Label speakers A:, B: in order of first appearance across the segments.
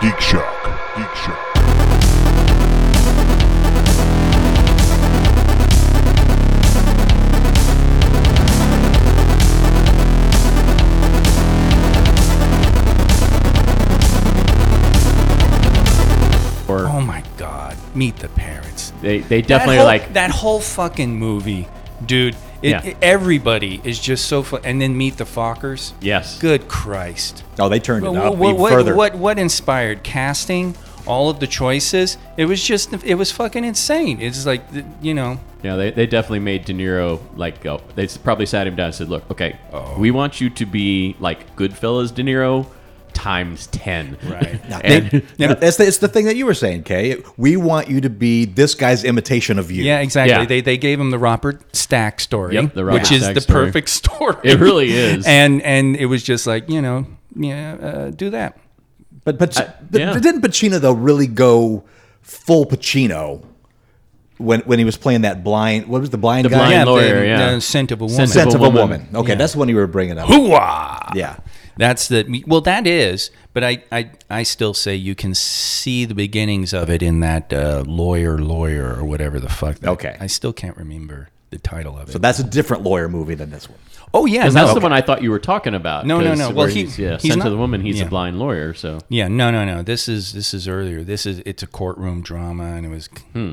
A: Geek Shock. Geek Shock.
B: Or
C: Oh my God! Meet the parents.
B: they, they
C: That
B: definitely
C: whole-
B: like
C: that whole fucking movie, dude. It,
B: Yeah.
C: it- everybody is just so fun. And then meet the Fockers.
B: Yes.
C: Good Christ.
D: Oh, they turned it up
C: what,
D: even
C: what,
D: further.
C: what what inspired casting? All of the choices. It was just. It was fucking insane. It's like th- you know.
B: Yeah, they, they definitely made De Niro like go. They s- probably sat him down and said, "Look, okay, we want you to be like Goodfellas De Niro times ten. Right. and
D: They- That's the, it's the thing that you were saying, Kay. We want you to be this guy's imitation of you.
C: Yeah, exactly.
B: Yeah.
C: They, they gave him the Robert Stack story,
B: Yep, the Robert
C: which is
B: Stack
C: the
B: story.
C: perfect story.
B: It really is.
C: And and it was just like you know, yeah, uh, do that.
D: But, but, but
B: yeah.
D: didn't Pacino though really go full Pacino when when he was playing that blind? What was the blind
B: The
D: guy?
B: blind
C: yeah,
B: lawyer,
C: the,
B: yeah.
C: the scent of a woman.
B: Scent of
D: Sense of a
B: Woman.
D: woman. Okay, that's the one you were bringing up.
C: Hoo-ah!
D: Yeah,
C: That's the well. That is, but I, I, I still say you can see the beginnings of it in that uh, lawyer, lawyer, or whatever the fuck. that-
D: Okay.
C: I still can't remember the title of it.
D: so that's a different lawyer movie than this one.
C: oh yeah,
B: Because that's
C: no.
B: the one I thought you were talking about.
C: No, no,
B: 'cause
C: no.
B: where
C: Well, he-
B: he's, yeah,
C: he's
B: sent to
C: not-
B: the woman. He's a
C: yeah.
B: blind lawyer, so
C: Yeah, no, no, no. This is this is earlier. This is it's a courtroom drama, and it was
B: Hmm.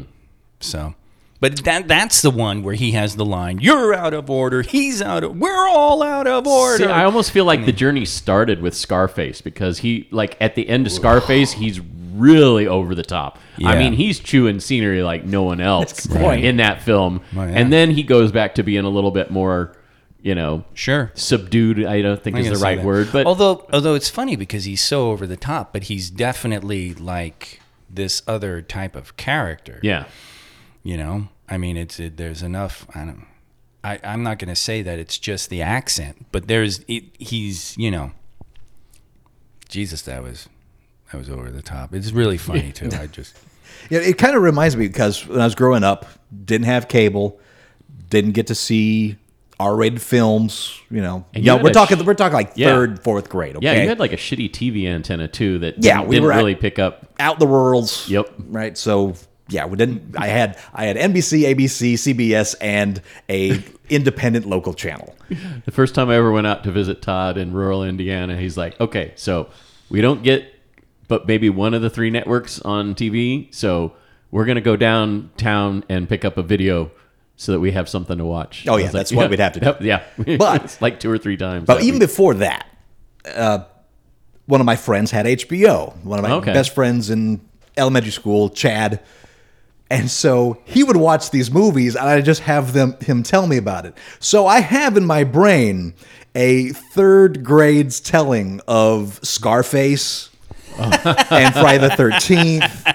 C: so. But that that's the one where he has the line: "You're out of order. He's out of. We're all out of order."
B: See, I almost feel
C: Hmm.
B: like the journey started with Scarface because he, like, at the end of Scarface, he's really over the top. I
C: Yeah.
B: mean, he's chewing scenery like no one else
D: That's right.
B: in that film.
C: Well, Oh, yeah.
B: And then he goes back to being a little bit more, you know,
C: sure.
B: subdued. I don't think
C: I'm
B: is the
C: gonna say
B: right
C: that.
B: word, but
C: although although it's funny because he's so over the top, but he's definitely like this other type of character.
B: yeah,
C: You know, I mean, it's it, there's enough. I don't. I, I'm not going to say that it's just the accent, but there's it, he's you know. Jesus, that was that was over the top. It's really funny too. I just
D: Yeah, it kind of reminds me because when I was growing up, didn't have cable, didn't get to see R-rated films. You know,
B: And
D: yeah,
B: you had
D: we're
B: a
D: talking
B: sh-
D: we're talking like
B: Yeah.
D: third, fourth grade. Okay,
B: yeah. You had like a shitty TV antenna too that
D: Yeah,
B: didn't,
D: we were
B: didn't
D: at-
B: really pick up.
D: out in the worlds.
B: Yep.
D: Right. So yeah, we didn't. I had I had NBC, ABC, CBS, and a independent local channel.
B: The first time I ever went out to visit Todd in rural Indiana, he's like, "Okay, so we don't get, but maybe one of the three networks on TV. So we're gonna go downtown and pick up a video so that we have something to watch."
D: Oh,
B: I
D: yeah,
B: was
D: that's what we'd have to do.
B: yep, Yeah,
D: But-
B: It's like two or three times.
D: But
B: that
D: even
B: week.
D: before that, uh, one of my friends had HBO. One of my
B: Okay.
D: best friends in elementary school, Chad. And so he would watch these movies, and I just have them him tell me about it. So I have in my brain a third grade's telling of Scarface and Friday the Thirteenth,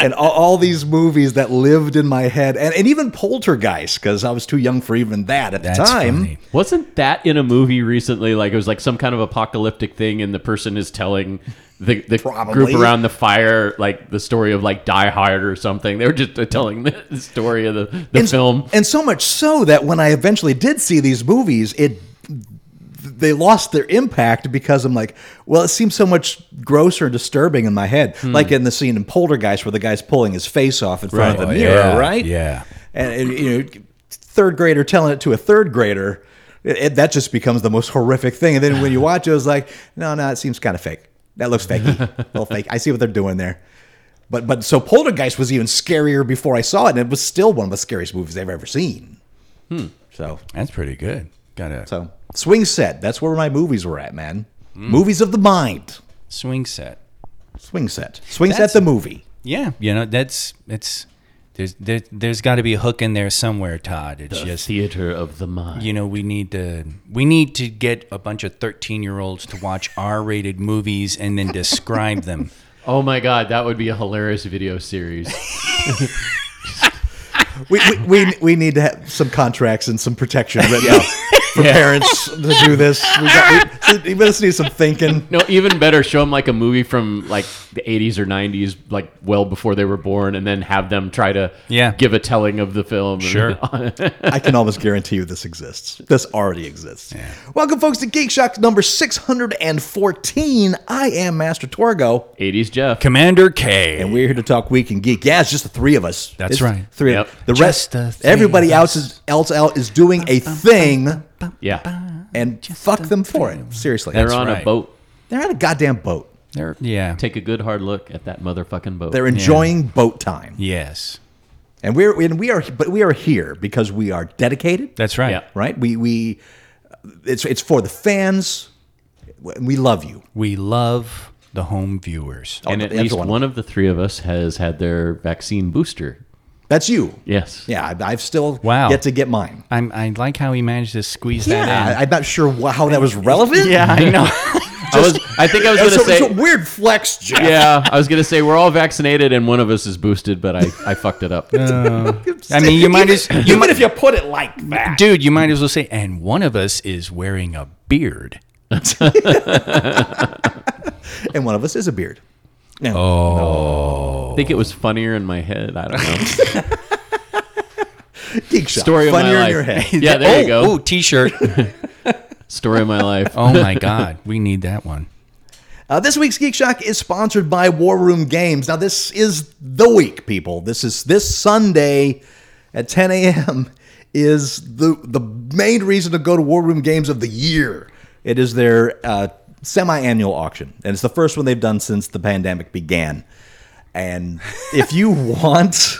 D: and all, all these movies that lived in my head, and, and even Poltergeist because I was too young for even that at the
C: that's
D: time.
C: funny.
B: wasn't that in a movie recently? Like it was like some kind of apocalyptic thing, and the person is telling. The, the
D: Probably.
B: group around the fire, like the story of like Die Hard or something, they were just uh, telling the, the story of the, the film.
D: And so much so that when I eventually did see these movies, it they lost their impact because I'm like, well, it seems so much grosser and disturbing in my head. Like in the scene in Poltergeist where the guy's pulling his face off in front of the mirror, right?
C: Oh, Yeah.
D: And, and, you know, third grader telling it to a third grader, it, it- that just becomes the most horrific thing. And then when you watch it, it's like, no, no, it seems kind of fake. That looks fakey, a little fake. I see what they're doing there. But but so Poltergeist was even scarier before I saw it, and it was still one of the scariest movies I've ever seen. So
C: That's pretty good. Got a
D: so swing set. That's where my movies were at, man. Movies of the mind.
C: swing set.
D: Swing set. Swing
C: That's-
D: set. The movie.
C: Yeah, you know that's it's there's there, there's got to be a hook in there somewhere, Todd. It's just
B: theater of the mind.
C: you know we need to we need to get a bunch of 13 year olds to watch r-rated movies and then describe them
B: Oh my god, that would be a hilarious video series.
D: We, we, we, we need to have some contracts and some protection written up. for parents to do this. We got, we, we just need some thinking.
B: No, even better, show them like a movie from like the 80s or 90s, like well before they were born, and then have them try to
C: Yeah.
B: give a telling of the film.
C: Sure.
D: I can almost guarantee you this exists. This already exists. Welcome, folks, to Geek Shock number 614. I am Master Torgo,
B: 80s Jeff.
C: Commander K.
D: and we're here to talk Week in Geek. Yeah, it's just the three of us.
C: That's
D: It's
C: right.
D: Three.
B: Yep.
D: The
C: Just
D: rest,
C: the three
D: everybody
C: of
D: else is, else out is doing a thing,
B: yeah.
D: and fuck them for it. Seriously,
B: They're on a
C: right.
B: boat.
D: They're on a goddamn boat.
C: There- yeah.
B: Take a good hard look at that motherfucking boat.
D: They're enjoying boat time,
C: yes.
D: and we're and we are, but we are here because we are dedicated.
C: That's right.
B: Yeah.
D: right? We we it's it's for the fans. We love you.
C: We love the home viewers.
B: and
D: Oh,
B: at
D: that's
B: least
D: one.
B: one. of the three of us has had their vaccine booster.
D: That's you.
B: Yes.
D: Yeah, I, I've still
C: Wow.
D: yet to get mine.
C: I'm, I like how he managed to squeeze
D: Yeah,
C: that
D: I, I'm not sure wh- how that was relevant.
C: in. Yeah, I know.
B: I was. I think I was going
D: It's
B: to
D: a,
B: say.
D: it's a weird flex, Jeff.
B: yeah, I was going to say we're all vaccinated and one of us is boosted, but I, I fucked it up.
C: I mean, you might as you
D: Even
C: might,
D: if you put it like that.
C: dude, you might as well say, and one of us is wearing a beard.
D: And one of us is a beard. No.
B: I think it was funnier in my head. I don't know.
D: Geek shot.
B: Story of my
D: Funnier in
B: life.
D: your head.
B: Yeah, there
C: oh,
B: you go.
C: Oh, t-shirt.
B: Story of my life.
C: oh my God, we need that one.
D: Uh, this week's Geek Shock is sponsored by War Room Games. Now, this is the week, people. This is this Sunday at 10 a.m. is the the main reason to go to War Room Games of the year. It is their uh, semi-annual auction, and it's the first one they've done since the pandemic began. And if you want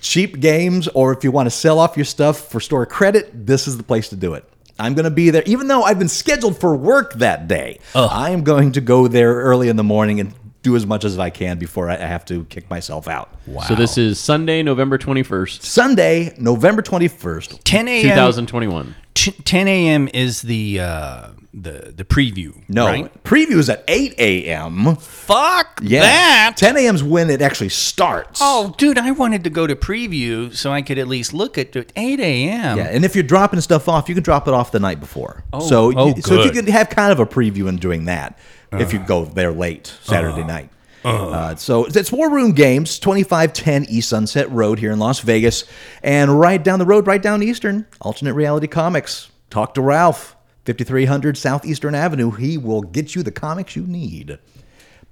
D: cheap games or if you want to sell off your stuff for store credit, this is the place to do it. I'm going to be there, even though I've been scheduled for work that day. I am going to go there early in the morning and do as much as I can before I I have to kick myself out.
C: Wow.
B: So this is Sunday, November 21st,
D: Sunday, November 21st.
C: 10 a.m.
B: 2021.
C: t- 10 a.m. is the uh, the the preview.
D: No,
C: right?
D: previews at 8 a.m.
C: fuck
D: Yeah.
C: that.
D: 10 a.m. is when it actually starts.
C: Oh, dude, I wanted to go to preview so I could at least look at it. 8 a.m.
D: Yeah, and if you're dropping stuff off, you can drop it off the night before. so, you,
C: oh,
D: so if
C: good.
D: you
C: Uh.
D: could have kind of a preview in doing that, if you go there late Saturday night. Uh, so it's War Room Games, 2510 East Sunset Road here in Las Vegas, and right down the road, right down Eastern, Alternate Reality Comics. Talk to Ralph, 5300 Southeastern Avenue. He will get you the comics you need.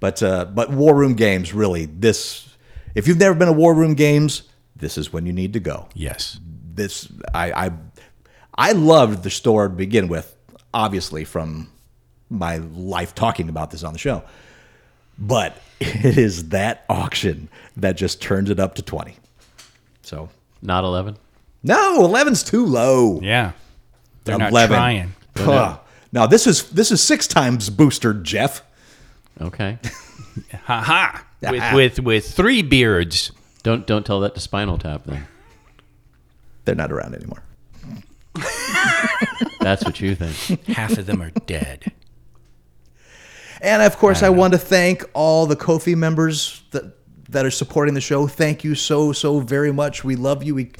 D: But uh, but War Room Games, really, this if you've never been to War Room Games, this is when you need to go
C: Yes.
D: this I I, I loved the store to begin with, obviously from my life talking about this on the show. But it is that auction that just turns it up to 20. So,
B: Not 11.
D: no, 11's too low.
C: Yeah. They're not
D: 11.
C: trying.
D: Huh. Now, this is this is 6 times booster, Jeff.
B: Okay.
C: Ha ha.
B: Ah.
C: With, with with three beards.
B: Don't don't tell that to Spinal Tap then.
D: They're not around anymore.
B: That's what you think.
C: Half of them are dead.
D: And of course, I, want to thank all the Kofi members that that are supporting the show. Thank you so so very much. We love you. We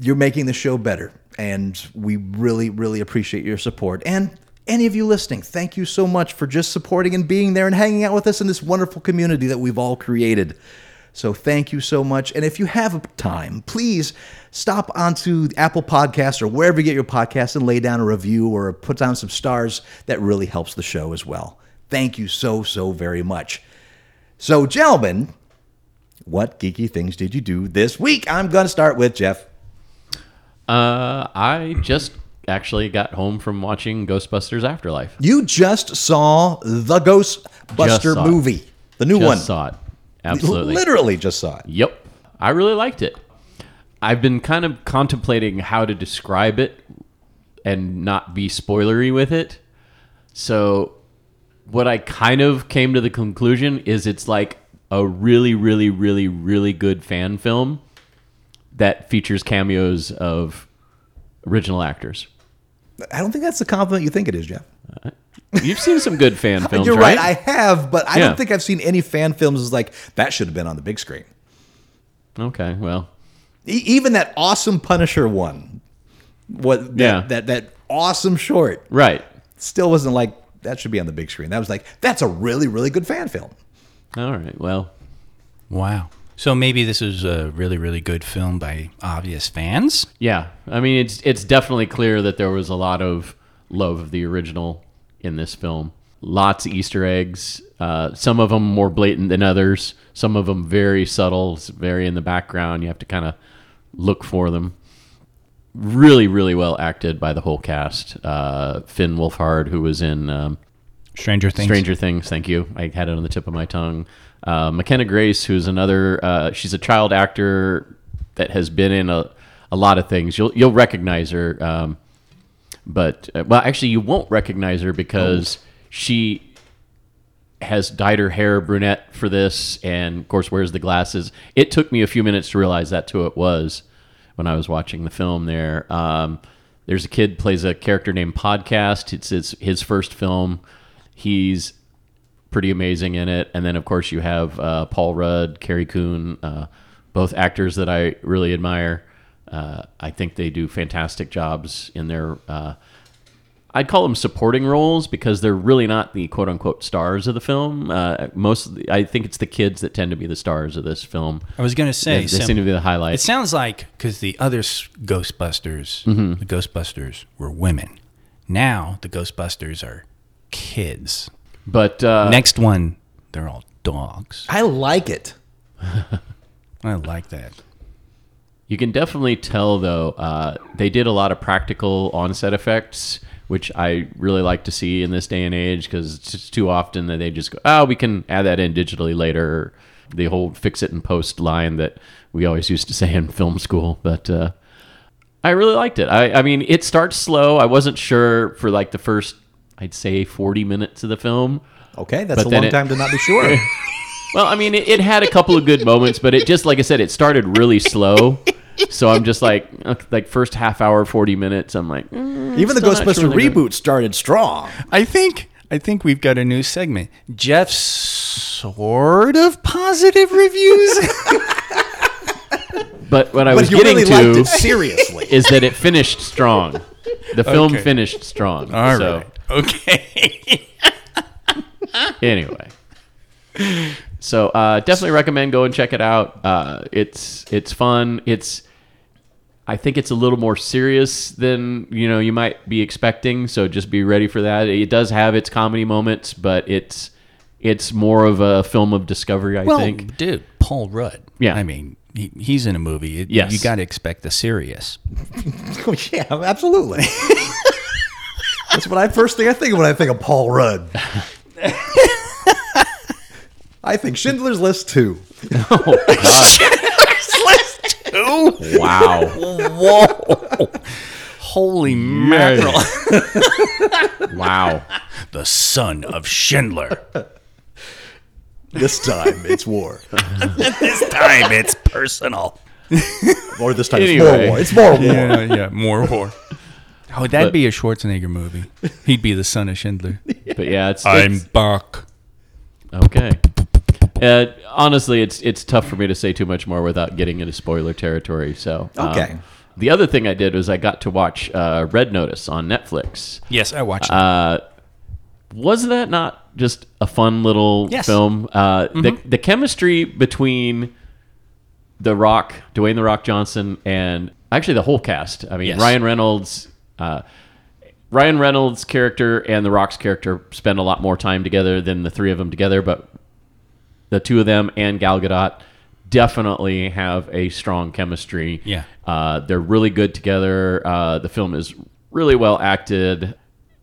D: you're making the show better, and we really really appreciate your support. And any of you listening, thank you so much for just supporting and being there and hanging out with us in this wonderful community that we've all created. So thank you so much. And if you have time, please stop onto Apple Podcasts or wherever you get your podcasts and lay down a review or put down some stars. That really helps the show as well. Thank you so, so very much. So, gentlemen, what geeky things did you do this week? I'm going to start with Jeff.
B: Uh, I just actually got home from watching Ghostbusters Afterlife.
D: You just saw the
B: Just
D: Ghostbuster
B: saw it.
D: movie, the new
B: Just
D: one.
B: saw it. Absolutely.
D: Literally just saw it.
B: Yep. I really liked it. I've been kind of contemplating how to describe it and not be spoilery with it. So, what I kind of came to the conclusion is it's like a really, really, really, really good fan film that features cameos of original actors.
D: I don't think that's the compliment you think it is, Jeff.
B: You've seen some good fan films,
D: You're
B: right?
D: right. I have, but I
B: Yeah.
D: don't think I've seen any fan films as like that should have been on the big screen.
B: okay, well,
D: E- even that awesome Punisher one What? That,
B: Yeah.
D: That that awesome short
B: Right.
D: still wasn't like that should be on the big screen. That was like that's a really really good fan film.
B: All right. Well,
C: Wow. So maybe this is a really, really good film by obvious fans.
B: yeah. I mean, it's it's definitely clear that there was a lot of love of the original in this film. Lots of Easter eggs. Uh, some of them more blatant than others. Some of them very subtle, s- very in the background. You have to kind of look for them. Really, really well acted by the whole cast. Uh, Finn Wolfhard, who was in um,
C: Stranger Things.
B: Stranger Things. Thank you. I had it on the tip of my tongue. Uh, McKenna Grace, who's another, uh, she's a child actor that has been in a, a lot of things. You'll you'll recognize her, um, but uh, well, actually, you won't recognize her because she has dyed her hair brunette for this, and of course wears the glasses. It took me a few minutes to realize that's who it was when I was watching the film. There, um, there's a kid plays a character named Podcast. It's his, his first film. He's pretty amazing in it, and then of course you have uh, Paul Rudd, Carrie Coon, uh, both actors that I really admire. Uh, I think they do fantastic jobs in their uh, I'd call them supporting roles because they're really not the quote unquote stars of the film. Uh, most, of the, I think it's the kids that tend to be the stars of this film.
C: I was gonna say
B: They, they seem to be the
C: It
B: highlights.
C: sounds like because the other s- Ghostbusters, the Ghostbusters were women. Now the Ghostbusters are kids.
B: But uh,
C: Next one, they're all dogs.
D: I like it.
C: I like that.
B: you can definitely tell, though, uh, they did a lot of practical onset effects, which I really like to see in this day and age because it's just too often that they just go, oh, we can add that in digitally later. The whole fix it and post line that we always used to say in film school. But uh, I really liked it. I, I mean, it starts slow. I wasn't sure for like the first, I'd say, 40 minutes of the film.
D: Okay, that's
B: But
D: a
B: then
D: long
B: it-
D: time to not be sure.
B: Well, I mean, it, it had a couple of good moments, but it just, like I said, it started really slow. So I'm just like, uh, like first half hour, 40 minutes, I'm like, mm,
D: Even the
B: Still not
D: Ghostbuster
B: sure they're
D: reboot
B: gonna-
D: started strong.
C: I think I think we've got a new segment. Jeff's sort of positive reviews.
B: but what I
D: But
B: was
D: you
B: getting
D: really liked
B: to
D: it seriously.
B: is that it finished strong. The film
C: Okay.
B: finished strong.
C: All right.
B: so
C: Okay.
B: anyway. So uh, definitely recommend go and check it out. Uh, it's it's fun. It's I think it's a little more serious than you know you might be expecting. So just be ready for that. It does have its comedy moments, but it's it's more of a film of discovery. I
C: well,
B: think.
C: dude, Paul Rudd.
B: Yeah.
C: I mean, he, he's in a movie. It,
B: Yes.
C: You got to expect the serious.
D: Oh, yeah, absolutely. that's what I first thing I think of when I think of Paul Rudd. I think Schindler's List too.
B: Wow!
C: Holy mackerel.
B: wow!
C: the son of Schindler.
D: This time it's war,
C: this time it's personal.
D: or this time
B: Anyway.
D: it's more war. It's more war.
C: Yeah, yeah, more war. Oh, that'd be a Schwarzenegger movie. He'd be the son of Schindler.
B: But yeah, it's, it's-
C: back.
B: okay. Uh, honestly, it's it's tough for me to say too much more without getting into spoiler territory. So um,
D: Okay.
B: the other thing I did was I got to watch uh, Red Notice on Netflix.
C: Yes, I watched
B: was that not just a fun little
C: Yes. Mm-hmm.
B: film? Uh, the, the chemistry between The Rock, Dwayne The Rock Johnson, and actually the whole cast. I mean,
C: Yes.
B: Ryan Reynolds, uh, Ryan Reynolds' character and The Rock's character spend a lot more time together than the three of them together, but the two of them and Gal Gadot definitely have a strong chemistry.
C: Yeah.
B: Uh, they're really good together. Uh, the film is really well acted.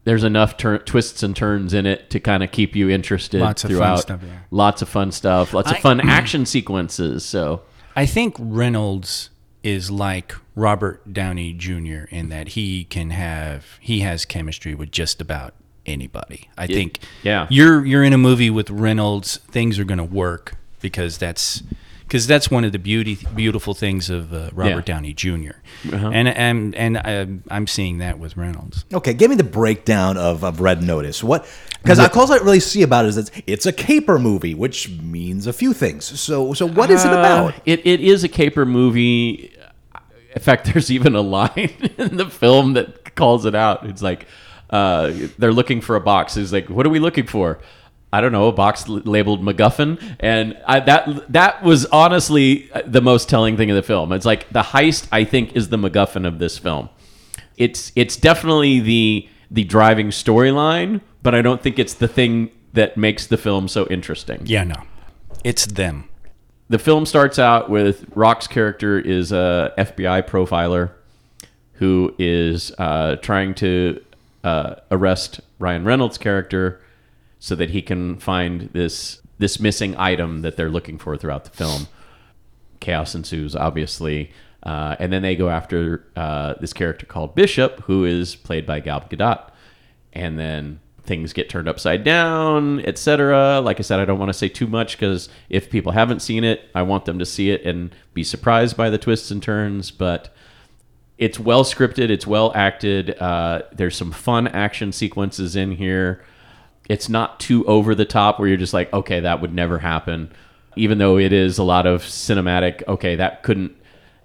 B: There's enough tur- twists and turns in it to kind of keep you interested
C: Lots of fun
B: throughout.
C: stuff, yeah.
B: Lots of fun stuff. Lots of fun action sequences. So
C: I think Reynolds is like Robert Downey Jr. in that he can have he has chemistry with just about anybody. I think
B: yeah.
C: You're you're in a movie with Reynolds, things are going to work because that's because that's one of the beauty beautiful things of uh, Robert
B: Yeah. Uh-huh.
C: Downey junior And and and I'm, I'm seeing that with Reynolds.
D: Okay, give me the breakdown of, of Red Notice. What? Because I all I really see about it is it's, it's a caper movie, which means a few things. So, so what is it
B: Uh,
D: about?
B: it, it is a caper movie. in fact, there's even a line in the film that calls it out. It's like uh, they're looking for a box. It's like, what are we looking for? I don't know, a box l- labeled MacGuffin, and I, that that was honestly uh, the most telling thing of the film. It's like the heist, I think, is the MacGuffin of this film. It's it's definitely the the driving storyline, but I don't think it's the thing that makes the film so interesting
C: Yeah, no. It's them.
B: the film starts out with Rock's character is a FBI profiler who is uh, trying to uh, arrest Ryan Reynolds' character so that he can find this this missing item that they're looking for throughout the film. Chaos ensues, obviously, uh, and then they go after uh, this character called Bishop, who is played by Gal Gadot, and then things get turned upside down, etc. Like I said, I don't want to say too much because if people haven't seen it, I want them to see it and be surprised by the twists and turns, but it's well scripted, it's well acted. Uh, there's some fun action sequences in here. It's not too over the top where you're just like, okay, that would never happen. Even though it is a lot of cinematic, okay, that couldn't.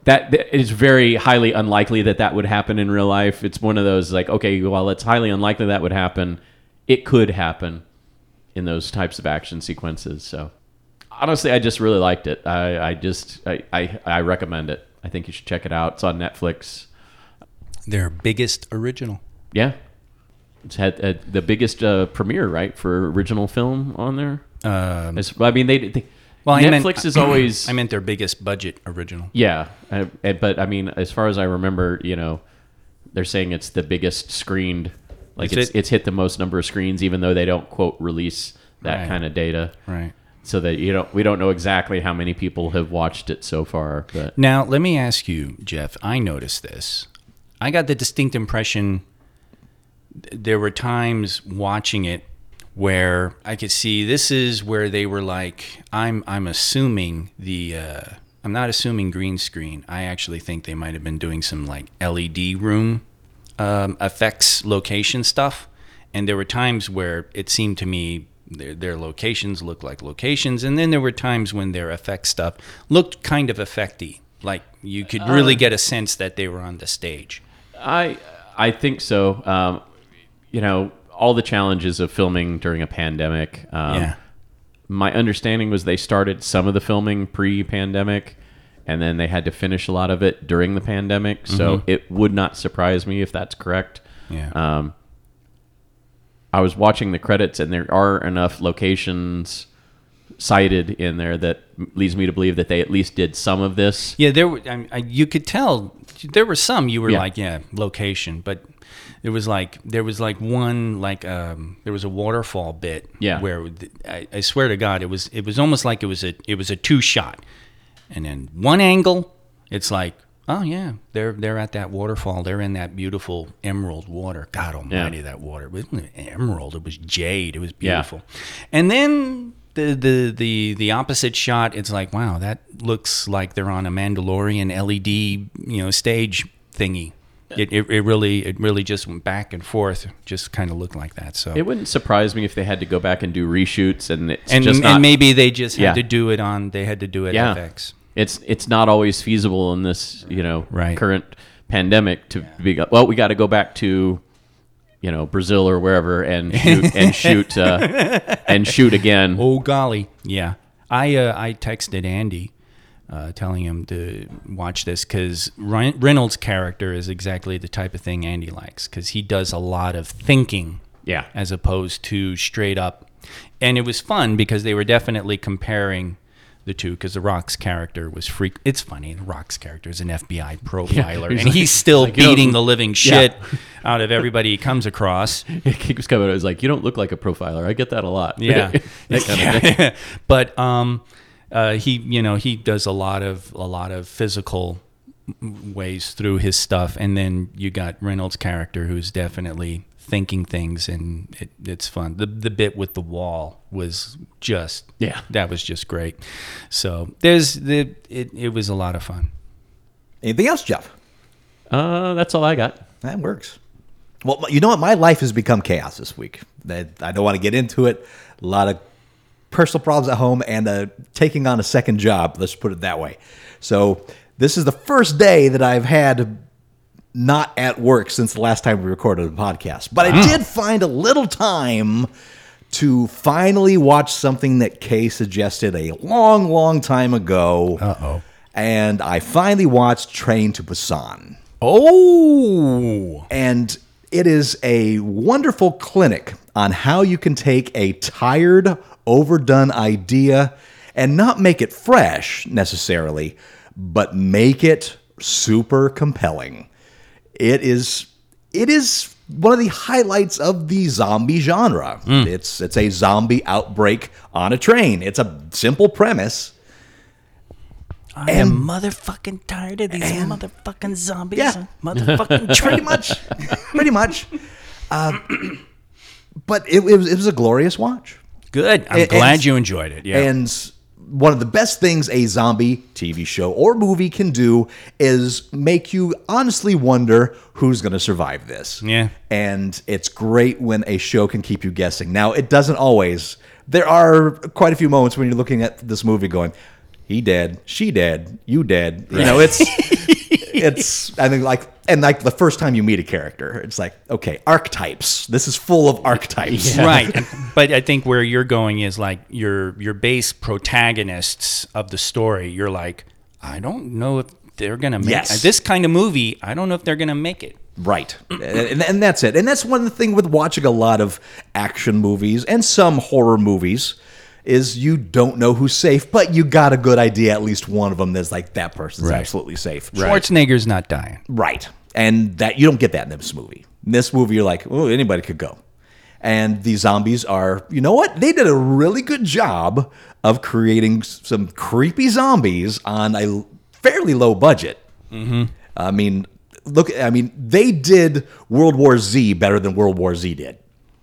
B: That that is very highly unlikely that that would happen in real life. It's one of those like, okay, well, it's highly unlikely that would happen. It could happen in those types of action sequences. So, honestly, I just really liked it. I, I just I, I I recommend it. I think you should check it out. It's on Netflix.
C: Their biggest original.
B: Yeah, it's had uh, the biggest uh, premiere right for original film on there.
C: Um,
B: It's- I mean, they, they
C: well, I
B: Netflix
C: meant-
B: is always
C: I meant their biggest budget original.
B: yeah, uh, uh, but I mean, as far as I remember, you know, they're saying it's the biggest screened. Like
C: Is
B: it's,
C: it-
B: it's hit the most number of screens, even though they don't quote release that
C: Right.
B: kind of data.
C: Right.
B: so that you don't we don't know exactly how many people have watched it so far but
C: Now, let me ask you, Jeff. I noticed this. I got the distinct impression th- there were times watching it where I could see this is where they were like, I'm, I'm assuming the, uh, I'm not assuming green screen. I actually think they might have been doing some like LED room um, effects location stuff. And there were times where it seemed to me their, their locations looked like locations. And then there were times when their effect stuff looked kind of effecty. Like you could really get a sense that they were on the stage.
B: i i think so um, you know all the challenges of filming during a pandemic um,
C: yeah.
B: my understanding was they started some of the filming pre-pandemic and then they had to finish a lot of it during the pandemic so
C: Mm-hmm.
B: it would not surprise me if that's correct
C: Yeah.
B: um, i was watching the credits and there are enough locations cited in there that leads me to believe that they at least did some of this
C: Yeah, there were. I, mean, I, you could tell there were some. You were
B: Yeah.
C: like, yeah, location, but it was like there was like one like um there was a waterfall bit.
B: Yeah.
C: where th- I, I swear to God, it was it was almost like it was a it was a two shot, and then one angle, it's like. Oh yeah, they're they're at that waterfall. They're in that beautiful emerald water. God Almighty, that water it wasn't emerald. It was jade. It was beautiful. And then the, the the the opposite shot, it's like, wow, that looks like they're on a Mandalorian LED, you know, stage thingy. It, it, it really it really just went back and forth, just kind of looked like that. So
B: It wouldn't surprise me if they had to go back and do reshoots, and it's
C: and
B: just not,
C: and maybe they just had
B: Yeah.
C: to do it on they had to do it
B: yeah,
C: FX.
B: it's it's not always feasible in this you know
C: Right.
B: current pandemic to be well. We got to go back to you know Brazil or wherever and shoot, and shoot uh, and shoot again.
C: Oh golly, yeah. I uh, I texted Andy, uh, telling him to watch this because Reynolds' character is exactly the type of thing Andy likes because he does a lot of thinking.
B: Yeah.
C: as opposed to straight up. And it was fun because they were definitely comparing the two because the Rock's character was freak. It's funny, the Rock's character is an FBI profiler,
B: he's
C: and
B: like-
C: he's still
B: you don't-
C: beating the living shit out of everybody he comes across.
B: It keeps coming. It was like you don't look like a profiler. I get that a lot.
C: Yeah.
B: That kind of
C: Yeah.
B: thing.
C: but um, uh, he, you know, he does a lot of a lot of physical ways through his stuff, and then you got Reynolds' character who's definitely thinking things, and it, it's fun. The the bit with the wall was just
B: Yeah.
C: that was just great. So there's the it it was a lot of fun.
D: Anything else, Jeff?
B: Uh, that's all I got.
D: That works. Well, you know what? My life has become chaos this week. I I don't want to get into it. A lot of personal problems at home and uh, taking on a second job. Let's put it that way. So This is the first day that I've had not at work since the last time we recorded a podcast. But I did find a little time to finally watch something that Kay suggested a long, long time ago.
C: Uh-oh.
D: And I finally watched Train to Busan
C: Oh,
D: and it is a wonderful clinic on how you can take a tired, overdone idea and not make it fresh necessarily, but make it super compelling. It is it is one of the highlights of the zombie genre. It's it's a zombie outbreak on a train. It's a simple premise.
C: I am motherfucking tired of these motherfucking zombies.
D: Yeah.
C: and motherfucking train.
D: pretty much, pretty much. Uh, but it, it was it was a glorious watch.
C: Good. I'm
D: And-
C: glad
D: and-
C: you enjoyed it. Yeah.
D: And one of the best things a zombie TV show or movie can do is make you honestly wonder who's going to survive this.
C: Yeah.
D: And it's great when a show can keep you guessing. Now, it doesn't always. There are quite a few moments when you're looking at this movie going, he dead, she dead, you dead. You know, it's it's I think like and like the first time you meet a character, it's like, okay, archetypes. This is full of archetypes.
C: right but i think where you're going is like your your base protagonists of the story you're like i don't know if they're gonna make
D: Yes.
C: this kind of movie i don't know if they're gonna make it
D: Right. and, and- and that's it. And that's one thing with watching a lot of action movies and some horror movies is you don't know who's safe, but you got a good idea at least one of them that's like that person's
C: Right.
D: absolutely safe.
C: schwarzenegger's not dying
D: Right. And that you don't get that in this movie. In this movie you're like, "Oh, anybody could go." And the zombies are, you know what? They did a really good job of creating s- some creepy zombies on a l- fairly low budget. I mean, look, I mean, they did World War Z better than World War Z did.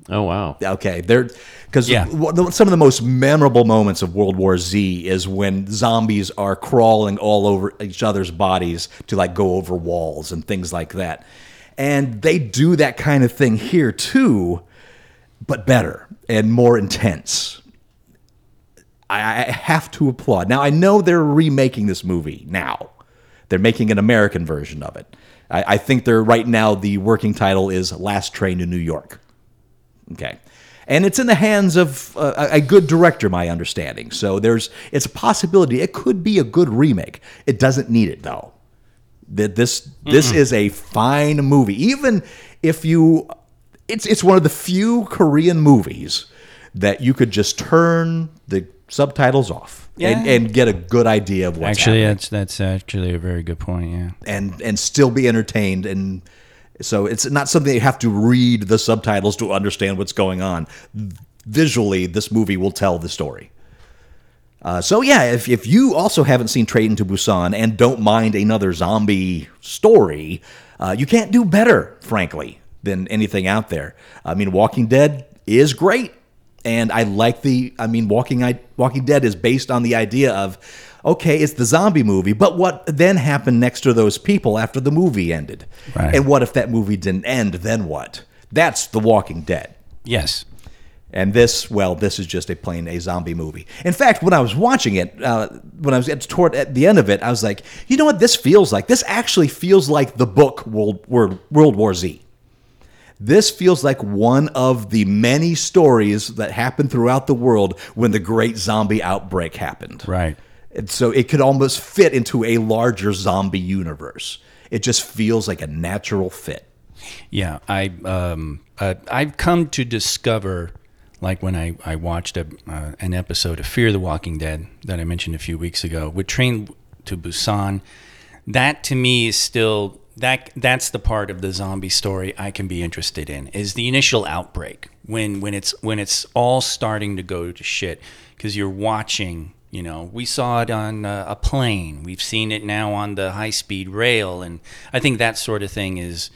B: Oh wow.
D: Okay, they're because
C: Yeah.
D: some of the most memorable moments of World War Z is when zombies are crawling all over each other's bodies to like go over walls and things like that. And they do that kind of thing here too, but better and more intense. I, I have to applaud. Now I know they're remaking this movie now. They're making an American version of it. I, I think they're right now the working title is Last Train to New York. Okay. And it's in the hands of uh, a a good director, my understanding. So there's it's a possibility. It could be a good remake. It doesn't need it though. That this this is a fine movie. Even if you, it's it's one of the few Korean movies that you could just turn the subtitles off and,
C: Yeah.
D: and get a good idea of what's
C: actually
D: happening
C: that's that's actually a very good point yeah
D: and and still be entertained and so it's not something you have to read the subtitles to understand what's going on visually this movie will tell the story uh, so yeah if, if you also haven't seen trade into busan and don't mind another zombie story uh, you can't do better frankly than anything out there i mean walking dead is great and i like the i mean walking I, walking dead is based on the idea of okay it's the zombie movie but what then happened next to those people after the movie ended
C: Right.
D: and what if that movie didn't end then what that's the walking dead
C: yes
D: and this, well, this is just a plain a zombie movie. In fact, when I was watching it, uh, when I was at toward at the end of it, I was like, you know what, this feels like. This actually feels like the book World World, World War Z. This feels like one of the many stories that happened throughout the world when the great zombie outbreak happened.
C: right
D: And so it could almost fit into a larger zombie universe. It just feels like a natural fit.
C: Yeah, I um, uh, I've come to discover, like when I I watched a, uh, an episode of Fear the Walking Dead that I mentioned a few weeks ago with Train to Busan, that to me is still that that's the part of the zombie story I can be interested in is the initial outbreak when when it's when it's all starting to go to shit because you're watching. You know, we saw it on uh, a plane. We've seen it now on the high-speed rail, and I think that sort of thing is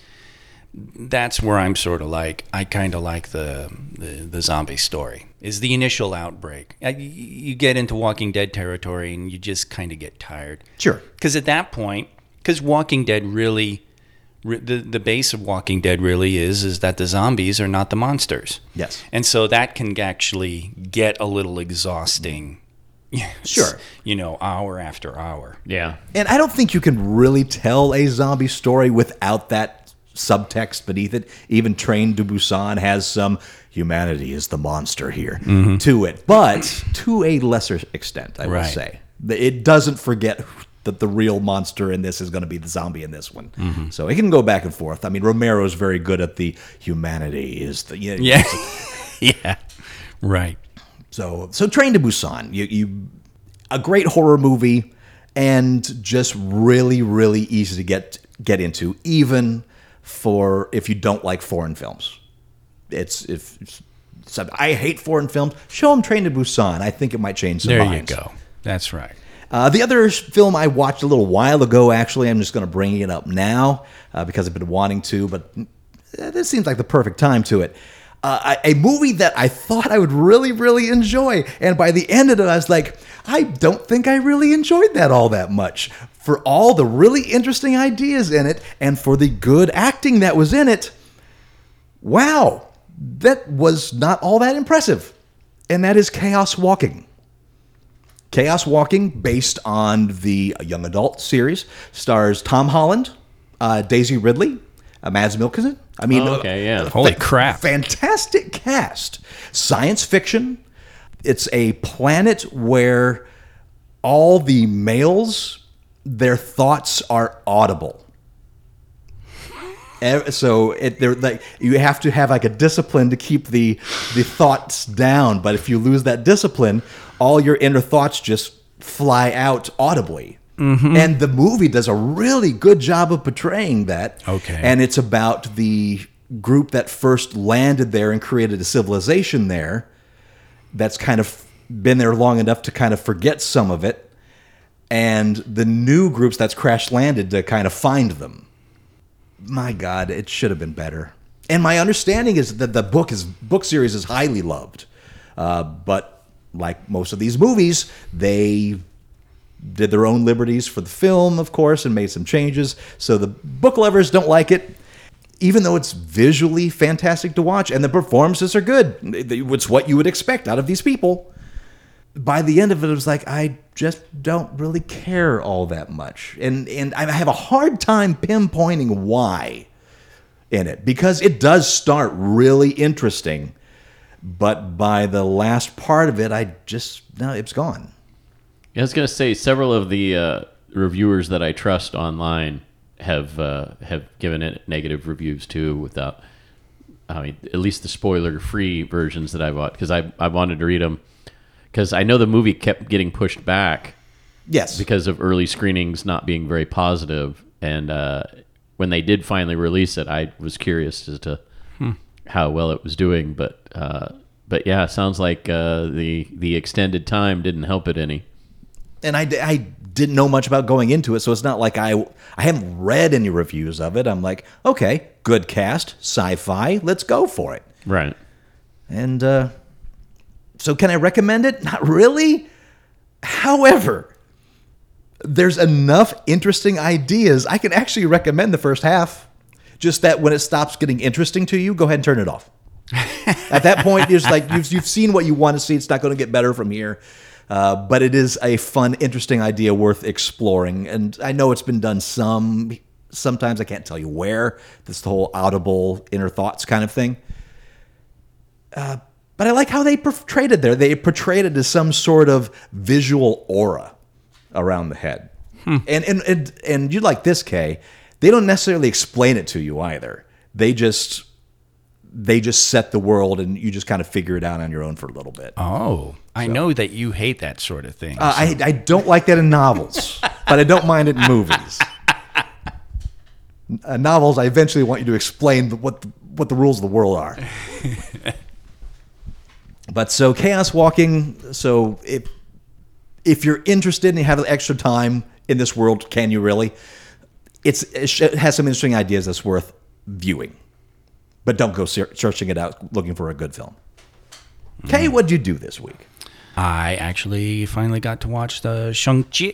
C: that's where I'm sort of like I kind of like the, the the zombie story is the initial outbreak. Uh, y- You get into Walking Dead territory and you just kind of get tired.
D: Sure.
C: Because at that point, because Walking Dead really, re- the the base of Walking Dead really is is that the zombies are not the monsters.
D: Yes.
C: And so that can actually get a little exhausting
D: Sure.
C: you know, hour after hour.
B: Yeah.
D: And I don't think you can really tell a zombie story without that subtext beneath it. Even Train to Busan has some humanity is the monster here to it, but to a lesser extent, I will
C: Right.
D: say. It doesn't forget that the real monster in this is going to be the zombie in this one. So it can go back and forth. I mean, Romero's very good at the humanity is the. You know,
C: Yeah, yeah, right.
D: so, so Train to Busan, you, you, a great horror movie, and just really, really easy to get get into, even for if you don't like foreign films. It's if, so I hate foreign films, show them Train to Busan. I think it might change some
C: There
D: minds.
C: you go. That's right.
D: Uh, the other sh- film I watched a little while ago, actually, I'm just going to bring it up now uh, because I've been wanting to, but eh, this seems like the perfect time to it. Uh, I- a movie that I thought I would really, really enjoy. And by the end of it, I was like, I don't think I really enjoyed that all that much. For all the really interesting ideas in it and for the good acting that was in it, wow, that was not all that impressive. And that is Chaos Walking. Chaos Walking, based on the young adult series, stars Tom Holland, uh, Daisy Ridley, uh, Mads Mikkelsen. I mean,
B: Oh, okay, yeah.
D: uh,
C: Holy
D: fa-
C: crap.
D: Fantastic cast. Science fiction. It's a planet where all the males, their thoughts are audible. Ev- So it, they're like you have to have like a discipline to keep the the thoughts down. But if you lose that discipline, all your inner thoughts just fly out audibly. And the movie does a really good job of portraying that.
C: Okay.
D: and it's about the group that first landed there and created a civilization there. That's kind of been there long enough to kind of forget some of it, and the new groups that's crash landed to kind of find them my god it should have been better and my understanding is that the book is book series is highly loved uh, but like most of these movies they did their own liberties for the film of course and made some changes so the book lovers don't like it even though it's visually fantastic to watch and the performances are good it's what you would expect out of these people by the end of it, it was like I just don't really care all that much, and and I have a hard time pinpointing why in it because it does start really interesting, but by the last part of it, I just no, it's gone.
B: Yeah, I was gonna say several of the uh, reviewers that I trust online have uh, have given it negative reviews too. Without, I mean, at least the spoiler free versions that I bought because I I wanted to read them because I know the movie kept getting pushed back
D: Yes,
B: because of early screenings not being very positive, and uh, when they did finally release it, I was curious as to how well it was doing, but. Uh, but yeah, it sounds like uh, the the extended time didn't help it any.
D: and I, d- I didn't know much about going into it, so it's not like I I haven't read any reviews of it. I'm like, okay, good cast, sci-fi, let's go for it.
B: Right.
D: And uh, so, can I recommend it? Not really. However, there's enough interesting ideas. I can actually recommend the first half. Just that when it stops getting interesting to you, go ahead and turn it off. At that point, it's like you've, you've seen what you want to see. It's not going to get better from here. Uh, but it is a fun, interesting idea worth exploring. And I know it's been done some. Sometimes I can't tell you where. This whole audible inner thoughts kind of thing. But I like how they portrayed it there. They portrayed it as some sort of visual aura around the head. And, and and and you like this, Kay. They don't necessarily explain it to you either. They just they just set the world, and you just kind of figure it out on your own for a little bit.
C: Oh, I know that you hate that sort of thing.
D: Uh, I, I don't like that in novels, but I don't mind it in movies. Uh, novels, I eventually want you to explain the, what the, what the rules of the world are. but so chaos walking. So if if you're interested and you have the extra time in this world, can you really? It's it sh- it has some interesting ideas that's worth viewing, but don't go ser- searching it out looking for a good film. Kay, what'd you do this week?
C: I actually finally got to watch the Shang Chi.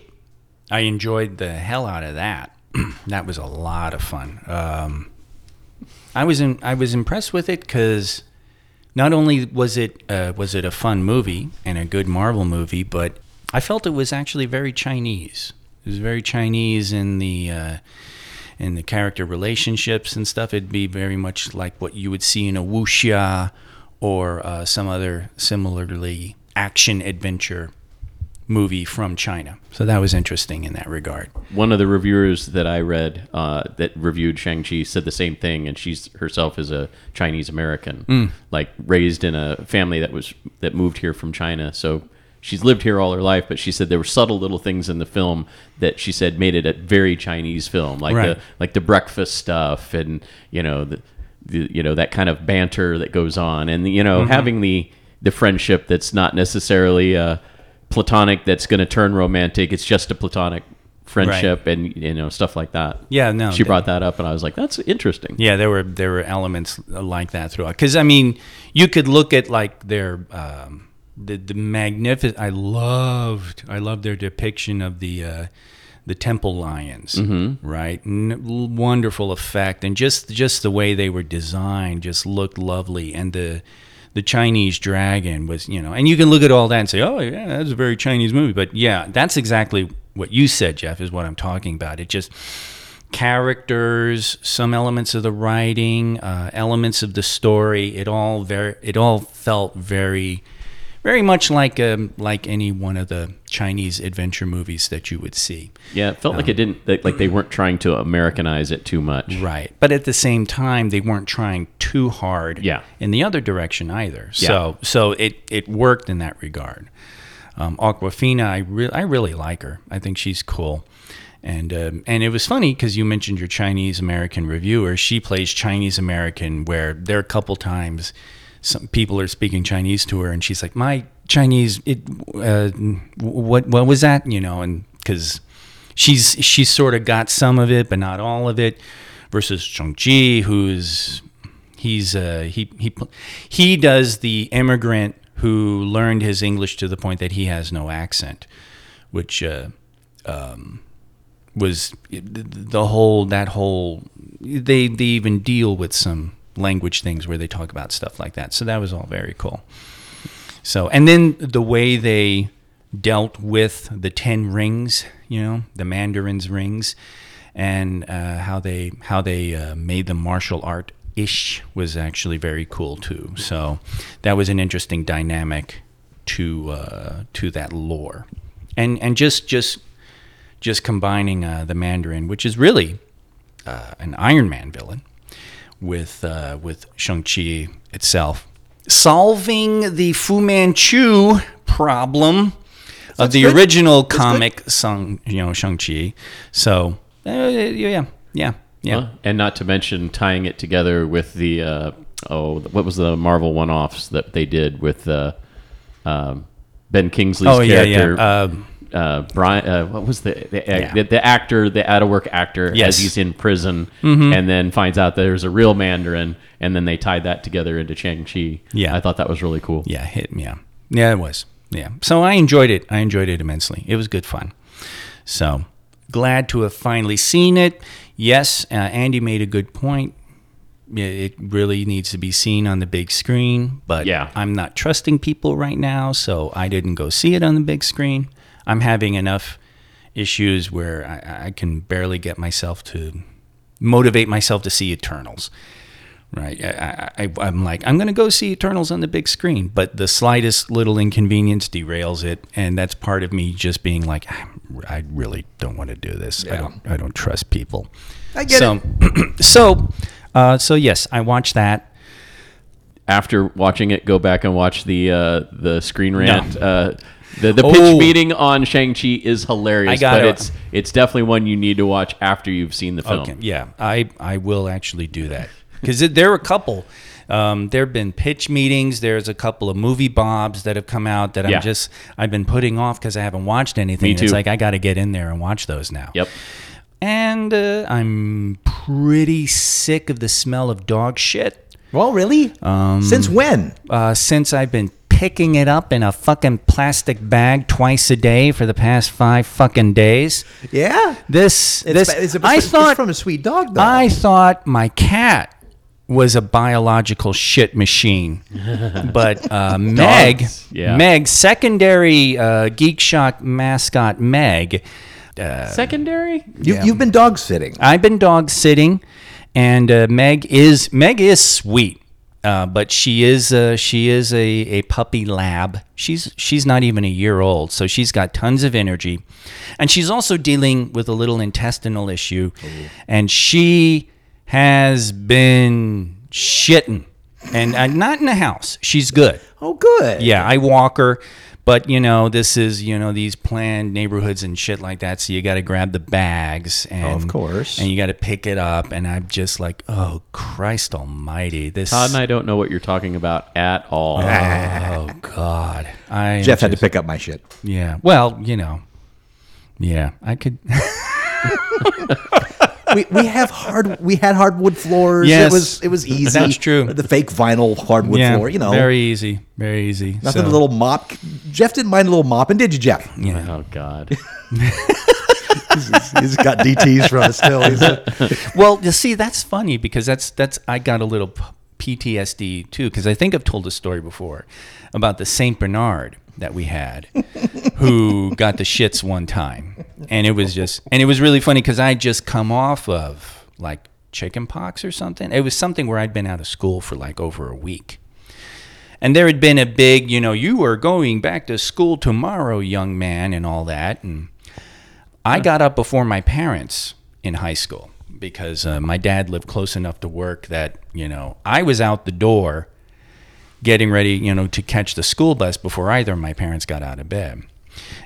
C: I enjoyed the hell out of that. that was a lot of fun. Um, I was in, I was impressed with it because not only was it uh, was it a fun movie and a good Marvel movie, but I felt it was actually very Chinese. It was very Chinese in the uh, in the character relationships and stuff. It'd be very much like what you would see in a wuxia or uh, some other similarly action adventure movie from China. So that was interesting in that regard.
B: One of the reviewers that I read uh, that reviewed Shang Chi said the same thing, and she's herself is a Chinese American, like raised in a family that was that moved here from China. So she's lived here all her life, but she said there were subtle little things in the film that she said made it a very Chinese film, like
C: Right.
B: the like the breakfast stuff, and you know the, the you know that kind of banter that goes on, and you know having the the friendship that's not necessarily uh, platonic that's going to turn romantic. It's just a platonic friendship and you know stuff like that.
C: Yeah, no,
B: She
C: that-
B: brought that up and I was like, that's interesting.
C: Yeah, there were there were elements like that throughout. Because I mean, you could look at like their um, the the magnificent. I loved I loved their depiction of the uh, the temple lions, right? N- wonderful effect, and just just the way they were designed just looked lovely, and the the Chinese dragon was, you know, and you can look at all that and say, oh, yeah, that's a very Chinese movie. But yeah, that's exactly what you said, Jeff, is what I'm talking about. It just, characters, some elements of the writing, uh, elements of the story. It all very, it all felt very, very much like um, like any one of the Chinese adventure movies that you would see.
B: Yeah, it felt like it didn't like, like they weren't trying to Americanize it too much.
C: Right, but at the same time, they weren't trying too hard.
B: Yeah.
C: in the other direction either. So so it it worked in that regard. Um, Aquafina, I really I really like her. I think she's cool. And um, and it was funny because you mentioned your Chinese American reviewer. She plays Chinese American, where there are a couple times some people are speaking Chinese to her, and she's like, "My Chinese, it, uh, what what was that?" You know, and because she's she's sort of got some of it, but not all of it. Versus Chung Chi, who's he's uh, he he he does the immigrant who learned his English to the point that he has no accent, which uh, um, was the whole that whole they they even deal with some language things where they talk about stuff like that. So that was all very cool. So, and then the way they dealt with the ten rings, you know, the Mandarin's rings, and uh, how they how they uh, made them martial art ish was actually very cool too. So, that was an interesting dynamic to uh, to that lore, and and just just just combining uh, the Mandarin, which is really uh, an Iron Man villain, with uh, with Shang Chi itself, solving the Fu Manchu problem of the
D: good.
C: original comic Shang you know Shang Chi. So uh, yeah, yeah, yeah.
B: Huh? And not to mention tying it together with the uh, oh, what was the Marvel one-offs that they did with uh, um, Ben Kingsley's
C: oh yeah,
B: character.
C: yeah. Uh,
B: uh, Brian, uh, what was the the,
C: Yeah.
B: the the actor, the out of work actor,
C: Yes. Mm-hmm.
B: as he's in prison, and then finds out there's a real Mandarin, and then they tied that together into Shang Chi.
C: Yeah.
B: I thought that was really cool.
C: Yeah, hit yeah. Yeah, it was. Yeah. So I enjoyed it. I enjoyed it immensely. It was good fun. So glad to have finally seen it. Yes, uh, Andy made a good point. Yeah, It really needs to be seen on the big screen, but
B: Yeah.
C: I'm not trusting people right now, so I didn't go see it on the big screen. I'm having enough issues where I, I can barely get myself to motivate myself to see Eternals. Right. I, I, I- I'm like, I'm going to go see Eternals on the big screen, but the slightest little inconvenience derails it. And that's part of me just being like, "I'm- I really don't want to do this. I don't, I don't trust people.
D: I get
C: so, so, uh, so yes, I watched that.
B: After watching it, go back and watch the uh, the screen rant. Uh, the, the pitch
C: Oh.
B: meeting on Shang Chi is hilarious,
C: I gotta-
B: but it's it's definitely one you need to watch after you've seen the film.
C: Okay, yeah, I I will actually do that because there are a couple. Um, there have been pitch meetings. There's a couple of movie bobs that have come out that
B: Yeah.
C: I'm just I've been putting off because I haven't watched anything.
B: Me
C: It's
B: too.
C: like I got to get in there and watch those now.
B: Yep.
C: And uh, I'm pretty sick of the smell of dog shit
D: Well, Oh, really?
C: Um,
D: Since when?
C: uh, since I've been picking it up in a fucking plastic bag twice a day for the past five fucking days.
D: Yeah.
C: This
D: It's,
C: this
D: ba- it's, a-
C: I
D: it's
C: thought
D: from a sweet dog, though.
C: I thought my cat was a biological shit machine. but uh, Meg,
B: Dogs, yeah.
C: Meg, secondary uh, Geek Shock mascot Meg,
B: Secondary?
D: You, You've been dog sitting.
C: I've been dog sitting, and uh, Meg is Meg is sweet, uh, but she is uh, she is a, a puppy lab. She's she's not even a year old, so she's got tons of energy, and she's also dealing with a little intestinal issue, and she has been shitting, and uh, not in the house. She's good.
D: Oh, good.
C: Yeah, I walk her. But you know, this is you know these planned neighborhoods and shit like that. So you got to grab the bags and
D: Oh, Of course.
C: and you got to pick it up. And I'm just like, oh Christ Almighty, this.
B: Todd and I don't know what you're talking about at all.
C: oh God, I
D: Jeff had to pick up my shit.
C: Yeah, well, you know, yeah, I could.
D: we, we have hard we had hardwood floors.
C: Yes.
D: It was it was easy.
C: That's true.
D: The fake vinyl hardwood
C: yeah,
D: floor, you know.
C: very easy, very easy.
D: nothing
C: So,
D: a little mop. Jeff didn't mind a little mopping, did you, Jeff?
C: Yeah.
B: Oh, God.
D: He's got DTs from us still. He's a-
C: Well, you see, that's funny because that's that's I got a little p- PTSD too because I think I've told a story before about the Saint Bernard that we had, who got the shits one time, and it was just and it was really funny because I just come off of like chicken pox or something. It was something where I'd been out of school for like over a week. And there had been a big, you know, you are going back to school tomorrow, young man, and all that. And I got up before my parents in high school because uh, my dad lived close enough to work that, you know, I was out the door getting ready, you know, to catch the school bus before either of my parents got out of bed.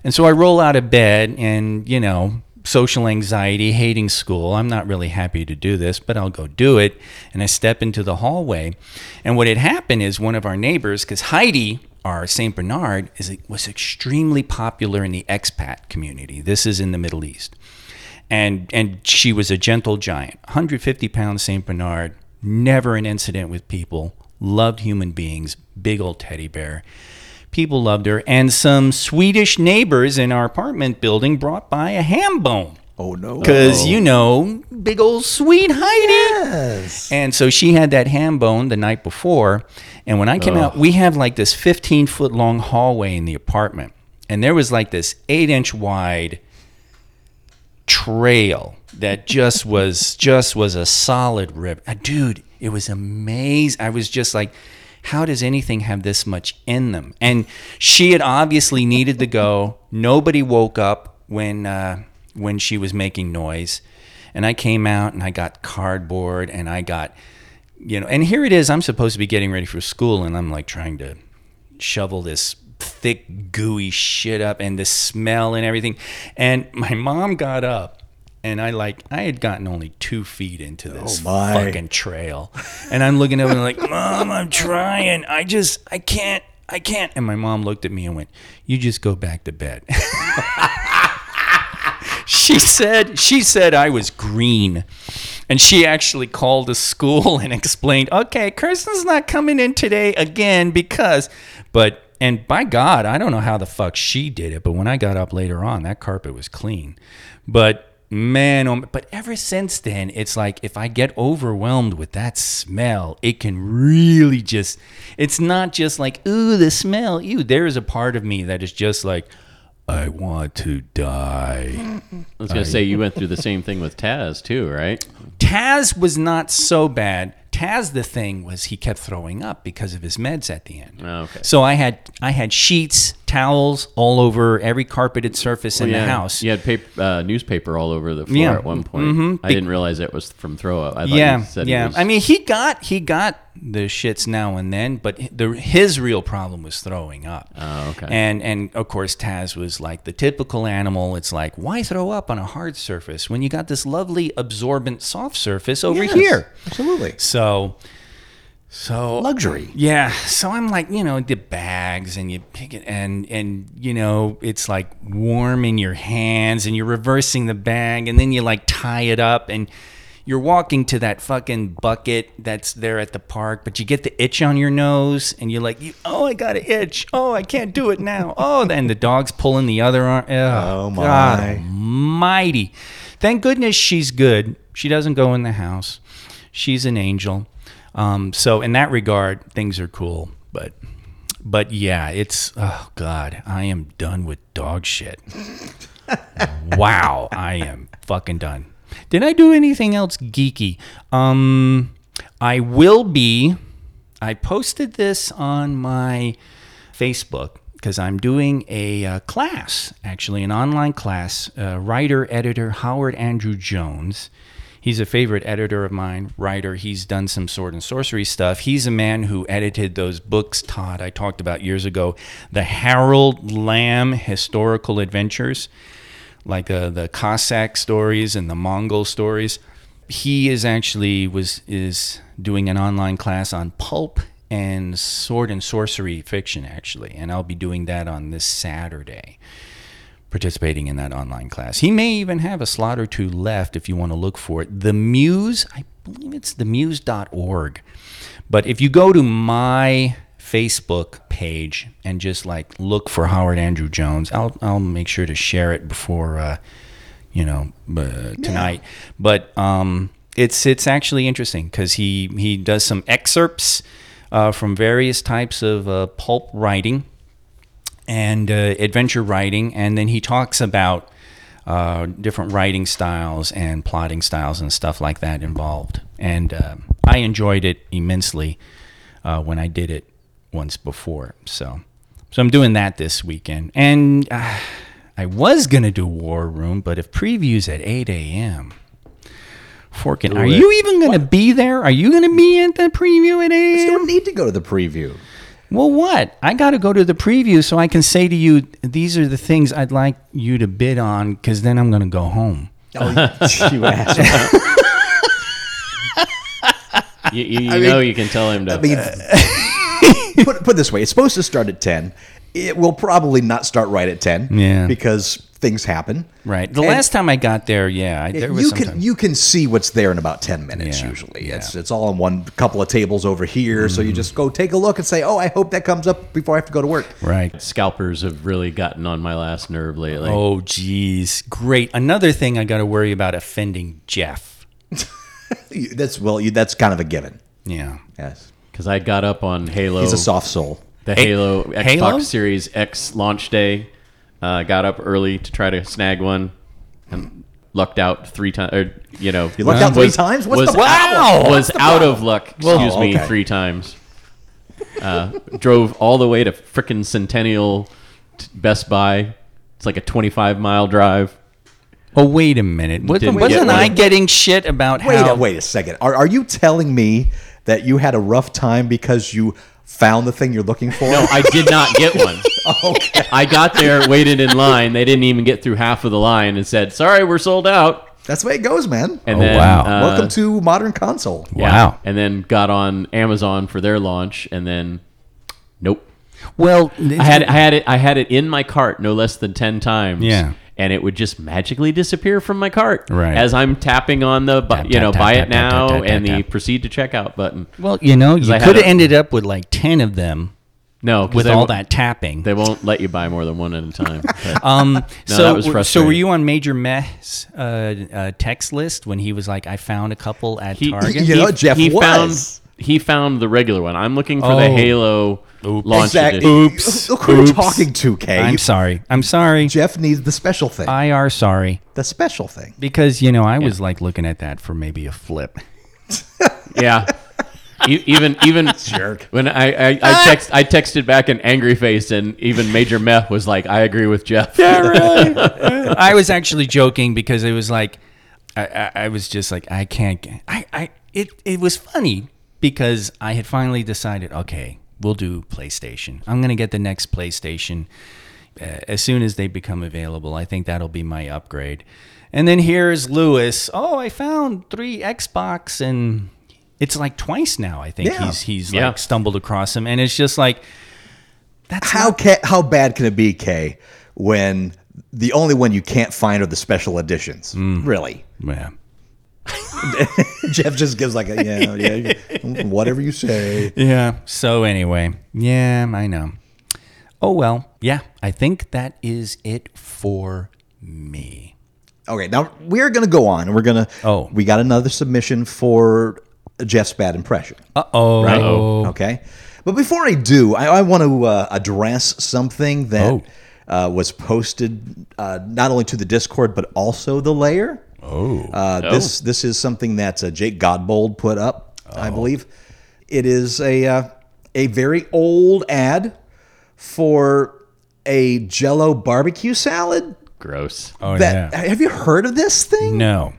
C: And so I roll out of bed and, you know, social anxiety, hating school. I'm not really happy to do this, but I'll go do it. And I step into the hallway. And what had happened is one of our neighbors, because Heidi, our St. Bernard, is, was extremely popular in the expat community. This is in the Middle East and and she was a gentle giant 150 pound saint bernard never an incident with people loved human beings big old teddy bear people loved her and some swedish neighbors in our apartment building brought by a ham bone
D: oh no.
C: because you know big old sweet heidi
D: Yes.
C: and so she had that ham bone the night before. And when I came out, we have like this 15 foot long hallway in the apartment. And there was like this eight inch wide trail that just was just was a solid rib. Uh, Dude, it was amazing. I was just like, how does anything have this much in them? And she had obviously needed to go. Nobody woke up when uh, when she was making noise. And I came out and I got cardboard and I got you know, and here it is. I'm supposed to be getting ready for school, and I'm like trying to shovel this thick, gooey shit up, and the smell and everything. And my mom got up, and I like I had gotten only two feet into this
D: Oh, my.
C: fucking trail, and I'm looking over and like, Mom, I'm trying. I just I can't. I can't. And my mom looked at me and went, "You just go back to bed." she said she said I was green. And she actually called the school and explained, "Okay, Kirsten's not coming in today again because but and by God, I don't know how the fuck she did it, but when I got up later on, that carpet was clean. But man, oh, but ever since then, it's like if I get overwhelmed with that smell, it can really just it's not just like, "Ooh, the smell." Ew, there is a part of me that is just like I want to die.
B: I was going to say, you went through the same thing with Taz, too, right?
C: Taz was not so bad. Taz, the thing was, he kept throwing up because of his meds at the end.
B: Oh, okay.
C: So I had I had sheets, towels all over every carpeted surface in
B: yeah.
C: the house.
B: You had paper, uh, newspaper all over the floor
C: Yeah. Mm-hmm.
B: at one point. I didn't realize it was from throw up. I thought
C: yeah,
B: you said
C: yeah.
B: It was,
C: I mean, he got he got the shits now and then, but the his real problem was throwing up.
B: Oh, okay.
C: And and of course, Taz was like the typical animal. It's like, why throw up on a hard surface when you got this lovely absorbent soft surface over here?
D: Absolutely.
C: So, so
D: Luxury.
C: Yeah. So I'm like, you know, the bags and you pick it and and you know, it's like warm in your hands and you're reversing the bag and then you like tie it up and you're walking to that fucking bucket that's there at the park, but you get the itch on your nose and you're like, you, oh, I got an itch. Oh, I can't do it now. Oh, then the dog's pulling the other arm.
D: Oh, my.
C: mighty. Thank goodness she's good. She doesn't go in the house. She's an angel. Um, so in that regard, things are cool. But but yeah, it's oh god, I am done with dog shit. wow, I am fucking done. Did I do anything else geeky? Um, I will be. I posted this on my Facebook because I'm doing a uh, class, actually, an online class. Uh, writer, editor Howard Andrew Jones. He's a favorite editor of mine, writer. He's done some sword and sorcery stuff. He's a man who edited those books, Todd, I talked about years ago, the Harold Lamb historical adventures like uh, the Cossack stories and the Mongol stories. He is actually was is doing an online class on pulp and sword and sorcery fiction actually, and I'll be doing that on this Saturday. Participating in that online class, he may even have a slot or two left if you want to look for it. The Muse, I believe it's themuse.org, but if you go to my Facebook page and just like look for Howard Andrew Jones. I'll I'll make sure to share it before uh, you know uh, tonight. But um, it's it's actually interesting because he he does some excerpts uh, from various types of uh, pulp writing and uh, adventure writing, and then he talks about uh, different writing styles and plotting styles and stuff like that involved. And uh, I enjoyed it immensely uh, when I did it once before. So, so I'm doing that this weekend, and uh, I was gonna do War Room, but if previews at 8 a.m. Forkin, are you even gonna be there? Are you gonna be at the preview at 8
D: You
C: a.m.?
D: don't need to go to the preview.
C: Well, what? I got to go to the preview so I can say to you, these are the things I'd like you to bid on because then I'm going to go home.
D: Oh, you asshole.
B: You, you, you know you can tell him to.
D: I mean, put, put it this way it's supposed to start at 10. It will probably not start right at 10
C: Yeah.
D: because things happen.
C: Right. The
D: And-
C: last time I got there, yeah, I, there was
D: you
C: some
D: can
C: time.
D: you can see what's there in about ten minutes
C: Yeah, Mm-hmm.
D: usually. It's it's all in one couple of tables over here, so you just go take a look and say, "Oh, I hope that comes up before I have to go to work."
C: right.
B: Scalpers have really gotten on my last nerve lately.
C: Oh, geez. Great. Another thing I got to worry about offending Jeff.
D: You- That's well, you, that's kind of a given.
C: Yeah.
D: Yes,
B: Because I got up on Halo.
D: he's a soft soul.
B: the
C: Hey-
B: Halo Xbox
C: Halo?
B: Series X launch day. Uh, got up early to try to snag one, and lucked out three times. Or you know,
D: You lucked out three times? What's the
C: problem?
B: Was out of luck. Excuse
D: Oh,
B: me,
D: okay.
B: three times. Uh, drove all the way to frickin' Centennial t- Best Buy. It's like a twenty-five mile drive.
C: Oh, wait a minute. What,
B: Didn't
C: wasn't
B: get one.
C: I getting shit about
D: Wait
C: how?
D: a, wait a second. Are are you telling me that you had a rough time because you found the thing you're looking for?
B: No, I did not get one.
D: okay.
B: I got there, waited in line. They didn't even get through half of the line and said, "Sorry, we're sold out."
D: That's the way it goes, man.
B: And
C: Oh,
B: then,
C: wow.
B: uh,
D: Welcome to modern console.
B: Yeah.
C: Wow.
B: And then got on Amazon for their launch, and then nope.
C: Well,
B: I had I had it I had it in my cart no less than ten times.
C: Yeah.
B: And it would just magically disappear from my cart
C: Right.
B: as I'm tapping on the bu-
C: Tap,
B: you
C: tap,
B: know
C: tap,
B: buy
C: tap,
B: it
C: tap,
B: now
C: tap, tap,
B: and the
C: tap.
B: proceed to checkout button.
C: well, you know, you
B: I had
C: could have
B: a-
C: ended up with like 10 of them
B: No, 'cause
C: with
B: they
C: all
B: won't-
C: that tapping.
B: they won't let you buy more than one at a time. But
C: Um,
B: Mm-hmm. No,
C: so,
B: that was
C: w- so were
B: frustrating.
C: you on Major Meh's uh, uh, text list when he was like, "I found a couple at
B: he,
C: Target"?
D: You know, Jeff
B: he
D: was.
B: found he found the regular one. I'm looking for the
C: Oh.
B: Halo launch
D: Exactly.
B: edition.
D: Oops. Look who you're talking to, Kay.
C: I'm
D: You-
C: sorry. I'm sorry.
D: Jeff needs the special thing.
C: I are sorry
D: the special thing.
C: because you know I was like looking at that for maybe a flip.
B: Yeah. E- even even
D: Jerk.
B: when I, I,
D: Ah.
B: I text I texted back an angry face and even Major Meth was like I agree with Jeff.
C: Yeah, really. I was actually joking because it was like, I, I, I was just like, I can't. g- I, I, it, it was funny because I had finally decided, okay, we'll do PlayStation. I'm gonna get the next PlayStation uh, as soon as they become available. I think that'll be my upgrade. And then here's Lewis. Oh, I found three Xbox, and it's like twice now. I think
D: Yeah.
C: he's he's
B: Yeah.
C: like stumbled across him, and it's just like. That's
D: How ca- how bad can it be, Kay, when the only one you can't find are the special editions? Really?
C: Yeah.
D: Jeff just gives like a yeah, yeah, whatever you say.
C: Yeah. So anyway, yeah, I know. Oh well. Yeah, I think that is it for me.
D: Okay, now we're gonna go on. We're gonna
C: Oh.
D: we got another submission for Jeff's bad impression.
C: Uh oh.
B: Uh-oh.
D: Okay. But before I do, I, I want to uh, address something that
C: Oh.
D: uh, was posted uh, not only to the Discord but also the layer.
C: Oh.
D: Uh, This this is something that uh, Jake Godbold put up, I
C: Oh.
D: believe. It is a uh, a very old ad for a Jello barbecue salad.
B: Gross.
C: oh
D: that
C: yeah.
D: have you heard of this thing?
C: No.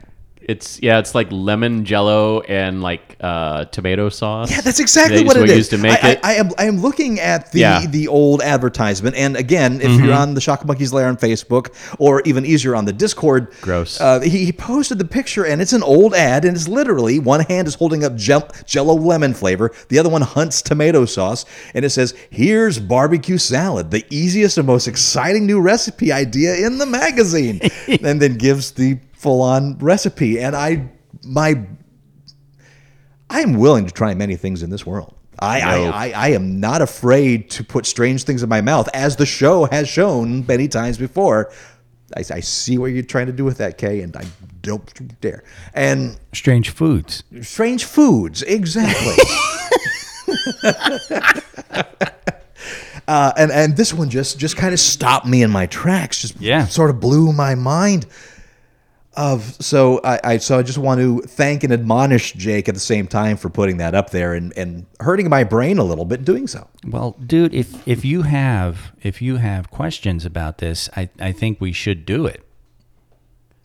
B: It's yeah, it's like lemon jello and like uh, tomato sauce.
D: Yeah, that's exactly
B: They just
D: what it
B: what
D: is.
B: used to make
D: I,
B: it.
D: I, I am I am looking at the
B: Yeah. Mm-hmm.
D: the old advertisement, and again, if you're on the Shock Monkeys layer on Facebook, or even easier on the Discord,
B: Gross.
D: Uh, he, he posted the picture, and it's an old ad, and it's literally one hand is holding up jell Jello lemon flavor, the other one hunts tomato sauce, and it says, "Here's barbecue salad, the easiest and most exciting new recipe idea in the magazine," and then gives the full on recipe, and I my I am willing to try many things in this world. I,
B: No.
D: I, I, I am not afraid to put strange things in my mouth, as the show has shown many times before. I, I see what you're trying to do with that, Kay, and I don't you dare. And
C: Strange foods.
D: strange foods, exactly. uh, and and this one just just kind of stopped me in my tracks. Just
C: Yeah.
D: sort of blew my mind. Of so I, I so I just want to thank and admonish Jake at the same time for putting that up there and and hurting my brain a little bit doing so.
C: Well, dude, if if you have if you have questions about this, I I think we should do it.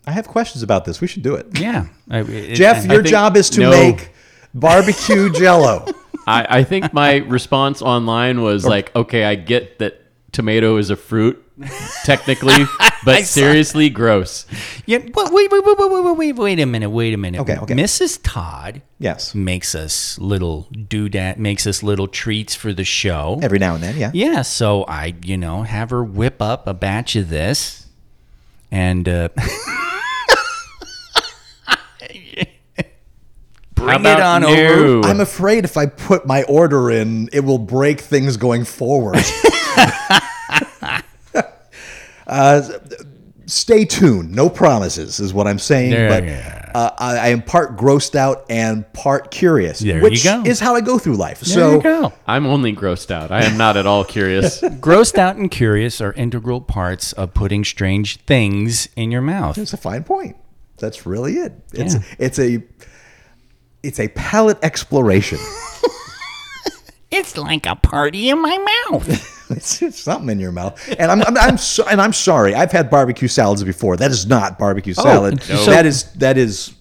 D: I have questions about this. We should do it.
C: Yeah. I- it-
D: Jeff,
C: I-
D: your
B: think-
D: job is to
B: no.
D: make barbecue jello.
B: I, I think my response online was like, okay, I get that tomato is a fruit, technically, but seriously, gross.
C: Yeah, but wait, wait, wait, wait, wait, wait, wait, wait a minute, wait a minute.
D: Okay, okay.
C: Mrs. Todd
D: Yes.
C: makes us little doodad, makes us little treats for the show.
D: Every now and then, yeah.
C: yeah, so I, you know, have her whip up a batch of this, and uh,
B: How
C: bring
B: about
C: it on
B: no?
C: over.
D: I'm afraid if I put my order in, it will break things going forward. uh, Uh, stay tuned. No promises is what I'm saying.
C: There
D: but
C: you go.
D: uh, I, I am part grossed out and part curious,
C: There you
D: which
C: go.
D: is how I go through life.
C: There
D: so
C: you go.
B: I'm only grossed out. I am not at all curious.
C: Grossed out and curious are integral parts of putting strange things in your mouth.
D: it's a fine point. That's really it. It's
C: Yeah.
D: it's a it's a palate exploration.
E: It's like a party in my mouth.
D: It's, it's something in your mouth, and I'm, I'm, I'm so, and I'm sorry. I've had barbecue salads before. That is not barbecue
C: Oh,
D: salad.
C: no.
D: That is that is.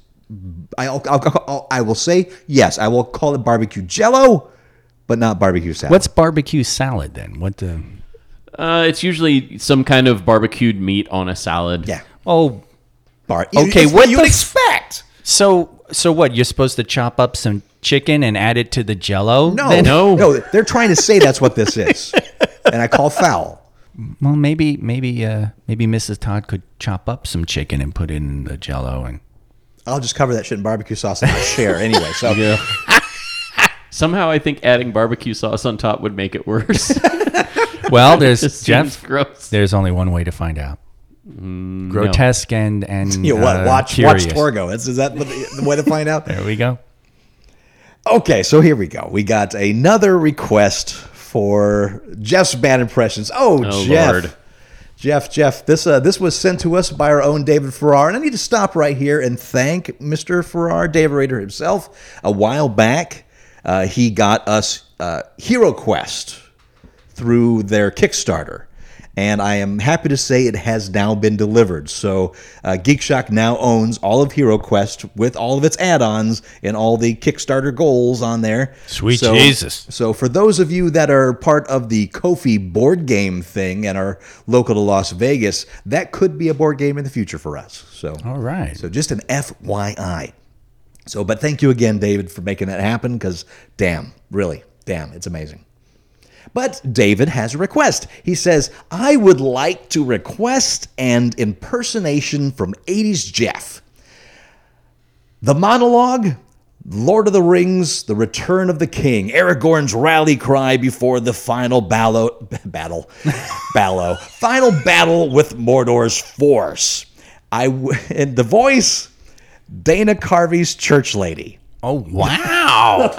D: I'll, I'll, I'll, I will say yes. I will call it barbecue jello, but not barbecue salad.
C: What's barbecue salad then? What the?
B: Uh, it's usually some kind of barbecued meat on a salad.
D: yeah?
C: Oh,
D: Bar-
C: Okay,
D: it's
C: what
D: you
C: the
D: would
C: f-
D: expect?
C: so so what? You're supposed to chop up some chicken and add it to the jello?
D: No,
C: then?
B: No.
D: no. They're trying to say that's what this is, and I call foul.
C: Well, maybe maybe uh, maybe Mrs. Todd could chop up some chicken and put it in the jello and.
D: I'll just cover that shit in barbecue sauce and not share anyway. So
B: Yeah. Somehow, I think adding barbecue sauce on top would make it worse.
C: Well, there's
B: Just
C: Jeff.
B: seems gross.
C: There's only one way to find out. Mm, Grotesque and and
D: you know what?
C: uh,
D: Watch
C: curious.
D: watch Torgo. Is, is that what the, the way to find out?
C: There we go.
D: Okay, so here we go. We got another request for Jeff's bad impressions. Oh,
B: Oh,
D: Jeff.
B: Lord.
D: Jeff, Jeff, this uh, this was sent to us by our own David Farrar, and I need to stop right here and thank Mr. Farrar, David Rader himself. A while back, uh, he got us uh, Hero Quest through their Kickstarter. And I am happy to say it has now been delivered. So uh, Geek Shock now owns all of Hero Quest with all of its add-ons and all the Kickstarter goals on there.
C: Sweet
D: So-
C: Jesus.
D: So for those of you that are part of the Kofi board game thing and are local to Las Vegas, that could be a board game in the future for us. So
C: All right.
D: so just an FYI. So, but thank you again, David, for making that happen because damn, really, damn, it's amazing. But David has a request. He says, I would like to request an impersonation from 80s Jeff. The monologue, Lord of the Rings, The Return of the King, Aragorn's rally cry before the final ballo, battle, ballo, final battle with Mordor's force. I w- and the voice, Dana Carvey's church lady.
C: Oh wow!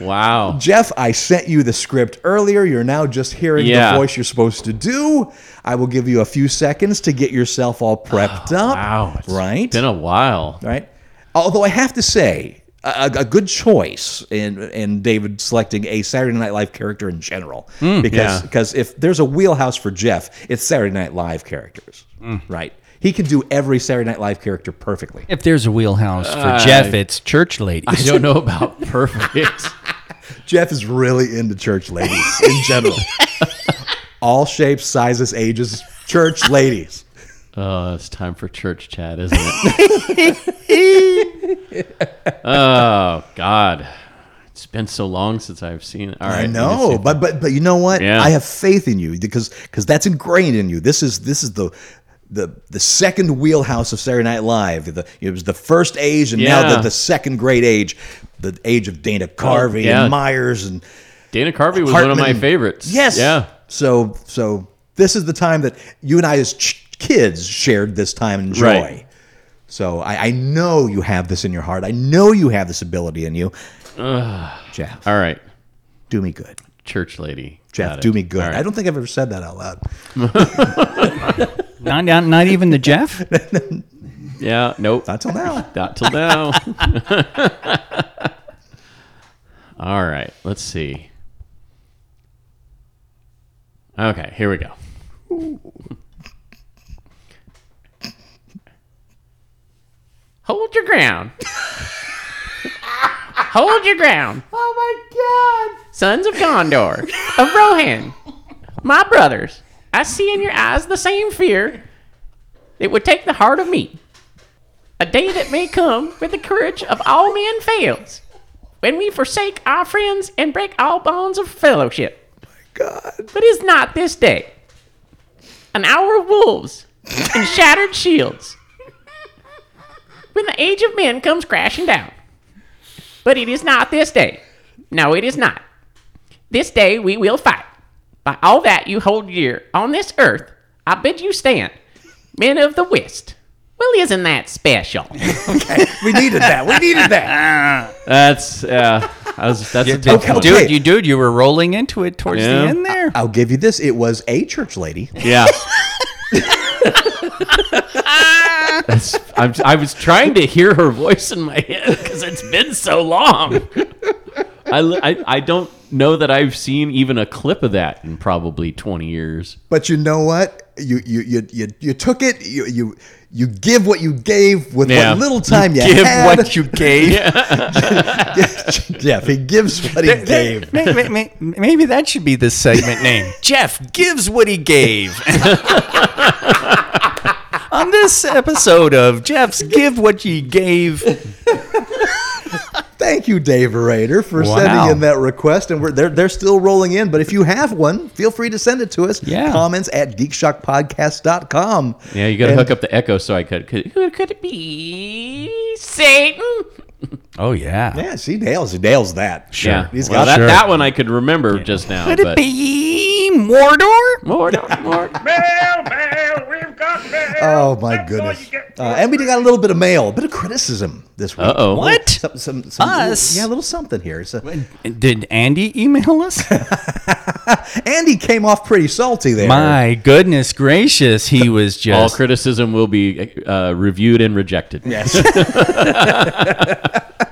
B: Wow.
D: Jeff, I sent you the script earlier. You're now just hearing
B: Yeah.
D: the voice you're supposed to do. I will give you a few seconds to get yourself all prepped up.
B: Oh, Wow. It's
D: Right?
B: Been a while.
D: right? Although I have to say, a, a- a good choice in in David selecting a Saturday Night Live character in general, because
B: yeah.
D: because if there's a wheelhouse for Jeff, it's Saturday Night Live characters, right? He can do every Saturday Night Live character perfectly.
C: if there's a wheelhouse for Jeff, it's church ladies.
B: I don't know about perfect.
D: Jeff is really into church ladies in general, all shapes, sizes, ages, church ladies.
B: Oh, it's time for church chat, isn't it? oh God, it's been so long since I've seen it. All right,
D: I
B: let me
D: know,
B: see.
D: but but but you know what?
B: Yeah.
D: I have faith in you because because that's ingrained in you. This is this is the the the second wheelhouse of Saturday Night Live. The, it was the first age, and now
B: Yeah. Oh,
D: the, the second great age, the age of Dana Carvey
B: yeah.
D: and Myers and
B: Dana Carvey was one of my
D: Hartman.
B: favorites.
D: yes,
B: yeah,
D: So so this is the time that you and I as ch- kids shared this time and joy.
B: Right.
D: So I, I know you have this in your heart. I know you have this ability in you. Jeff,
B: all right,
D: do me good.
B: church lady. Got
D: Jeff,
B: it.
D: do me good.
B: All right.
D: I don't think I've ever said that out loud.
C: Not, not, not even the Jeff.
B: Yeah, nope,
D: Not till now.
B: not till now. all right, let's see. Okay, here we go. Hold your ground. Hold your ground. Oh my god. Sons of Gondor, of Rohan, my brothers, I see in your eyes the same fear that would take the heart of me. A day that may come when the courage of all men fails, when we forsake our friends and break all bonds of fellowship.
D: God.
B: But it's not this day. An hour of wolves and shattered shields. When the age of men comes crashing down. But it is not this day. No, it is not. This day we will fight. By all that you hold dear on this earth, I bid you stand, men of the West. Well, isn't that special?
D: We needed that. We needed that.
B: That's uh, I was, that's a
D: tough one.
C: Dude, you dude, you were rolling into it towards
B: Yeah.
C: the end there.
D: I'll give you this. It was a church lady.
B: Yeah. That's, I'm, I was trying to hear her voice in my head because it's been so long. I, li- I, I don't know that I've seen even a clip of that in probably 20 years.
D: But you know what? You you you you, you took it. You you you give what you gave with
B: Yeah.
D: what little time you,
C: Give
D: had.
C: what you gave.
D: Jeff, he gives what he gave.
C: May- may- may- Maybe that should be the segment name. Jeff gives what he gave. On this episode of Jeff's Give What Ye Gave,
D: Thank you, Dave Rader, for
C: Wow.
D: sending in that request. And we're they're they're still rolling in. But if you have one, feel free to send it to us.
C: Yeah.
D: Comments at geekshockpodcast.com.
B: Yeah, you got to
D: And-
B: hook up the echo so I could. could who could it be? Satan?
C: oh yeah,
D: Yeah, she nails he nails that.
C: Sure.
B: Yeah.
D: He's
B: well,
D: got-
B: that,
C: Sure.
B: that one I could remember just now.
E: Could it
B: but
E: be Mordor?
B: More, more.
F: Mail, mail, we've got mail.
D: Oh my
F: That's all
D: goodness!
F: you get.
D: Uh, and we got a little bit of mail, a bit of criticism this week.
B: Uh-oh. What?
D: Some, some, some,
C: Us?
D: yeah, a little something here. It's a-
C: Did Andy email us?
D: Andy came off pretty salty there.
C: My goodness gracious, he was
B: All
C: just
B: criticism will be uh, reviewed and rejected. Yes.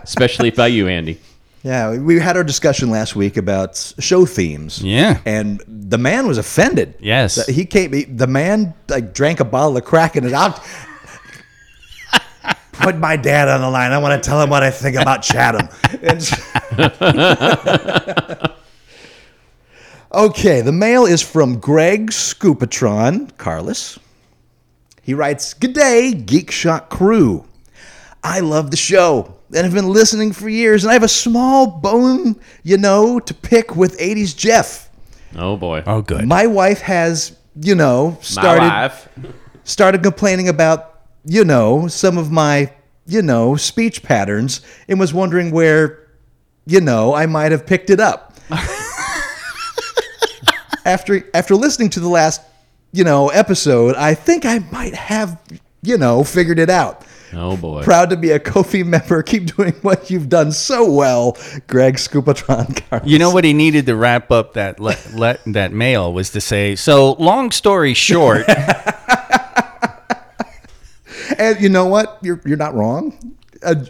B: Especially by you, Andy.
D: Yeah, we had our discussion last week about show themes.
C: Yeah.
D: and the man was offended.
C: Yes.
D: That he came. he- the man like drank a bottle of crack and it out. Put my dad on the line. I want to tell him what I think about Chatham. And- okay, the mail is from Greg Scoopatron, Carlos. He writes, Good day, Geek Shock crew. I love the show and have been listening for years, and I have a small bone, you know, to pick with 80s Jeff.
B: Oh boy.
C: oh good.
D: My wife has, you know, started started complaining about, you know, some of my, you know, speech patterns and was wondering where, you know, I might have picked it up. after after listening to the last, you know, episode, I think I might have, you know, figured it out.
B: Oh boy.
D: Proud to be a Kofi member. Keep doing what you've done so well, Greg Scoopatron. Carlos.
C: You know what he needed to wrap up that le- le- that mail was to say. So long story short,
D: And you know what? You're you're not wrong. Uh,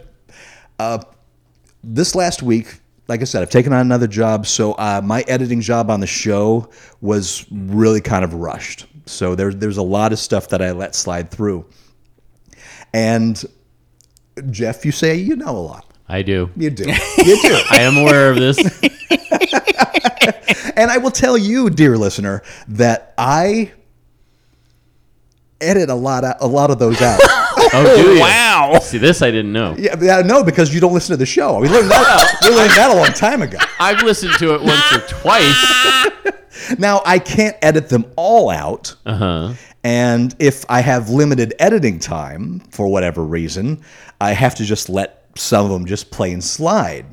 D: uh, this last week, like I said, I've taken on another job, so uh, my editing job on the show was really kind of rushed. So there, there's a lot of stuff that I let slide through. And Jeff, you say you know a lot.
B: I do.
D: You do. You do.
B: I am aware of this.
D: And I will tell you, dear listener, that I edit a lot of, a lot of those out.
B: Oh, do you?
E: Wow.
B: See, this I didn't know.
D: yeah, yeah, no, because you don't listen to the show. We learned that, we learned that a long time ago.
B: I've listened to it once or twice.
D: Now I can't edit them all out,
B: Uh huh.
D: and if I have limited editing time for whatever reason, I have to just let some of them just plain slide.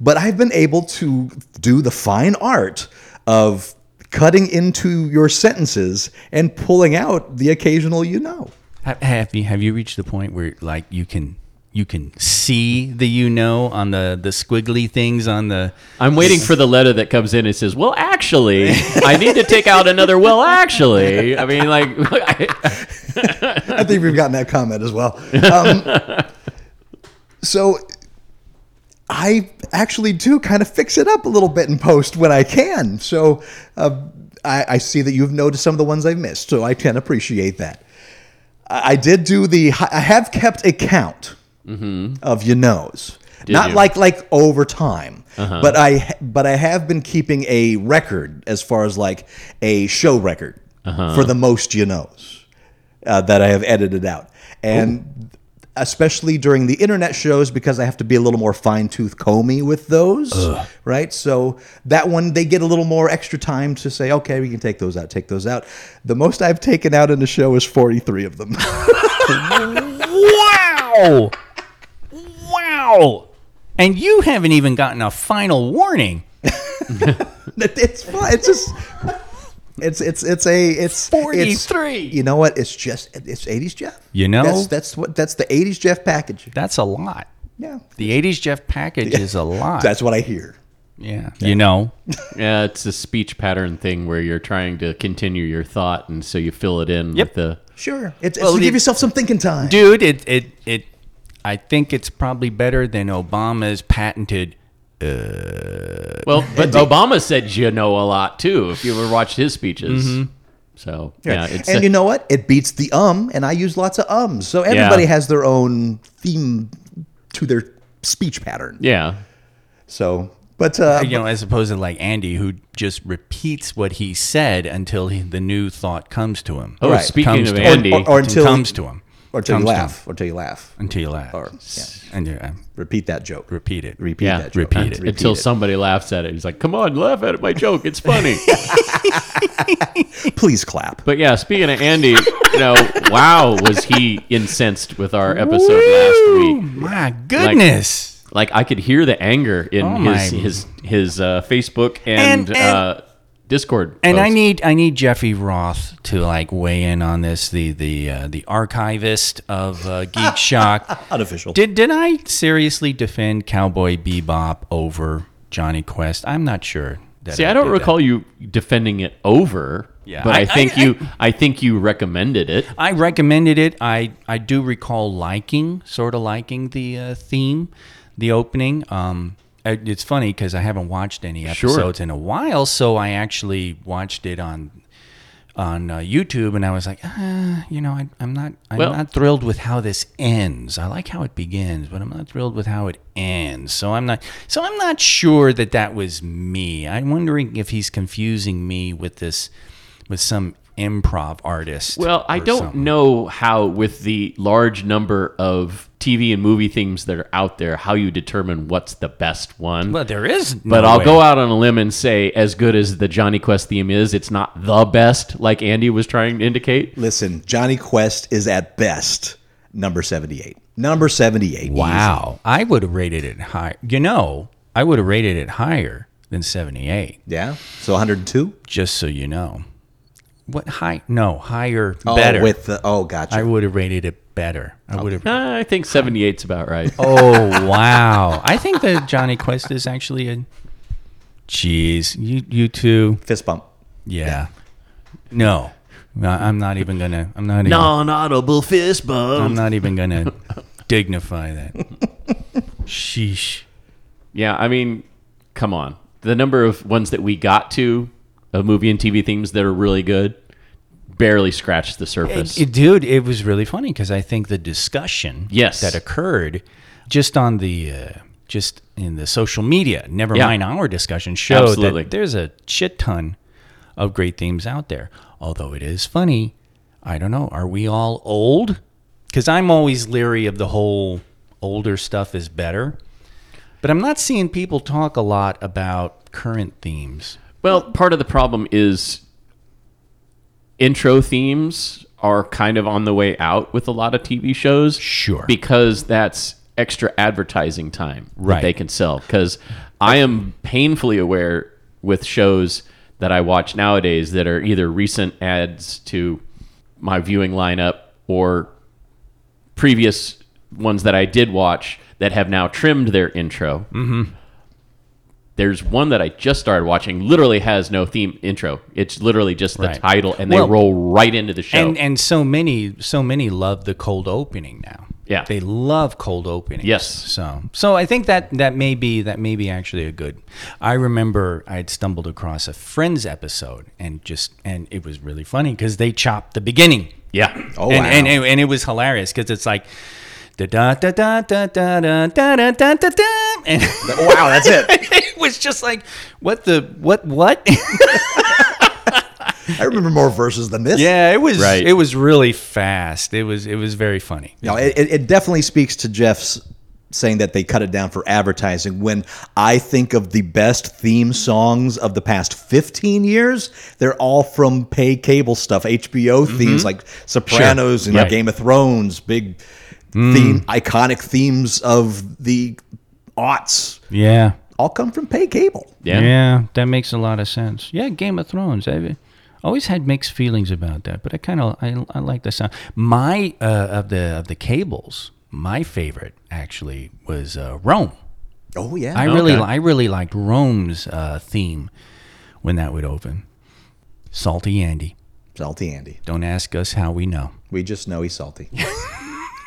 D: But I've been able to do the fine art of cutting into your sentences and pulling out the occasional you know.
C: Ha- have you have you reached the point where like you can you can see the you know on the the squiggly things on the
B: I'm waiting for the letter that comes in and says, "Well, actually, I need to take out another. Well, actually, I mean, like, I,
D: I think we've gotten that comment as well. Um, so I actually do kind of fix it up a little bit in post when I can. So uh, I, I see that you've noticed some of the ones I've missed, so I can appreciate that. I, I did do the. I have kept a count of your nose. Not
B: you?
D: like like over time, but I but I have been keeping a record as far as like a show record for the most you knows uh, that I have edited out. And especially during the internet shows, because I have to be a little more fine tooth comby with those, right? So that one, they get a little more extra time to say, okay, we can take those out, take those out. The most I've taken out in the show is 43 of them.
C: wow wow and you haven't even gotten a final warning
D: it's fun. It's just. It's it's it's a it's it's-
C: 43.
D: you know what? It's just it's eighties Jeff.
C: You know?
D: that's, that's what that's the eighties Jeff package.
C: that's a lot
D: Yeah,
C: the 80s Jeff package is a lot
D: that's what I hear.
C: yeah you know
B: yeah, it's a speech pattern thing where you're trying to continue your thought, and so you fill it in
C: Yep.
B: with the.
D: Sure, it's, it's
C: Well,
D: to give
C: you-
D: yourself some thinking time.
C: dude it it it I think it's probably better than Obama's patented
B: Well, but Obama said you know a lot too. If you ever watched his speeches, so yeah, it's
D: and you know what? It beats the um, and I use lots of ums. So everybody has their own theme to their speech pattern.
B: yeah.
D: So, but uh,
C: you know, as opposed to like Andy, who just repeats what he said until he, the new thought comes to him.
B: Oh,
D: Right.
B: speaking
C: Comes
B: of
C: to-
B: Andy,
D: or- or- until-
C: comes to him,
D: or until
C: comes
D: you
C: to
D: laugh, or until you laugh,
C: him, until you laugh,
D: or yeah,
C: and you uh,
D: repeat that joke.
C: repeat it.
D: Repeat
B: Yeah,
D: that joke.
C: repeat it.
B: until somebody laughs at it, he's like, "Come on, laugh at my joke. It's funny."
D: it. Please clap.
B: But yeah, speaking of Andy, you know, wow, was he incensed with our episode last week?
C: My goodness,
B: Like I could hear the anger in
C: Oh, my.
B: his his his uh, Facebook and,
C: And- and-
B: uh, Discord.
C: and I
B: posts.
C: need I need Jeffy Roth to like weigh in on this. The the uh, the archivist of uh, Geek Shock.
D: Unofficial.
C: Did did I seriously defend Cowboy Bebop over Johnny Quest? I'm not sure. that
B: See, I don't
C: did that.
B: recall you defending it over,
C: Yeah.
B: but I,
C: I-
B: think
C: I-
B: you I, think you recommended it.
C: I recommended it. I, I do recall liking, sort of liking the uh, theme, the opening. Um, I- it's funny because I haven't watched any
B: Sure.
C: episodes in a while, so I actually watched it on on uh, YouTube, and I was like, ah, you know, I, I'm not I'm
B: Well-
C: not thrilled with how this ends. I like how it begins, but I'm not thrilled with how it ends. So I'm not so I'm not sure that that was me. I'm wondering if he's confusing me with this with some improv artist.
B: Well, I
C: or
B: don't
C: something.
B: know how, with the large number of TV and movie themes that are out there, how you determine what's the best one.
C: Well, there is.
B: But I'll go out on a limb and say, as good as the Johnny Quest theme is, it's not the best, like Andy was trying to indicate.
D: Listen, Johnny Quest is at best number seventy-eight. Number seventy-eight.
C: Wow, I would have rated it higher. You know, I would have rated it higher than seventy-eight.
D: Yeah. So one hundred and two.
C: Just so you know, what high? No, higher, better.
D: Oh, with the oh, gotcha.
C: I would have rated it better. I would have.
B: Ah, I think 78's about right.
C: Oh wow! I think that Johnny Quest is actually a. Jeez, you you two.
D: Fist bump.
C: Yeah. No, no I'm not even gonna. I'm not. Even,
B: Non-audible fist
C: I'm
B: bump.
C: not even gonna dignify that. Sheesh.
B: Yeah, I mean, come on. The number of ones that we got to of movie and TV themes that are really good barely scratched the surface.
C: It- dude, it was really funny because I think the discussion
B: Yes.
C: that occurred just on the uh, just in the social media, never
B: Yeah.
C: mind our discussion, showed
B: Absolutely.
C: that there's a shit ton of great themes out there. Although it is funny, I don't know. Are we all old? Because I'm always leery of the whole older stuff is better. But I'm not seeing people talk a lot about current themes.
B: Well, part of the problem is intro themes are kind of on the way out with a lot of TV shows.
C: Sure.
B: Because that's extra advertising time that
C: Right.
B: they can sell. Because I am painfully aware with shows that I watch nowadays that are either recent ads to my viewing lineup or previous ones that I did watch that have now trimmed their intro. Mm-hmm. There's one that I just started watching. Literally has no theme intro. It's literally just the
C: Right.
B: title, and they
C: Well-
B: roll right into the show.
C: And and so many so many love the cold opening now.
B: Yeah.
C: They love cold openings.
B: Yes.
C: So so I think that that may be that may be actually a good. I remember I'd stumbled across a Friends episode and just and it was really funny cuz they chopped the beginning.
B: yeah.
D: Oh,
C: and,
D: wow.
C: and, and and it was hilarious cuz it's like da da da da da da da da da da da da and
D: wow, that's it.
C: it was just like what the what what
D: I remember more verses than this.
C: yeah it was
B: Right.
C: it was really fast it was it was very funny
D: No, it, it it definitely speaks to Jeff's saying that they cut it down for advertising. When I think of the best theme songs of the past 15 years, they're all from pay cable stuff, HBO themes like Sopranos and
B: Right.
D: Game of Thrones, big theme, iconic themes of the aughts,
C: yeah
D: all come from pay cable.
B: Yeah.
C: that makes a lot of sense. Yeah, Game of Thrones. I always had mixed feelings about that, but I kind of I, I like the sound. My uh, of the of the cables, my favorite actually was uh, Rome.
D: Oh yeah.
C: I really
B: Okay.
C: I really liked Rome's uh, theme when that would open. Salty Andy,
D: salty Andy.
C: don't ask us how we know.
D: We just know he's salty.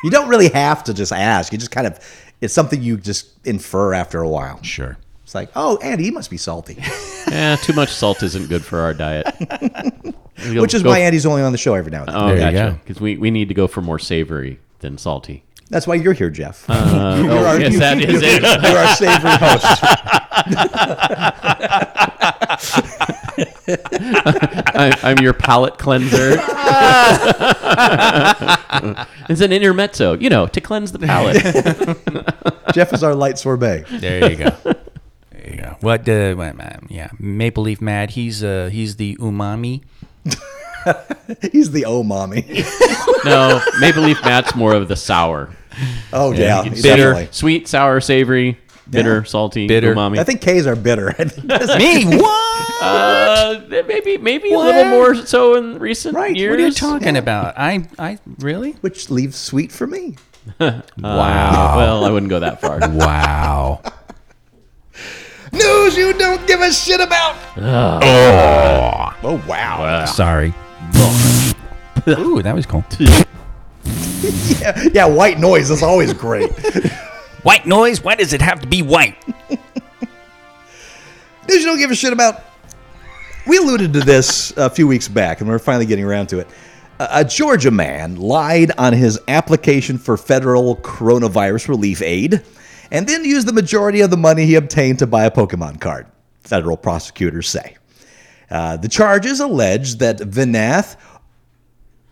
D: you don't really have to just ask. You just kind of it's something you just infer after a while.
C: Sure.
D: It's like, "Oh, Andy, you must be salty."
B: Yeah, too much salt isn't good for our diet.
D: Which is why Andy's only on the show every now and then.
B: Oh,
C: There you
B: gotcha.
C: go.
B: Because we, we need to go for more savory than salty.
D: That's why you're here, Jeff.
B: Uh, oh,
D: our-
B: yes, that is it.
D: you're our savory host.
B: I, I'm your palate cleanser. it's an intermezzo, you know, to cleanse the palate.
D: Jeff is our light sorbet.
C: There you go. there you go. What? Uh, what, uh, yeah, Maple Leaf Mad. He's uh he's the umami.
D: He's the oh mommy.
B: no, Maple Leaf Matt's more of the sour.
D: Oh yeah,
B: Bitter,
D: definitely.
B: sweet, sour, savory, bitter, salty,
C: Bitter.
B: umami.
D: I think K's are bitter.
C: Me what?
B: uh, maybe maybe a little more so in recent
D: Right, what are
B: years.
D: you
C: What are you talking about? I, I really?
D: Which leaves sweet for me.
E: Uh,
C: Wow.
B: Well, I wouldn't go that far.
C: Wow.
D: News you don't give a shit about. Oh wow.
C: Sorry. Ooh, that was cool.
D: Yeah, yeah, white noise is always great.
E: White noise? Why does it have to be white?
D: News you don't give a shit about. We alluded to this a few weeks back, and we're finally getting around to it. A a Georgia man lied on his application for federal coronavirus relief aid and then used the majority of the money he obtained to buy a Pokemon card, federal prosecutors say. Uh, the charges allege that Vinath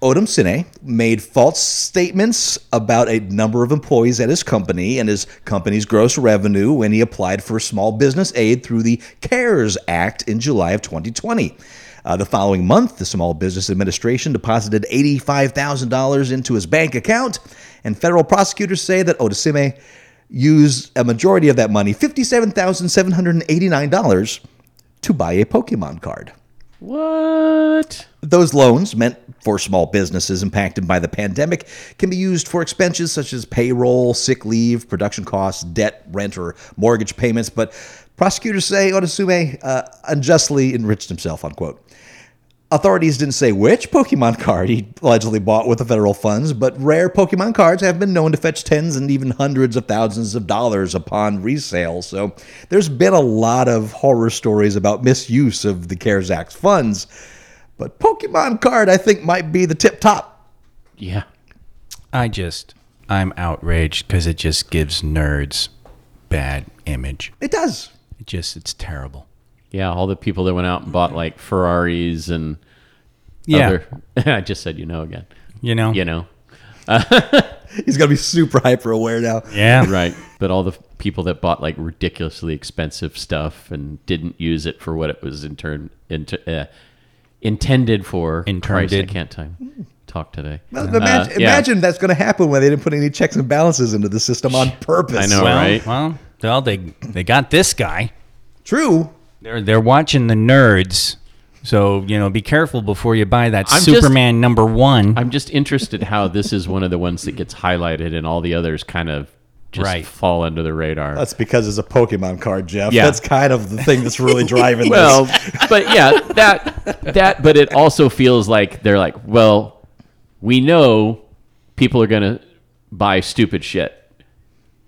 D: Odom Sine made false statements about a number of employees at his company and his company's gross revenue when he applied for small business aid through the CARES Act in July of 2020. Uh, the following month, the Small Business Administration deposited $85,000 into his bank account, and federal prosecutors say that Odosime used a majority of that money, $57,789, to buy a Pokemon card.
B: What?
D: Those loans, meant for small businesses impacted by the pandemic, can be used for expenses such as payroll, sick leave, production costs, debt, rent, or mortgage payments. But prosecutors say Onitsume uh, unjustly enriched himself, unquote. Authorities didn't say which Pokemon card he allegedly bought with the federal funds, but rare Pokemon cards have been known to fetch tens and even hundreds of thousands of dollars upon resale. So there's been a lot of horror stories about misuse of the CARES Act funds, but Pokemon card I think might be the tip top.
B: Yeah.
C: I just, I'm outraged because it just gives nerds bad image.
D: It does.
C: It just, it's terrible.
B: Yeah, all the people that went out and bought like Ferraris and
C: Yeah.
B: other. I just said you know again.
C: You know?
B: You know.
D: He's got to be super hyper aware now.
C: Yeah.
B: Right. But all the people that bought like ridiculously expensive stuff and didn't use it for what it was in turn into uh, intended for. Christ, I
C: Intended.
B: can't time talk today.
D: Well, imagine,
B: Uh, yeah.
D: imagine that's going to happen when they didn't put any checks and balances into the system on purpose.
B: I know.
C: Well,
B: Right.
C: well, well, they they got this guy.
D: True.
C: They're they're watching the nerds. So, you know, be careful before you buy that
B: I'm just-
C: Superman number 1.
B: I'm just interested how this is one of the ones that gets highlighted and all the others kind of just
C: Right.
B: fall under the radar.
D: That's because it's a Pokemon card, Jeff.
B: Yeah.
D: That's kind of the thing that's really driving
B: well,
D: this.
B: but yeah, that that but it also feels like they're like, well, we know people are going to buy stupid shit.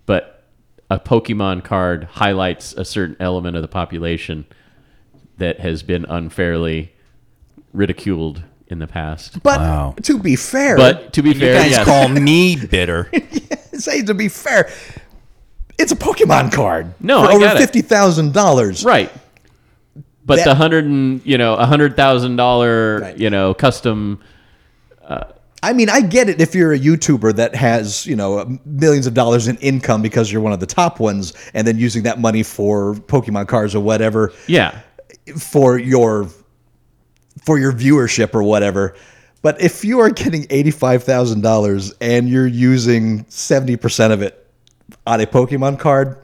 B: But a Pokemon card highlights a certain element of the population that has been unfairly ridiculed in the past.
D: But
C: Wow.
D: to be fair,
B: But to be
C: you
B: fair,
C: guys
B: yes.
C: call me bitter.
D: say to be fair, it's a Pokemon card.
B: No,
D: for
B: I
D: over
B: get it.
D: fifty thousand dollars.
B: Right. But
D: That-
B: the hundred and you know a hundred thousand dollar
D: Right.
B: you know custom
D: I mean, I get it if you're a YouTuber that has you know millions of dollars in income because you're one of the top ones, and then using that money for Pokemon cards or whatever
B: yeah
D: for your for your viewership or whatever. But if you are getting eighty five thousand dollars and you're using seventy percent of it on a Pokemon card,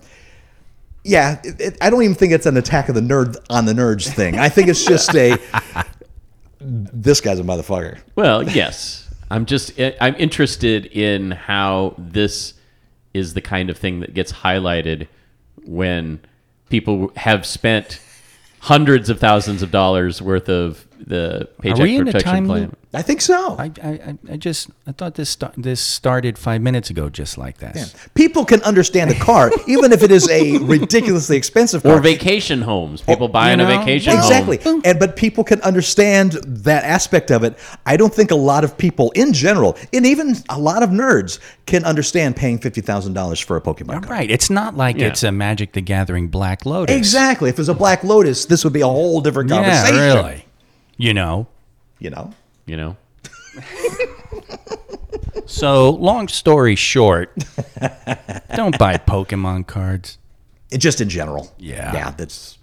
D: yeah, it, it- I don't even think it's an attack of the nerd on the nerds thing. I think it's just a this guy's a motherfucker.
B: well yes I'm just I- I'm interested in how this is the kind of thing that gets highlighted when people have spent hundreds of thousands of dollars worth of the paycheck
C: we in a
B: protection
C: time
B: plan
C: loop?
D: I think so.
C: I, I, I- I just I thought this sta- this started five minutes ago, just like that.
D: People can understand a car, even if it is a ridiculously expensive car.
B: or vacation homes people buying
C: know,
B: a vacation home.
D: Oh, Exactly. And but people can understand that aspect of it. I don't think a lot of people in general, and even a lot of nerds, can understand paying fifty thousand dollars for a Pokemon card.
C: Right. It's not like
B: Yeah.
C: it's a Magic the Gathering Black Lotus.
D: Exactly. If it was a Black Lotus, this would be a whole different
C: Yeah,
D: conversation.
C: really. You know.
D: You know?
B: you know
C: So, long story short, don't buy Pokemon cards.
D: It, just in general.
C: Yeah.
D: Yeah, that's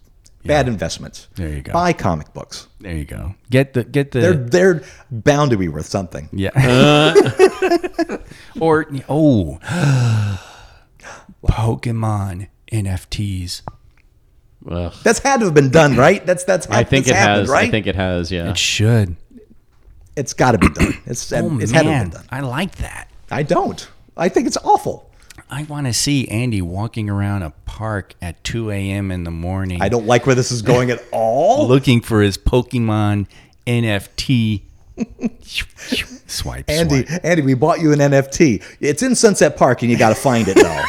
D: bad investments.
C: There you go.
D: Buy comic books.
C: There you go. Get the get the
D: They're they're bound to be worth something.
C: yeah. or oh, Pokemon NFTs.
B: Ugh.
D: That's had to have been done, right? That's that's
B: I think it
D: that's happened,
B: has
D: right?
B: I think it has yeah
C: It should.
D: it's got to be done. It's
C: Oh
D: it's had to have
C: man,
D: been done.
C: I like that.
D: I don't. I think it's awful.
C: I want to see Andy walking around a park at 2 a.m. in the morning.
D: I don't like where this is going at all.
C: looking for his Pokemon NFT. swipe,
D: Andy,
C: swipe.
D: Andy, we bought you an NFT. It's in Sunset Park, and you got to find it now.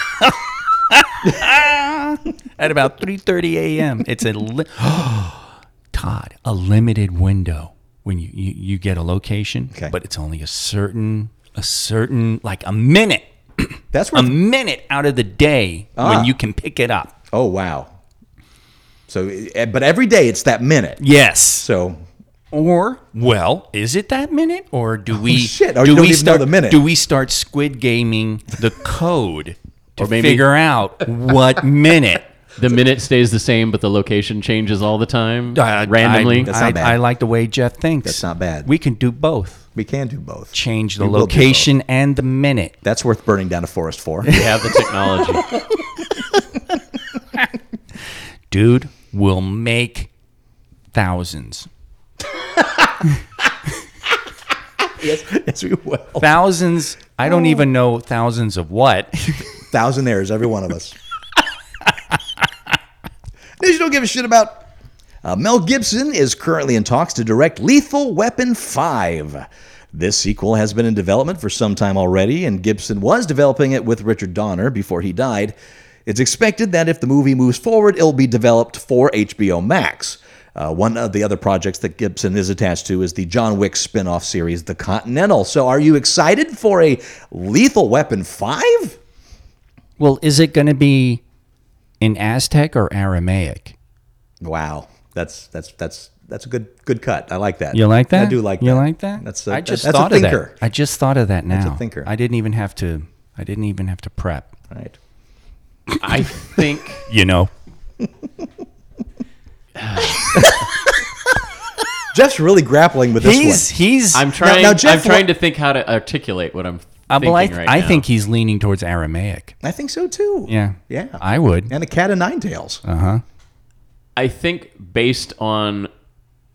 C: At about 3:30 a.m. It's a li- Todd, a limited window when you, you, you get a location,
D: Okay.
C: but it's only a certain a certain like a minute,
D: That's
C: a
D: where.
C: minute out of the day
D: Ah.
C: when you can pick it up.
D: oh wow. So, eh, but every day it's that minute.
C: Yes.
D: So
C: Or well, is it that minute, or do we
D: shit. Oh,
C: do
D: you don't
C: we
D: even know
C: start
D: the minute.
C: Do we start squid gaming the code to
B: maybe-
C: figure out what minute?
B: the minute stays the same but the location changes all the time
C: Uh,
B: randomly
C: I,
D: That's not
C: I-
D: bad.
C: I like the way Jeff thinks.
D: That's not bad.
C: We can do both.
D: we can do both.
C: Change the
D: We will do
C: location and the minute.
D: That's worth burning down a forest for.
B: we have the technology
C: Dude, we'll make thousands.
D: Yes, yes, we will.
C: Thousands. I don't even know thousands of what.
D: Thousand errors, every one of us. News you don't give a shit about. Uh, Mel Gibson is currently in talks to direct Lethal Weapon 5. This sequel has been in development for some time already, and Gibson was developing it with Richard Donner before he died. It's expected that if the movie moves forward, it'll be developed for HBO Max. Uh, one of the other projects that Gibson is attached to is the John Wick spin off series, The Continental. So, are you excited for a Lethal Weapon 5?
C: Well, is it going to be in Aztec or Aramaic?
D: Wow, that's that's that's that's a good good cut. I like that.
C: You like that?
D: I do like
C: you
D: that.
C: like that.
D: That's a,
C: I just
D: that's
C: thought
D: a
C: of
D: thinker.
C: that. I just thought of that now.
D: a thinker.
C: I didn't even have to. I didn't even have to prep.
D: Right.
B: I think
C: You know.
D: Jeff's really grappling with this
C: He's
D: one.
C: he's.
B: I'm trying.
D: now, Jeff,
B: I'm trying
D: what-
B: to think how to articulate what I'm
C: I,
B: thinking
C: Uh, well, I,
B: right
C: I
B: now.
C: think he's leaning towards Aramaic.
D: I think so too.
C: Yeah. Uh.
D: Yeah.
C: I would.
D: and a cat of nine tails.
B: I think based on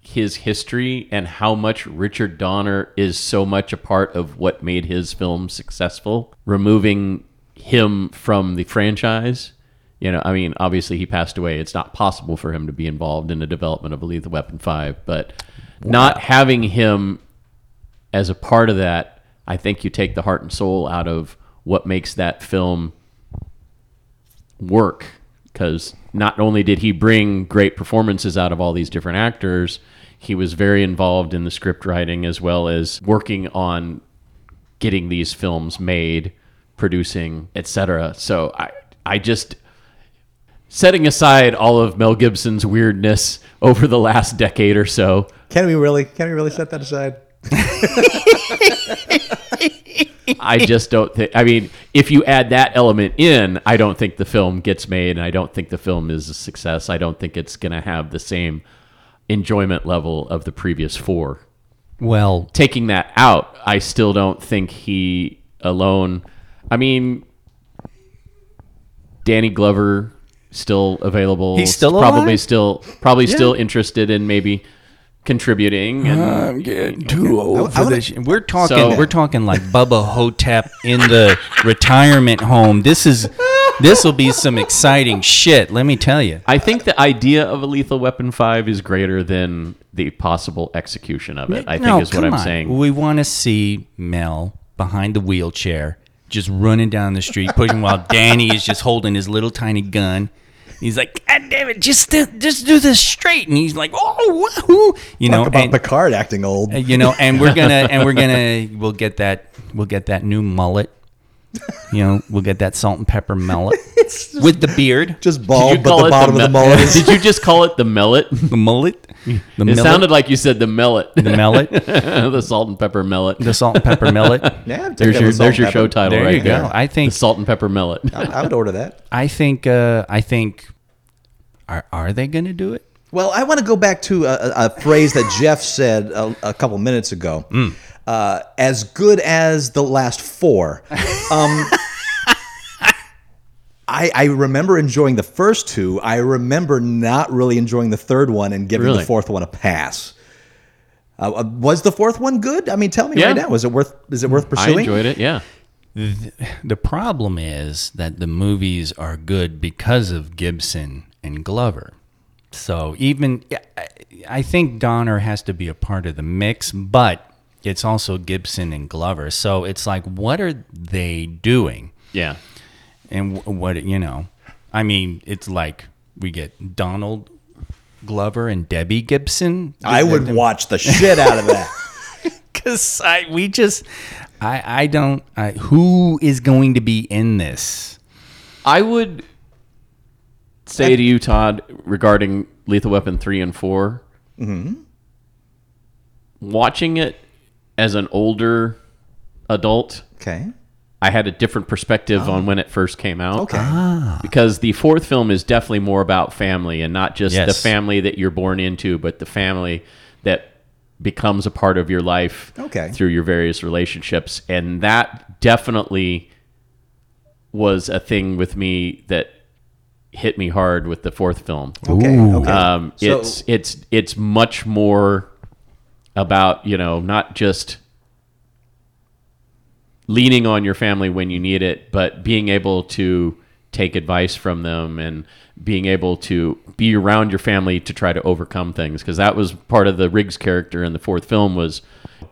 B: his history and how much Richard Donner is so much a part of what made his film successful, removing him from the franchise. You know, I mean, obviously he passed away. It's not possible for him to be involved in the development of Lethal Weapon 5, but not having him as a part of that, I think you take the heart and soul out of what makes that film work because not only did he bring great performances out of all these different actors, he was very involved in the script writing as well as working on getting these films made, producing, etc. So I I just setting aside all of Mel Gibson's weirdness over the last decade or so,
D: Can we really? Can we really set that aside?
B: I just don't think. I mean, if you add that element in, I don't think the film gets made, and I don't think the film is a success. I don't think it's going to have the same enjoyment level of the previous four.
C: Well,
B: Taking that out, I still don't think he alone. I mean, Danny Glover still available.
C: He's still
B: probably
C: alive?
B: still probably still interested in maybe contributing and
C: I'm getting too old
D: for
C: this. We're talking.
B: So-
C: we're talking like Bubba Hotep in the retirement home. This is. This will be some exciting shit. Let me tell you.
B: I think the idea of a Lethal Weapon Five is greater than the possible execution of it. I
C: No,
B: think is what
C: come
B: I'm
C: on.
B: saying.
C: We want to see Mel behind the wheelchair, just running down the street, pushing while Danny is just holding his little tiny gun. He's like, God damn it, just just do this straight, and he's like, oh, woohoo, you know,
D: Talk about
C: and-
D: Picard acting old.
C: Uh, you know and we're gonna and we're gonna we'll get that we'll get that new mullet you know we'll get that salt and pepper mullet with the beard
D: Just
B: Did
D: bald,
B: you
D: but
B: call
D: the
B: it
D: bottom of the
B: mel-
D: mullet is
B: Did you just call it the mellet? It
C: the mullet the millet,
B: sounded like you said the mellet,
C: the mullet
B: the salt and pepper mellet.
C: the salt and pepper mullet
D: Yeah,
B: There's
D: I'd take that
B: your
D: with salt
B: there's your
D: and
B: show
D: pepper.
B: title
C: There
B: right
C: you
B: there.
C: go. I think-
B: the salt and pepper mellet.
D: I would order that.
C: i think uh i think are are they gonna do it
D: Well, I want to go back to a, a- a phrase that Jeff said a, a couple minutes ago.
B: Mm.
D: Uh, as good as the last four. Um, I, I remember enjoying the first two. I remember not really enjoying the third one and giving
B: Really?
D: the fourth one a pass. Uh, uh, was the fourth one good? I mean, tell me
B: Yeah. Mm,
D: right now. Was it worth? Is it worth
B: I
D: pursuing?
B: enjoyed it. Yeah.
C: the problem is that the movies are good because of Gibson and Glover. So even yeah, I- I think Donner has to be a part of the mix, but it's also Gibson and Glover. So it's like, what are they doing?
B: Yeah.
C: And wh- what you know, I mean, it's like we get Donald Glover and Debbie Gibson.
D: I would watch the shit out of that.
C: Cause I we just I I don't I, who is going to be in this?
B: I would say to you, Todd, regarding Lethal Weapon three and 4
D: Mm-hmm.
B: watching it as an older adult,
D: okay.
B: I had a different perspective on when it first came out.
D: Oh. Okay.
B: because the fourth film is definitely more about family and not just the
C: Yes.
B: family that you're born into, but the family that becomes a part of your life
D: Okay.
B: through your various relationships. And that definitely was a thing with me that hit me hard with the fourth film.
D: Okay. Okay.
B: Um,
D: So-
B: it's it's it's much more about you know not just leaning on your family when you need it, but being able to take advice from them and being able to be around your family to try to overcome things because that was part of the Riggs character in the fourth film was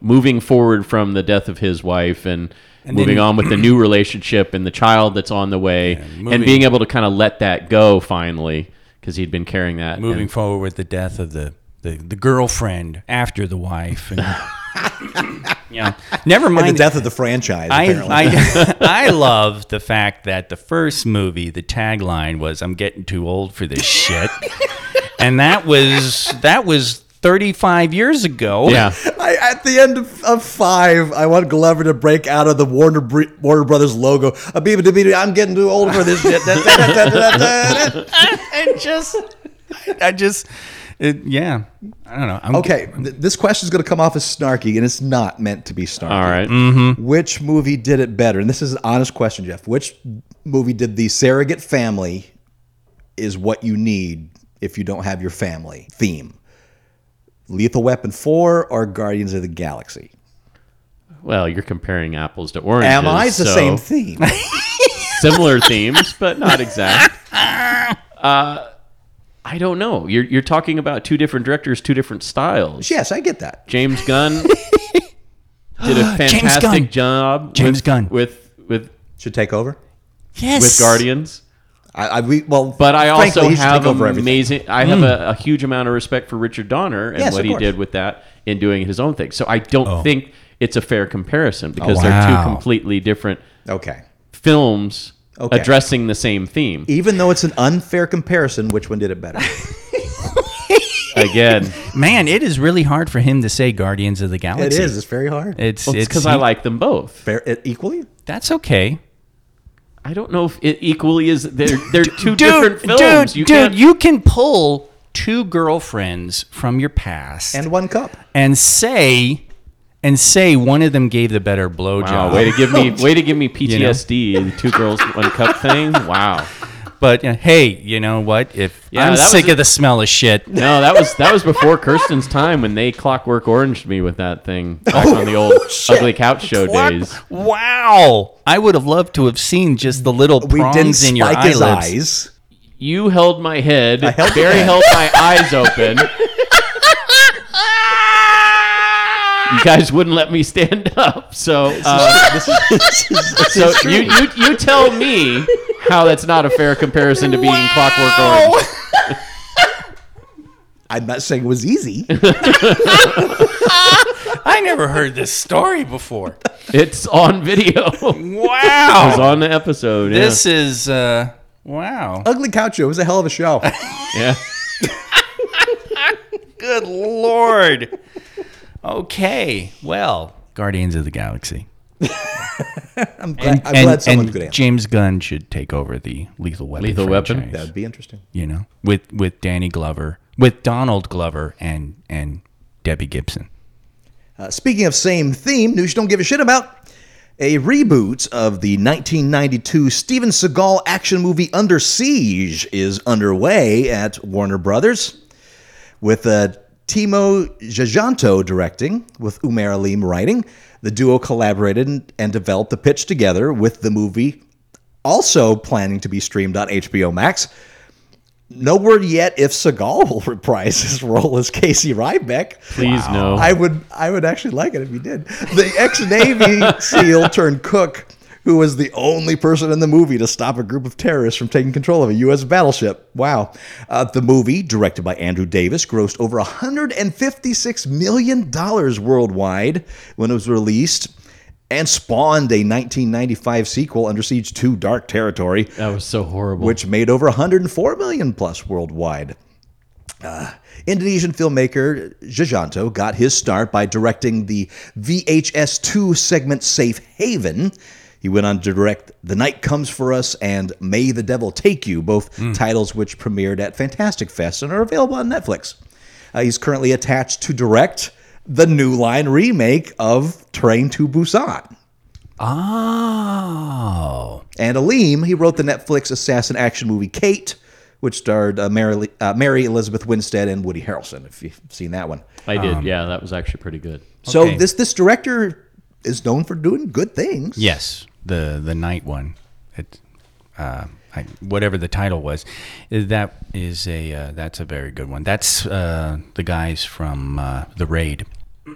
B: moving forward from the death of his wife and, moving on with the new relationship and the child that's on the way and
C: moving-
B: being able to kind of let that go finally because he'd been carrying that and-
C: Moving forward with the death of the, the, the girlfriend after the wife. And, yeah. Never mind.
D: the death of the franchise. apparently.
C: I, I, I love the fact that the first movie, the tagline was "I'm getting too old for this shit," and that was that was 35 years ago.
B: yeah
D: I, at the end of, of five, I want Glover to break out of the Warner Br- Warner Brothers logo. Abeba Dabita, I'm getting too old for this shit. Da, da, da, da, da, da, da.
C: and just I, I just it, yeah. I don't know. I'm
D: okay, th- this question is going to come off as snarky, and it's not meant to be snarky.
B: all right.
D: Which movie did it better? And this is an honest question, Jeff. Which movie did the surrogate family is what you need if you don't have your family theme? Lethal Weapon 4 or Guardians of the Galaxy?
B: well you're comparing apples to oranges
D: Am I? It's the
B: so-
D: same theme.
B: similar themes, but not exact. Uh, I don't know. You're you're talking about two different directors, two different styles.
D: yes, I get that.
B: James Gunn did a fantastic
C: Gunn.
B: job.
C: James
B: with,
C: Gunn.
B: with with
D: Should take over?
C: yes.
B: with Guardians.
D: I, I we, well,
B: But I also
D: frankly, he should
B: have
D: take over everything. Mm.
B: amazing. I have a, a huge amount of respect for Richard Donner and
D: Yes,
B: what
D: of
B: he
D: course. Oh.
B: did with that in doing his own thing. So I don't think it's a fair comparison because they're
C: wow.
B: two completely different
D: Okay.
B: films
D: Okay.
B: addressing the same theme.
D: Even though it's an unfair comparison, which one did it better?
B: Again,
C: Man, it is really hard for him to say Guardians of the
D: it
C: Galaxy.
D: is. It's very hard.
C: It's
B: well, it's because
C: he-
B: I like them both.
D: fair, it, equally?
C: That's okay.
B: I don't know if it equally is. They're they're two different films.
C: Dude, you, dude
B: can't-
C: you can pull two girlfriends from your past
D: And one cup.
C: and say and say one of them gave the better
B: wow,
C: blowjob.
B: way to give me way to give me PTSD. the Two girls, one cup thing. Wow.
C: but uh, hey, you know what? If
B: Yeah,
C: I'm
B: that was
C: sick
B: a-
C: of the smell of shit,
B: No, that was that was before Kirsten's time when they Clockwork Oranged me with that thing back
C: Oh,
B: on the old Ugly Couch Show
C: What?
B: days.
C: Wow, I would have loved to have seen just the little
D: We
C: prongs
D: didn't
C: in your
D: spike his
C: eyelids.
D: eyes.
B: You held my head.
D: held your
B: Barry
D: head.
B: held my eyes open. you guys wouldn't let me stand up, so. Uh,
D: This is, this is, this
B: So
D: is true.
B: you, you you tell me how that's not a fair comparison to being Clockwork Orange.
D: I'm not saying it was easy.
C: I never heard this story before.
B: It's on video. it was
C: Wow,
B: on the episode. yeah.
C: this is uh, wow.
D: Ugly Couch Show was a hell of a show.
B: yeah.
C: Good lord. Okay, well, Guardians of the Galaxy.
D: I'm glad, I'm glad someone could answer.
C: James Gunn should take over the Lethal Weapon.
B: Lethal Weapon?
C: franchise,
D: That would be interesting.
C: you know, with with Danny Glover, with Donald Glover, and and Debbie Gibson.
D: Uh, speaking of same theme, news you don't give a shit about. A reboot of the 1992 Steven Seagal action movie Under Siege is underway at Warner Brothers, with uh, Timo Jajanto directing, with Umair Aleem writing. The duo collaborated and, and developed the pitch together, with the movie also planning to be streamed on HBO Max. No word yet if Seagal will reprise his role as Casey Ryback.
B: Please no.
D: I would I would actually like it if you did. The ex Navy SEAL turned cook, who was the only person in the movie to stop a group of terrorists from taking control of a U.S. battleship. Wow. Uh, the movie, directed by Andrew Davis, grossed over $156 million worldwide when it was released and spawned a 1995 sequel, Under Siege 2 Dark Territory,
B: that was so horrible.
D: which made over 104 million plus worldwide. Uh, Indonesian filmmaker Jajanto got his start by directing the VHS2 segment Safe Haven. He went on to direct The Night Comes for Us and May the Devil Take You, both titles which premiered at Fantastic Fest and are available on Netflix. Uh, he's currently attached to direct the New Line remake of Train to Busan.
C: Oh,
B: Oh.
D: And Aleem, he wrote the Netflix assassin action movie Kate, which starred uh, Mary, uh, Mary Elizabeth Winstead and Woody Harrelson, if you've seen that one.
B: I did. yeah, that was actually pretty good.
D: So
C: Okay.
D: this this director is known for doing good things.
C: Yes, the the night one. It, uh, I, whatever the title was, that is a uh, that's a very good one. That's uh, the guys from uh, the raid.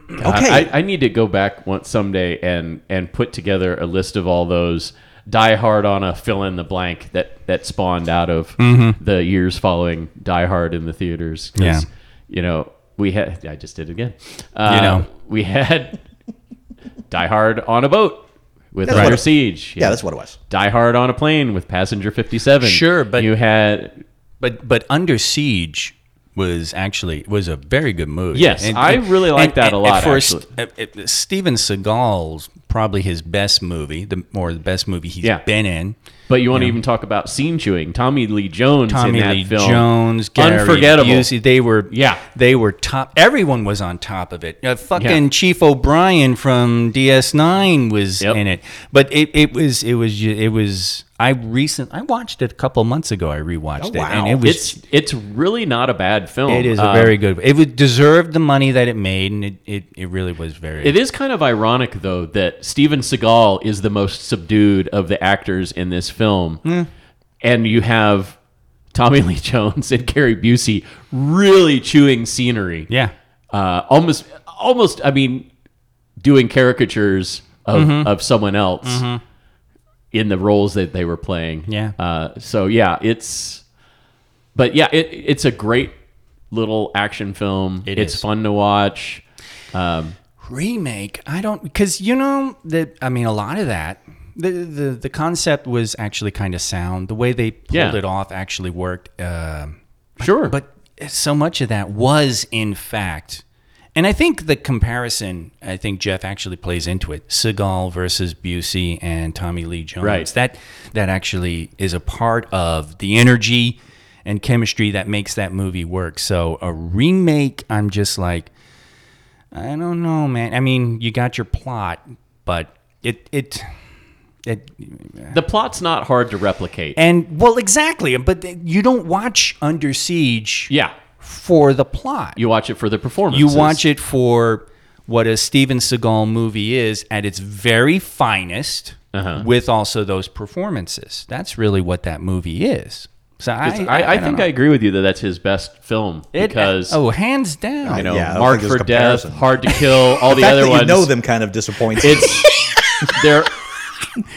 D: Okay.
B: I, I, I need to go back once someday and and put together a list of all those Die Hard on a fill in the blank that that spawned out of the years following Die Hard in the theaters. 'Cause,
C: Mm-hmm. Yeah.
B: you know we had I just did it again. Uh,
C: You know.
B: we had Die Hard on a boat with
D: That's
B: Rider
D: what-
B: Siege.
D: yeah, that's what it was.
B: Die Hard on a plane with Passenger Fifty Seven.
C: Sure, but-
B: you had
C: But but Under Siege was actually was a very good movie.
B: Yes, I really like that a lot,
C: For
B: actually.
C: St- uh, uh, Steven Seagal's probably his best movie, the or the best movie he's
B: Yeah.
C: been in.
B: But you want to even talk about scene chewing? Tommy Lee Jones
C: Tommy
B: in that
C: Lee
B: film.
C: Jones, Gary
B: unforgettable.
C: Busey, they were
B: Yeah.
C: they were top. Everyone was on top of it. Uh, fucking
B: Yeah.
C: Chief O'Brien from DS9 was
B: Yep.
C: in it, but it, it was it was ju- it was. I recent I watched it a couple months ago. I rewatched it, and it was
B: it's it's really not a bad film.
C: it is a
B: Um,
C: very good. It was, deserved the money that it made, and it, it, it really was very.
B: It is kind of ironic though that Steven Seagal is the most subdued of the actors in this film,
C: Hmm.
B: and you have Tommy Lee Jones and Gary Busey really chewing scenery.
C: yeah.
B: uh, almost almost. I mean, doing caricatures of
C: Mm-hmm.
B: of someone else in the roles that they were playing.
C: Yeah.
B: Uh, so yeah, it's. But yeah, it, it's a great little action film.
C: It
B: it's
C: is.
B: fun to watch.
C: remake i don't because you know that i mean a lot of that the, the the concept was actually kind of sound the way they pulled
B: Yeah.
C: it off actually worked um
B: Sure.
C: but so much of that was in fact and i think the comparison i think jeff actually plays into it seagal versus busey and tommy lee jones
B: Right.
C: that that actually is a part of the energy and chemistry that makes that movie work so a remake i'm just like i don't know man i mean you got your plot but it it it
B: The plot's not hard to replicate.
C: and well exactly but you don't watch under siege
B: yeah.
C: for the plot.
B: You watch it for the performance.
C: You watch it for what a Steven Seagal movie is at its very finest,
B: Uh-huh.
C: with also those performances. That's really what that movie is. So I,
B: I, I,
C: don't
B: think
C: know.
B: I agree with you that that's his best film
C: It-
B: because
C: oh, hands down.
B: you know
D: Yeah, I don't
B: Marked
D: think there's
B: for Death,
D: comparison.
B: Hard to Kill, all the,
D: fact
B: other
D: that
B: ones.
D: you know them kind of disappoints. me.
B: It's they're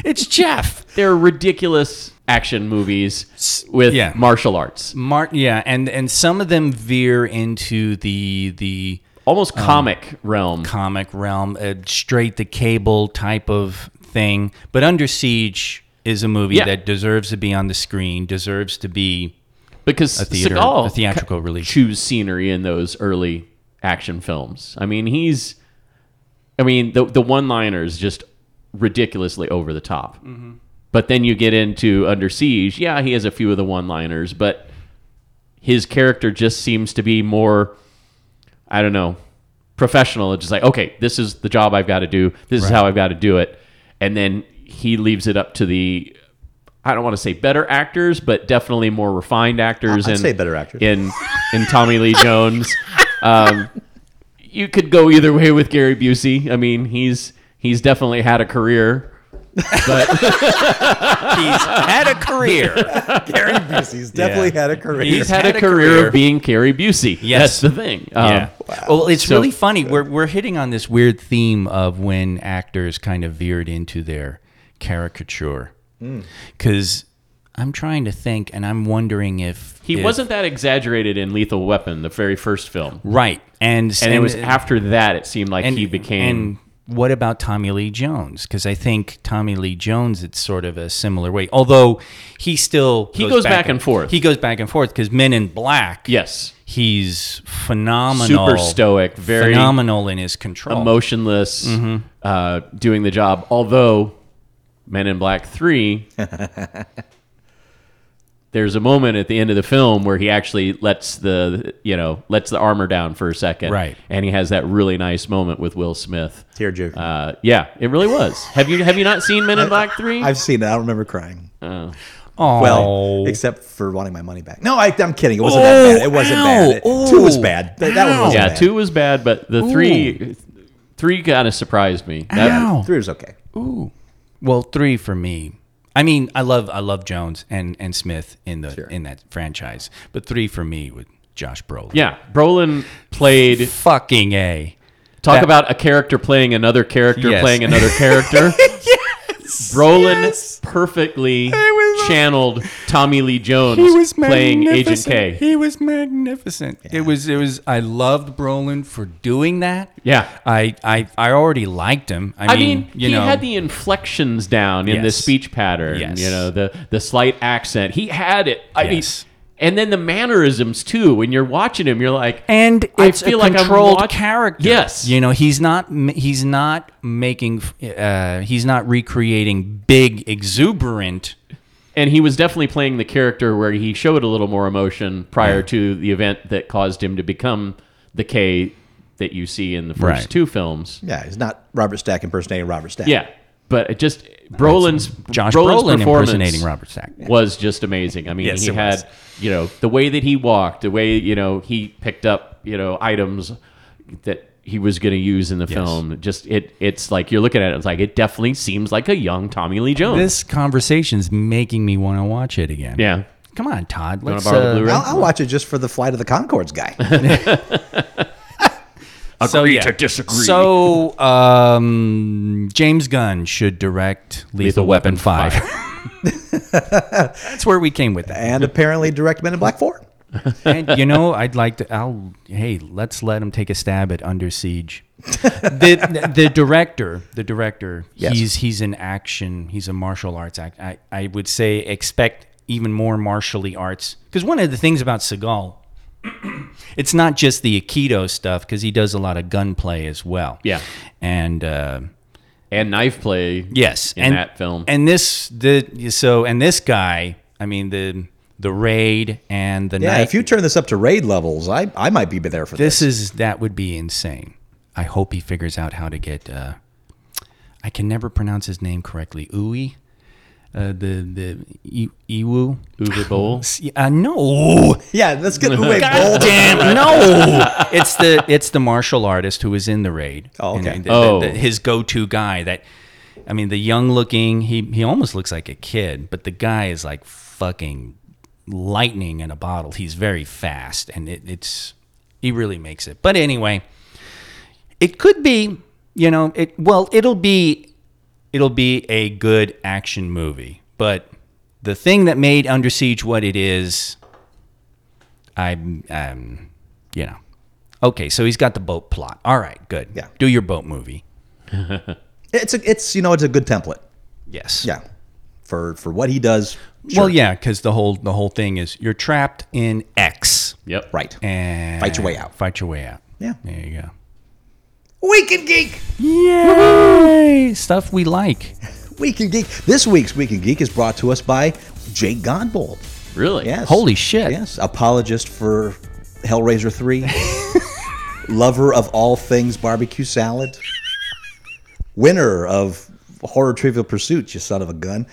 C: it's Jeff.
B: they're ridiculous action movies with
C: yeah.
B: martial arts,
C: Martin, yeah, and and some of them veer into the the
B: almost
C: Um,
B: comic realm.
C: comic realm, uh, straight the cable type of thing. But Under Siege is a movie
B: Yeah.
C: that deserves to be on the screen, deserves to be
B: because
C: theater-
B: Seagal
C: a theatrical
B: ca-
C: release.
B: chews scenery in those early action films. I mean, he's, I mean, the the one liner is just ridiculously over the top. But then you get into Under Siege. Yeah, he has a few of the one liners, but his character just seems to be more, I don't know, professional. It's just like, okay, this is the job I've got to do. This is how I've got to do it, and then he leaves it up to the I don't want to say better actors, but definitely more refined actors.
D: I'd
B: in-
D: say better actors.
B: in in Tommy Lee Jones. Um, you could go either way with Gary Busey. I mean, he's he's definitely had a career, but
C: he's had a career.
D: Gary Busey's definitely
C: Yeah.
D: had a career.
B: he's had, a, career, of being Gary Busey.
C: Yes.
B: That's the thing. Um,
C: yeah. Well, it's
B: so-
C: really funny. We're we're hitting on this weird theme of when actors kind of veered into their caricature.
B: Hmm.
C: Because I'm trying to think, and I'm wondering if
B: He
C: if-
B: wasn't that exaggerated in Lethal Weapon, the very first film,
C: right, and
B: and it was after that it seemed like he became.
C: And what about Tommy Lee Jones? Because I think Tommy Lee Jones, it's sort of a similar way. Although he still
B: He goes back and forth.
C: He goes back and forth because Men in Black.
B: yes,
C: he's phenomenal,
B: Super stoic, very-
C: phenomenal in his control.
B: emotionless, uh, doing the job. Although Men in Black Three, there's a moment at the end of the film where he actually lets the you know lets the armor down for a second,
C: Right.
B: And he has that really nice moment with Will Smith.
D: Tearjerker.
B: Uh, yeah, it really was. have you have you not seen Men in Black Three?
D: I've seen it. I don't remember crying.
C: Oh.
B: Oh.
D: Well, except for wanting my money back. No, I, I'm kidding. It wasn't that bad. It wasn't
C: ow,
D: bad. It- two was
C: ooh,
D: bad. That, that one
C: ow.
D: wasn't
B: Oh. yeah,
D: bad.
B: two was bad, but the three, three kind of surprised me. That-
C: Ow.
D: Three was okay.
C: Well, three for me. I mean, I love I love Jones and and Smith in the in that franchise, but three for me with Josh Brolin.
B: Yeah, Brolin played.
C: fucking a.
B: Talk
C: That-
B: about a character playing another character
C: Yes.
B: playing another character. yes. Brolin perfectly
C: was-
B: channeled Tommy Lee Jones playing Agent K.
C: He was magnificent. It was it was. I loved Brolin for doing that.
B: Yeah.
C: I I, I already liked him. I,
B: I mean,
C: you
B: he
C: know,
B: had the inflections down in the
C: Yes.
B: speech pattern.
C: Yes.
B: You know, the the slight accent. He had it. I
C: Yes.
B: mean, and then the mannerisms too. When you're watching him, you're like,
C: and
B: I
C: it's
B: feel
C: a
B: like I'm
C: controlled
B: watch-
C: character.
B: Yes.
C: you know he's not m- he's not making uh, he's not recreating big exuberant.
B: and he was definitely playing the character where he showed a little more emotion prior
C: Yeah.
B: to the event that caused him to become the K that you see in the first
C: Right.
B: two films.
D: Yeah, he's not Robert Stack impersonating Robert Stack.
B: Yeah, but it just Brolin's
C: Josh
B: Brolin's
C: Brolin
B: performance
C: impersonating Robert Stack.
B: was just amazing. I mean,
C: Yes,
B: he
C: it
B: had
C: was.
B: you know the way that he walked, the way you know he picked up you know items that he was going to use in the film. Just it, it's like you're looking at it. It's like it definitely seems like a young Tommy Lee Jones.
C: This conversation's making me want to watch it again.
B: yeah.
C: Come on, Todd.
B: Wanna
C: Let's
B: borrow the
C: uh,
B: Blu-ray?
D: I'll, I'll watch it just for the Flight of the Concords guy.
C: so, yeah. to disagree. So, um, James Gunn should direct Lethal, Weapon, 5. That's where we came with that.
D: and apparently direct Men in Black 4.
C: And, you know, I'd like to, I'll, hey, let's let him take a stab at Under Siege. the, the director, the director,
D: Yes.
C: he's he's an action, he's a martial arts act. I, I would say expect even more martially arts. Because one of the things about Seagal, it's not just the Aikido stuff, because he does a lot of gunplay as well.
B: Yeah.
C: And, uh,
B: and knife play.
C: Yes,
B: in that film.
C: And this the so and this guy, I mean the the raid and the
D: Yeah,
C: knife.
D: if you turn this up to raid levels, I, I might be there for this.
C: this is that would be insane. I hope he figures out how to get. Uh, I can never pronounce his name correctly. Uwe, uh, the the I- Iwu.
B: Uwe Boll.
C: See, Uh, no,
D: Yeah, let's get Uwe Boll.
C: damn, no! It's the it's the martial artist who was in the raid.
D: Oh, okay.
C: And the- the-
B: Oh.
C: the- his go-to guy. That I mean, the young looking. He he almost looks like a kid, but the guy is like fucking lightning in a bottle. He's very fast, and it, it's he really makes it. But anyway, it could be. You know, it well, it'll be it'll be a good action movie, but. The thing that made Under Siege what it is I'm, um, you know. Okay, so he's got the boat plot. All right, good.
D: Yeah.
C: Do your boat movie.
D: It's, a, it's, you know, it's a good template.
C: Yes.
D: Yeah. For, for what he does.
C: Well, yeah, because the whole the whole thing is you're trapped in X
B: Yep.
D: Right.
C: and
D: Fight your way out.
C: Fight your way out.
D: Yeah.
C: There you go.
D: Weekend Geek!
C: Yay! Stuff we like.
D: Weekend Geek. This week's Weekend Geek is brought to us by Jake Godbold.
B: Really?
D: Yes.
C: Holy shit!
D: Yes, apologist for Hellraiser 3, lover of all things barbecue salad, winner of Horror Trivial Pursuit, you son of a gun.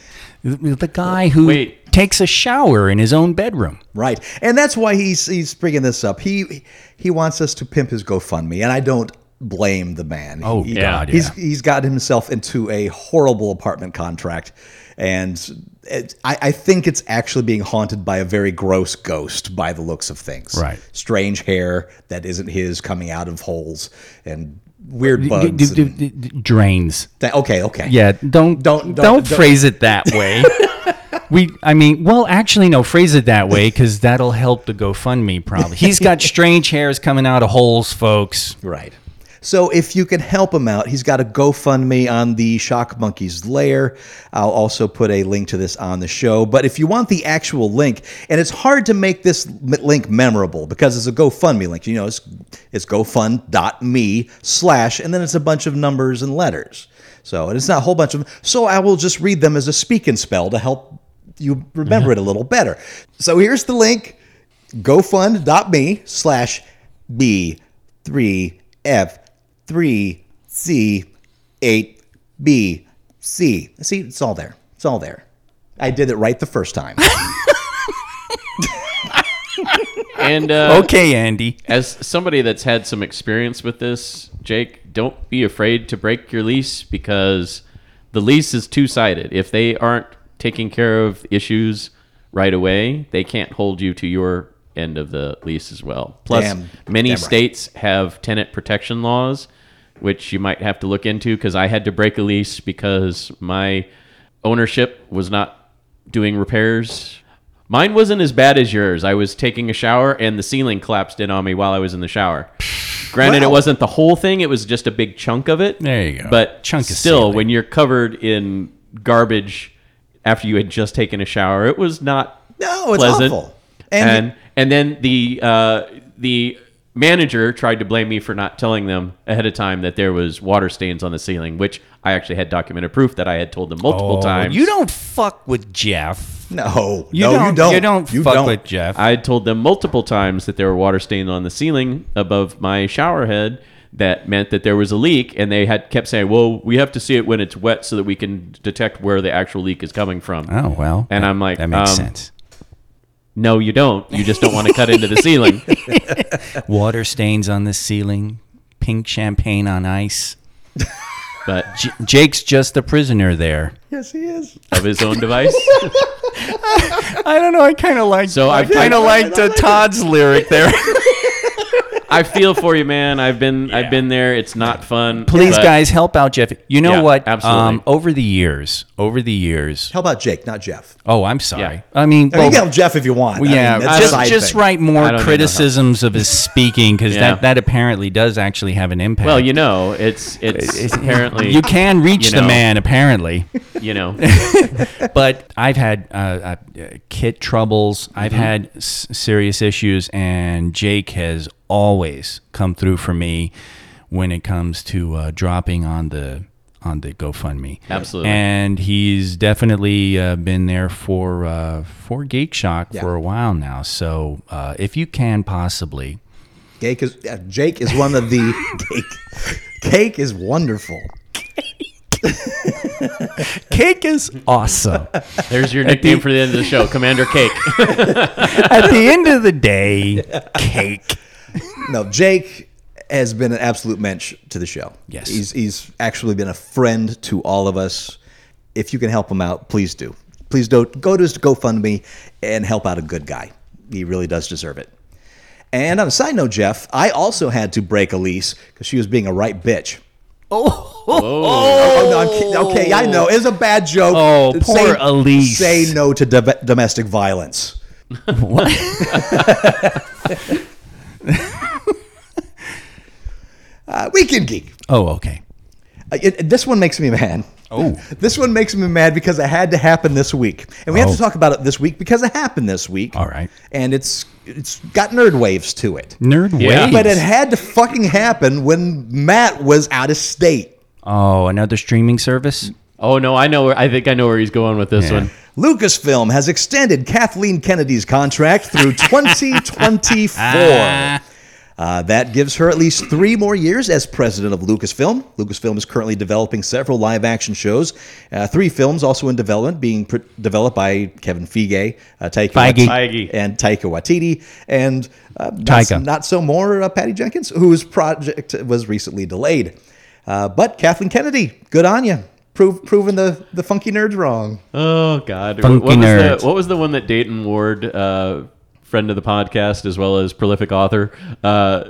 C: The the guy who
B: Wait.
C: takes a shower in his own bedroom.
D: Right. And that's why he's he's bringing this up. He he wants us to pimp his GoFundMe, and I don't blame the man.
C: Oh,
D: He-
C: God,
D: He's
C: yeah.
D: he's got himself into a horrible apartment contract, and it, I, I think it's actually being haunted by a very gross ghost, by the looks of things.
C: Right.
D: Strange hair that isn't his coming out of holes and weird bugs.
C: D- d- d-
D: and
C: d- d- drains.
D: that- okay, okay.
C: Yeah, don't don't
D: Don't- don't-
C: don't,
D: don't-
C: phrase it that way. we, I mean, well, actually, no, phrase it that way because that'll help the GoFundMe. Probably, he's got strange hairs coming out of holes, folks.
D: Right. So if you can help him out, he's got a GoFundMe on the Shock Monkeys lair. I'll also put a link to this on the show. But if you want the actual link, and it's hard to make this m- link memorable because it's a GoFundMe link. You know, it's it's GoFund.me slash, and then it's a bunch of numbers and letters. So and it's not a whole bunch of them. So I will just read them as a speak and spell to help you remember it a little better. So here's the link gofund.me slash b3f3c8bc. See, it's all there. It's all there. I did it right the first time.
B: And
C: Oh,
B: uh,
C: Okay, Andy.
B: as somebody that's had some experience with this, Jake, don't be afraid to break your lease because the lease is two sided. If they aren't taking care of issues right away, they can't hold you to your end of the lease as well. Plus,
D: Damn-
B: many
D: damn right.
B: states have tenant protection laws, which you might have to look into because I had to break a lease because my ownership was not doing repairs. Mine wasn't as bad as yours. I was taking a shower and the ceiling collapsed in on me while I was in the shower. Granted, it
D: Wow.
B: wasn't the whole thing, it was just a big chunk of it.
C: There you go.
B: But
C: Chunk of
B: still,
C: ceiling.
B: when you're covered in garbage after you had just taken a shower, it was not
D: No, it's
B: pleasant.
D: awful. And-
B: And and, then the uh, the manager tried to blame me for not telling them ahead of time that there was water stains on the ceiling, which I actually had documented proof that I had told them multiple
C: Oh,
B: times.
C: You don't fuck with Jeff.
D: No, no, you don't.
C: You don't fuck with Jeff.
B: I had told them multiple times that there were water stains on the ceiling above my shower head. That meant that there was a leak, and they had kept saying, "Well, we have to see it when it's wet so that we can detect where the actual leak is coming from."
C: oh well.
B: And
C: that-
B: I'm like,
C: that makes
B: um,
C: sense.
B: No, you don't. You just don't want to cut into the ceiling.
C: Water stains on the ceiling. Pink champagne on ice.
B: But
C: J- Jake's just a prisoner there.
D: Yes, he is.
B: of his own device.
C: I don't know. I kind of like.
B: So I I kinda
C: liked Todd's lyric there.
B: I feel for you, man. I've been I've been there. It's not fun.
C: Please,
B: but-
C: guys, help out Jeff. You know
B: Yeah,
C: what? Um,
B: absolutely.
C: over the years, over the years.
D: How about Jake, not Jeff?
C: Oh, I'm sorry.
B: Yeah.
C: I mean,
D: I mean,
C: well,
D: you can have Jeff if you want. I mean,
C: yeah,
D: that's a
C: just
D: side
C: just
D: thing.
C: write
B: I
C: more
B: don't
C: criticisms of his speaking because
B: Yeah.
C: that, that apparently does actually have an impact.
B: Well, you know, it's it's apparently
C: you can reach
B: you
C: the
B: know.
C: man apparently,
B: you know
C: but I've had uh, uh, kit troubles. I've
B: Mm-hmm.
C: had s- serious issues, and Jake has always come through for me when it comes to uh, dropping on the on the GoFundMe.
B: Absolutely.
C: and he's definitely uh, been there for uh, for Geek Shock for a while now. So uh, if you can possibly.
D: Jake is uh, Jake is one of the cake. Cake is wonderful.
C: Cake is awesome.
B: there's your nickname for the end of the show, Commander Cake.
C: At the end of the day, cake.
D: No, Jake has been an absolute mensch to the show.
C: Yes.
D: he's he's actually been a friend to all of us. If you can help him out, please do. Please do go to his GoFundMe and help out a good guy. He really does deserve it. And on a side note, Jeff, I also had to break a lease because she was being a right bitch.
B: Oh,
D: Oh, no, I'm kidding. okay, I know. It's a bad joke.
C: Oh, poor Elise.
D: Say no to dom- domestic violence. Uh, Weekend Geek.
C: Oh, okay.
D: Uh, it- this one makes me mad.
C: Oh.
D: This one makes me mad because it had to happen this week. And we have
C: Oh.
D: to talk about it this week because it happened this week.
C: All right.
D: And it's it's got nerd waves to it.
C: Nerd
B: Yeah.
C: waves.
D: But it had to fucking happen when Matt was out of state.
C: oh, another streaming service?
B: oh no, I know where I think I know where he's going with this
C: Yeah.
B: one.
D: Lucasfilm has extended Kathleen Kennedy's contract through 2024. Uh, that gives her at least three more years as president of Lucasfilm. Lucasfilm is currently developing several live action shows. Uh, three films also in development, being pr- developed by Kevin Feige, uh, Taika
C: Feige.
B: Feige.
D: and Taika Waititi, and uh, not,
C: Taika.
D: not so more uh, Patty Jenkins, whose project was recently delayed. Uh, but Kathleen Kennedy, good on you. Prove, proving the, the funky nerds wrong.
B: Oh God,
C: Funky
B: what was
C: nerds.
B: the what was the one that Dayton Ward, uh, friend of the podcast as well as prolific author? Uh,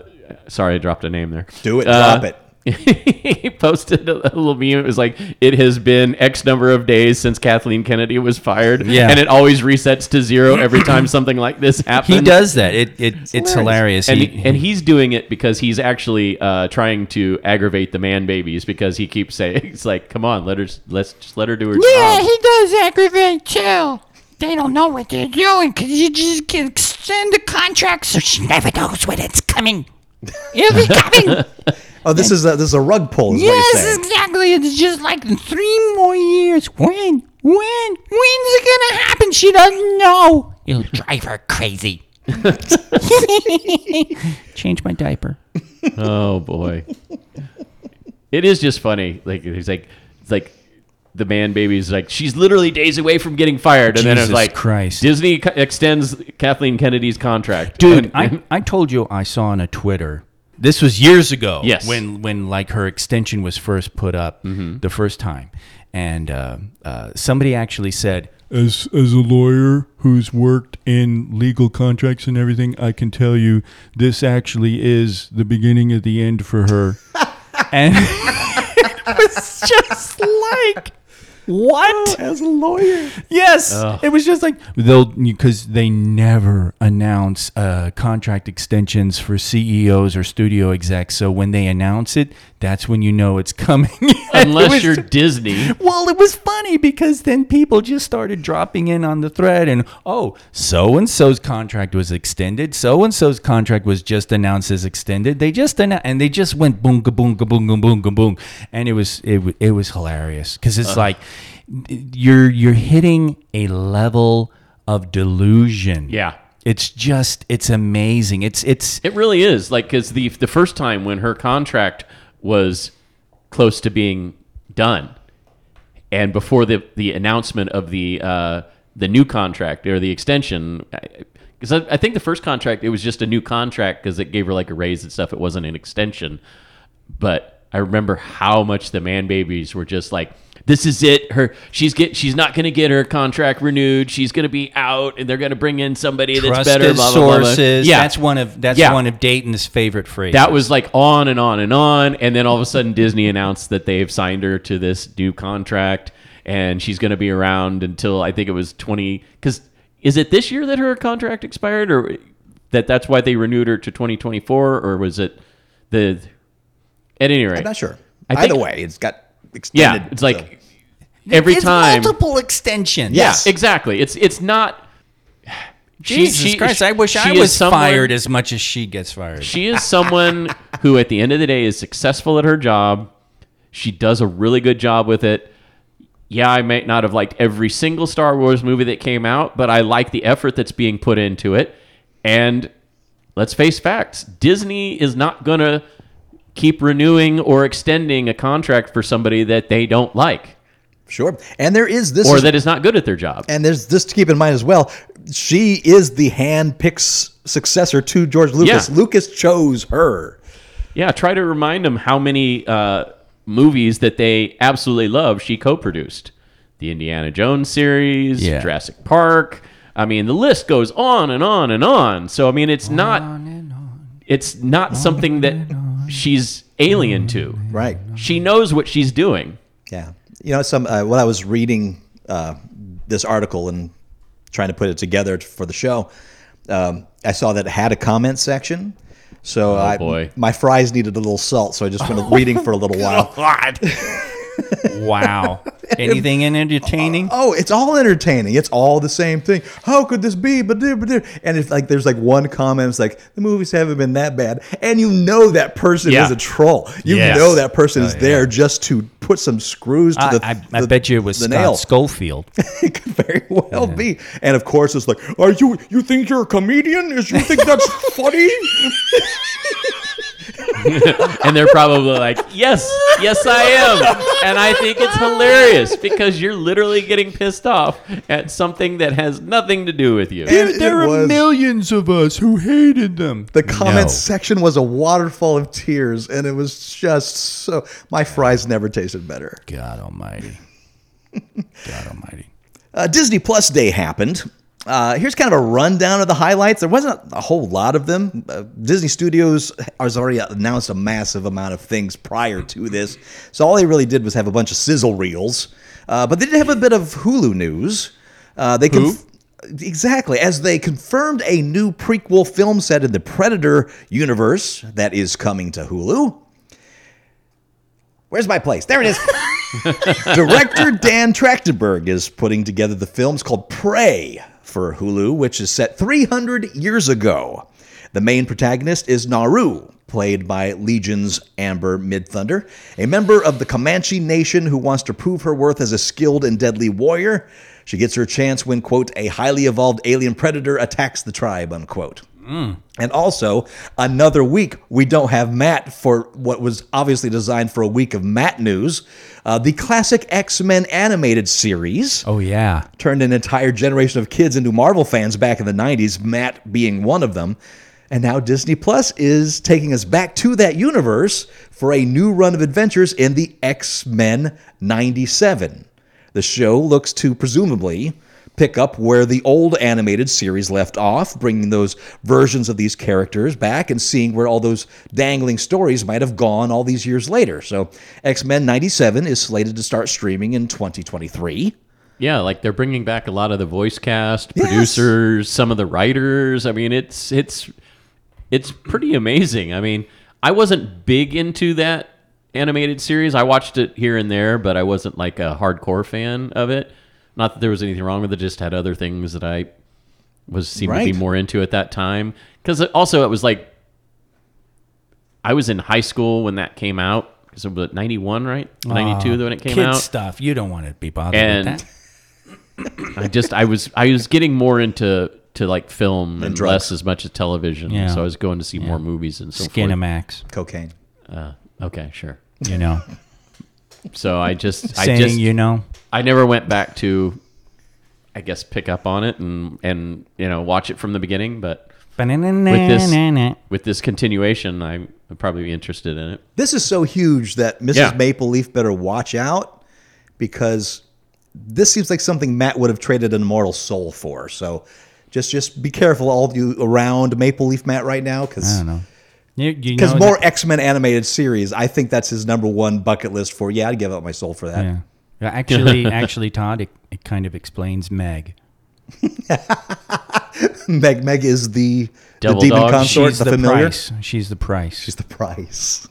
B: sorry, I dropped a name there.
D: Do it,
B: Uh,
D: drop it.
B: he posted a little meme. It was like, it has been X number of days since Kathleen Kennedy was fired.
C: Yeah.
B: And it always resets to zero every time something like this happens.
C: He does that. It, it it's, hilarious.
B: And,
C: He-
B: and he's doing it because he's actually uh, trying to aggravate the man babies because he keeps saying, it's like, come on, let her, let's just let her do her
E: Yeah,
B: job."
E: he does aggravate too. They don't know what they're doing because you just can extend the contract so she never knows when it's coming. It'll be coming.
D: Oh, this is a this is a rug pull. Is what you're
E: yes,
D: saying.
E: exactly. It's just like in three more years. When? When? When's it gonna happen? She doesn't know. It'll drive her crazy.
C: Change my diaper.
B: Oh boy, it is just funny. Like he's like, it's like the man baby's like she's literally days away from getting fired, and then it's
C: Jesus
B: like
C: Christ.
B: Disney co- extends Kathleen Kennedy's contract,
C: dude
B: And-
C: I, I told you i saw on a twitter this was years ago
B: Yes. Mm-hmm.
C: when when like her extension was first put up the first time and uh, uh, somebody actually said as, as a lawyer who's worked in legal contracts and everything i can tell you this actually is the beginning of the end for her and it was just like what
D: Oh, As a lawyer.
C: Yes, it was just like they'll because they never announce uh, contract extensions for CEOs or studio execs. So when they announce it, that's when you know it's coming. It
B: unless
C: was
B: you're
C: just-
B: Disney.
C: well, it was funny because then people just started dropping in on the thread and oh, so and so's contract was extended. So and so's contract was just announced as extended. They just annou- and they just went boom, ka boom, ka boom, ka boom, ka boom, and it was it wa- it was hilarious because it's like you're you're hitting a level of delusion.
B: Yeah.
C: it's just it's amazing. It's it's
B: It really is like because the the first time when her contract was close to being done, and before the the announcement of the uh, the new contract or the extension, because I, I think the first contract it was just a new contract because it gave her like a raise and stuff. It wasn't an extension, but I remember how much the man babies were just like. This is it. Her she's get she's not gonna get her contract renewed. She's gonna be out, and they're gonna bring in somebody that's better.
C: trusted
B: Blah, blah, blah, blah.
C: sources.
B: Yeah,
C: that's one of that's
B: Yeah.
C: one of Dayton's favorite phrases.
B: that was like on and on and on and then all of a sudden disney announced that they've signed her to this new contract and she's going to be around until i think it was 20 because is it this year that her contract expired or that that's why they renewed her to 2024 or was it the at any rate
D: I'm not sure.
B: I
D: Either
B: think-
D: way, it's got extended.
B: yeah it's
D: so-
B: like every
C: It's
B: time
C: multiple extensions.
B: yeah
D: Yes.
B: exactly it's it's not She-
C: Jesus
B: she-
C: Christ! I wish
B: she
C: I
B: is
C: was
B: someone-
C: fired as much as she gets fired.
B: She is someone who, at the end of the day, is successful at her job. She does a really good job with it. Yeah, I may not have liked every single Star Wars movie that came out, but I like the effort that's being put into it. And let's face facts Disney is not going to keep renewing or extending a contract for somebody that they don't like
D: Sure. And there is this
B: or that is not good at their job.
D: and there's this to keep in mind as well. She is the hand-picked s- successor to George Lucas.
B: Yeah.
D: Lucas chose her.
B: Yeah, try to remind them how many uh, movies that they absolutely love she co-produced. The Indiana Jones series,
C: Yeah.
B: Jurassic Park. I mean, the list goes on and on and on. So I mean, it's not it's not something that she's alien to.
D: Right.
B: She knows what she's doing.
D: Yeah. You know, some uh, when I was reading uh, this article and trying to put it together for the show, um, I saw that it had a comment section. So I,
B: Oh, boy.
D: my fries needed a little salt, so I just went reading for a little while.
C: God. wow. Anything in entertaining?
D: Oh, it's all entertaining. It's all the same thing. How could this be? But there, but there. And it's like there's like one comment. It's like the movies haven't been that bad, and you know that person
B: Yeah.
D: is a troll. You
C: Yes. Oh,
D: know that person is there just to put some screws to
C: I,
D: the.
C: I, I
D: the-
C: bet you it was
D: the
C: Scott
D: nail.
C: Schofield.
D: it could very well be. And of course, it's like, are you you think you're a comedian? Is you think that's funny?
B: And they're probably like, "Yes, yes I am." And I think it's hilarious because you're literally getting pissed off at something that has nothing to do with you.
D: It- there it are was-
C: millions of us who hated them.
D: The comments section was a waterfall of tears, and it was just so. My fries never tasted better.
C: God Almighty. God Almighty.
D: Uh, Disney Plus Day happened. Uh, here's kind of a rundown of the highlights. There wasn't a whole lot of them. Uh, Disney Studios has already announced a massive amount of things prior to this, so all they really did was have a bunch of sizzle reels. Uh, but they did have a bit of Hulu news. Uh, they conf- exactly as they confirmed a new prequel film set in the Predator universe that is coming to Hulu. Where's my place? There it is. Director Dan Trachtenberg is putting together the films called Prey for Hulu, which is set 300 years ago. The main protagonist is Naru, played by Legion's Amber Midthunder, a member of the Comanche Nation who wants to prove her worth as a skilled and deadly warrior. She gets her chance when, quote, a highly evolved alien predator attacks the tribe, unquote. And also, another week, we don't have Matt for what was obviously designed for a week of Matt news. Uh, the classic X Men animated series
C: Oh yeah.
D: turned an entire generation of kids into Marvel fans back in the 90s, Matt being one of them. And now Disney Plus is taking us back to that universe for a new run of adventures in the X Men 97. The show looks to presumably pick up where the old animated series left off, bringing those versions of these characters back and seeing where all those dangling stories might have gone all these years later. So, X Men 97 is slated to start streaming in 2023.
B: Yeah, like they're bringing back a lot of the voice cast,
D: Yes.
B: producers, some of the writers. I mean, it's it's it's pretty amazing. I mean, I wasn't big into that animated series. I watched it here and there, but I wasn't like a hardcore fan of it. Not that there was anything wrong with it; just had other things that I was seemed to
D: Right.
B: be more into at that time. Because also, it was like I was in high school when that came out. So, but ninety one, right? Ninety
D: Ah,
B: two when it came
C: Uh, Kid
B: out.
C: stuff. You don't want to be bothered
B: And-
C: with that.
B: I just I was I was getting more into to like film and,
D: drugs.
B: less as much as television.
C: Yeah.
B: So I was going to see more movies and so forth.
C: Skinamax.
D: Cocaine.
B: Okay, sure.
C: You know,
B: So I just I
C: saying
B: just
C: you know.
B: I never went back to I guess pick up on it and and you know watch it from the beginning, but
C: Ba-na-na-na-na-na.
B: with this continuation I would probably be interested in it.
D: This is so huge that Mrs.
B: Yeah.
D: Maple Leaf better watch out because this seems like something Matt would have traded an immortal soul for. So just just be careful, all of you around Maple Leaf Matt right now,
C: I
D: because
C: don't know. You, you
D: because
C: know
D: more
C: that-
D: X Men animated series. I think that's his number one bucket list for. Yeah, I'd give up my soul for that.
C: yeah. Yeah, Actually, actually, Todd, it, it kind of explains Meg.
D: Meg Meg is the
B: Devil
D: the demon
B: dog.
D: consort,
C: She's
D: the,
C: the,
D: familiar.
C: price. She's the price.
D: She's the price.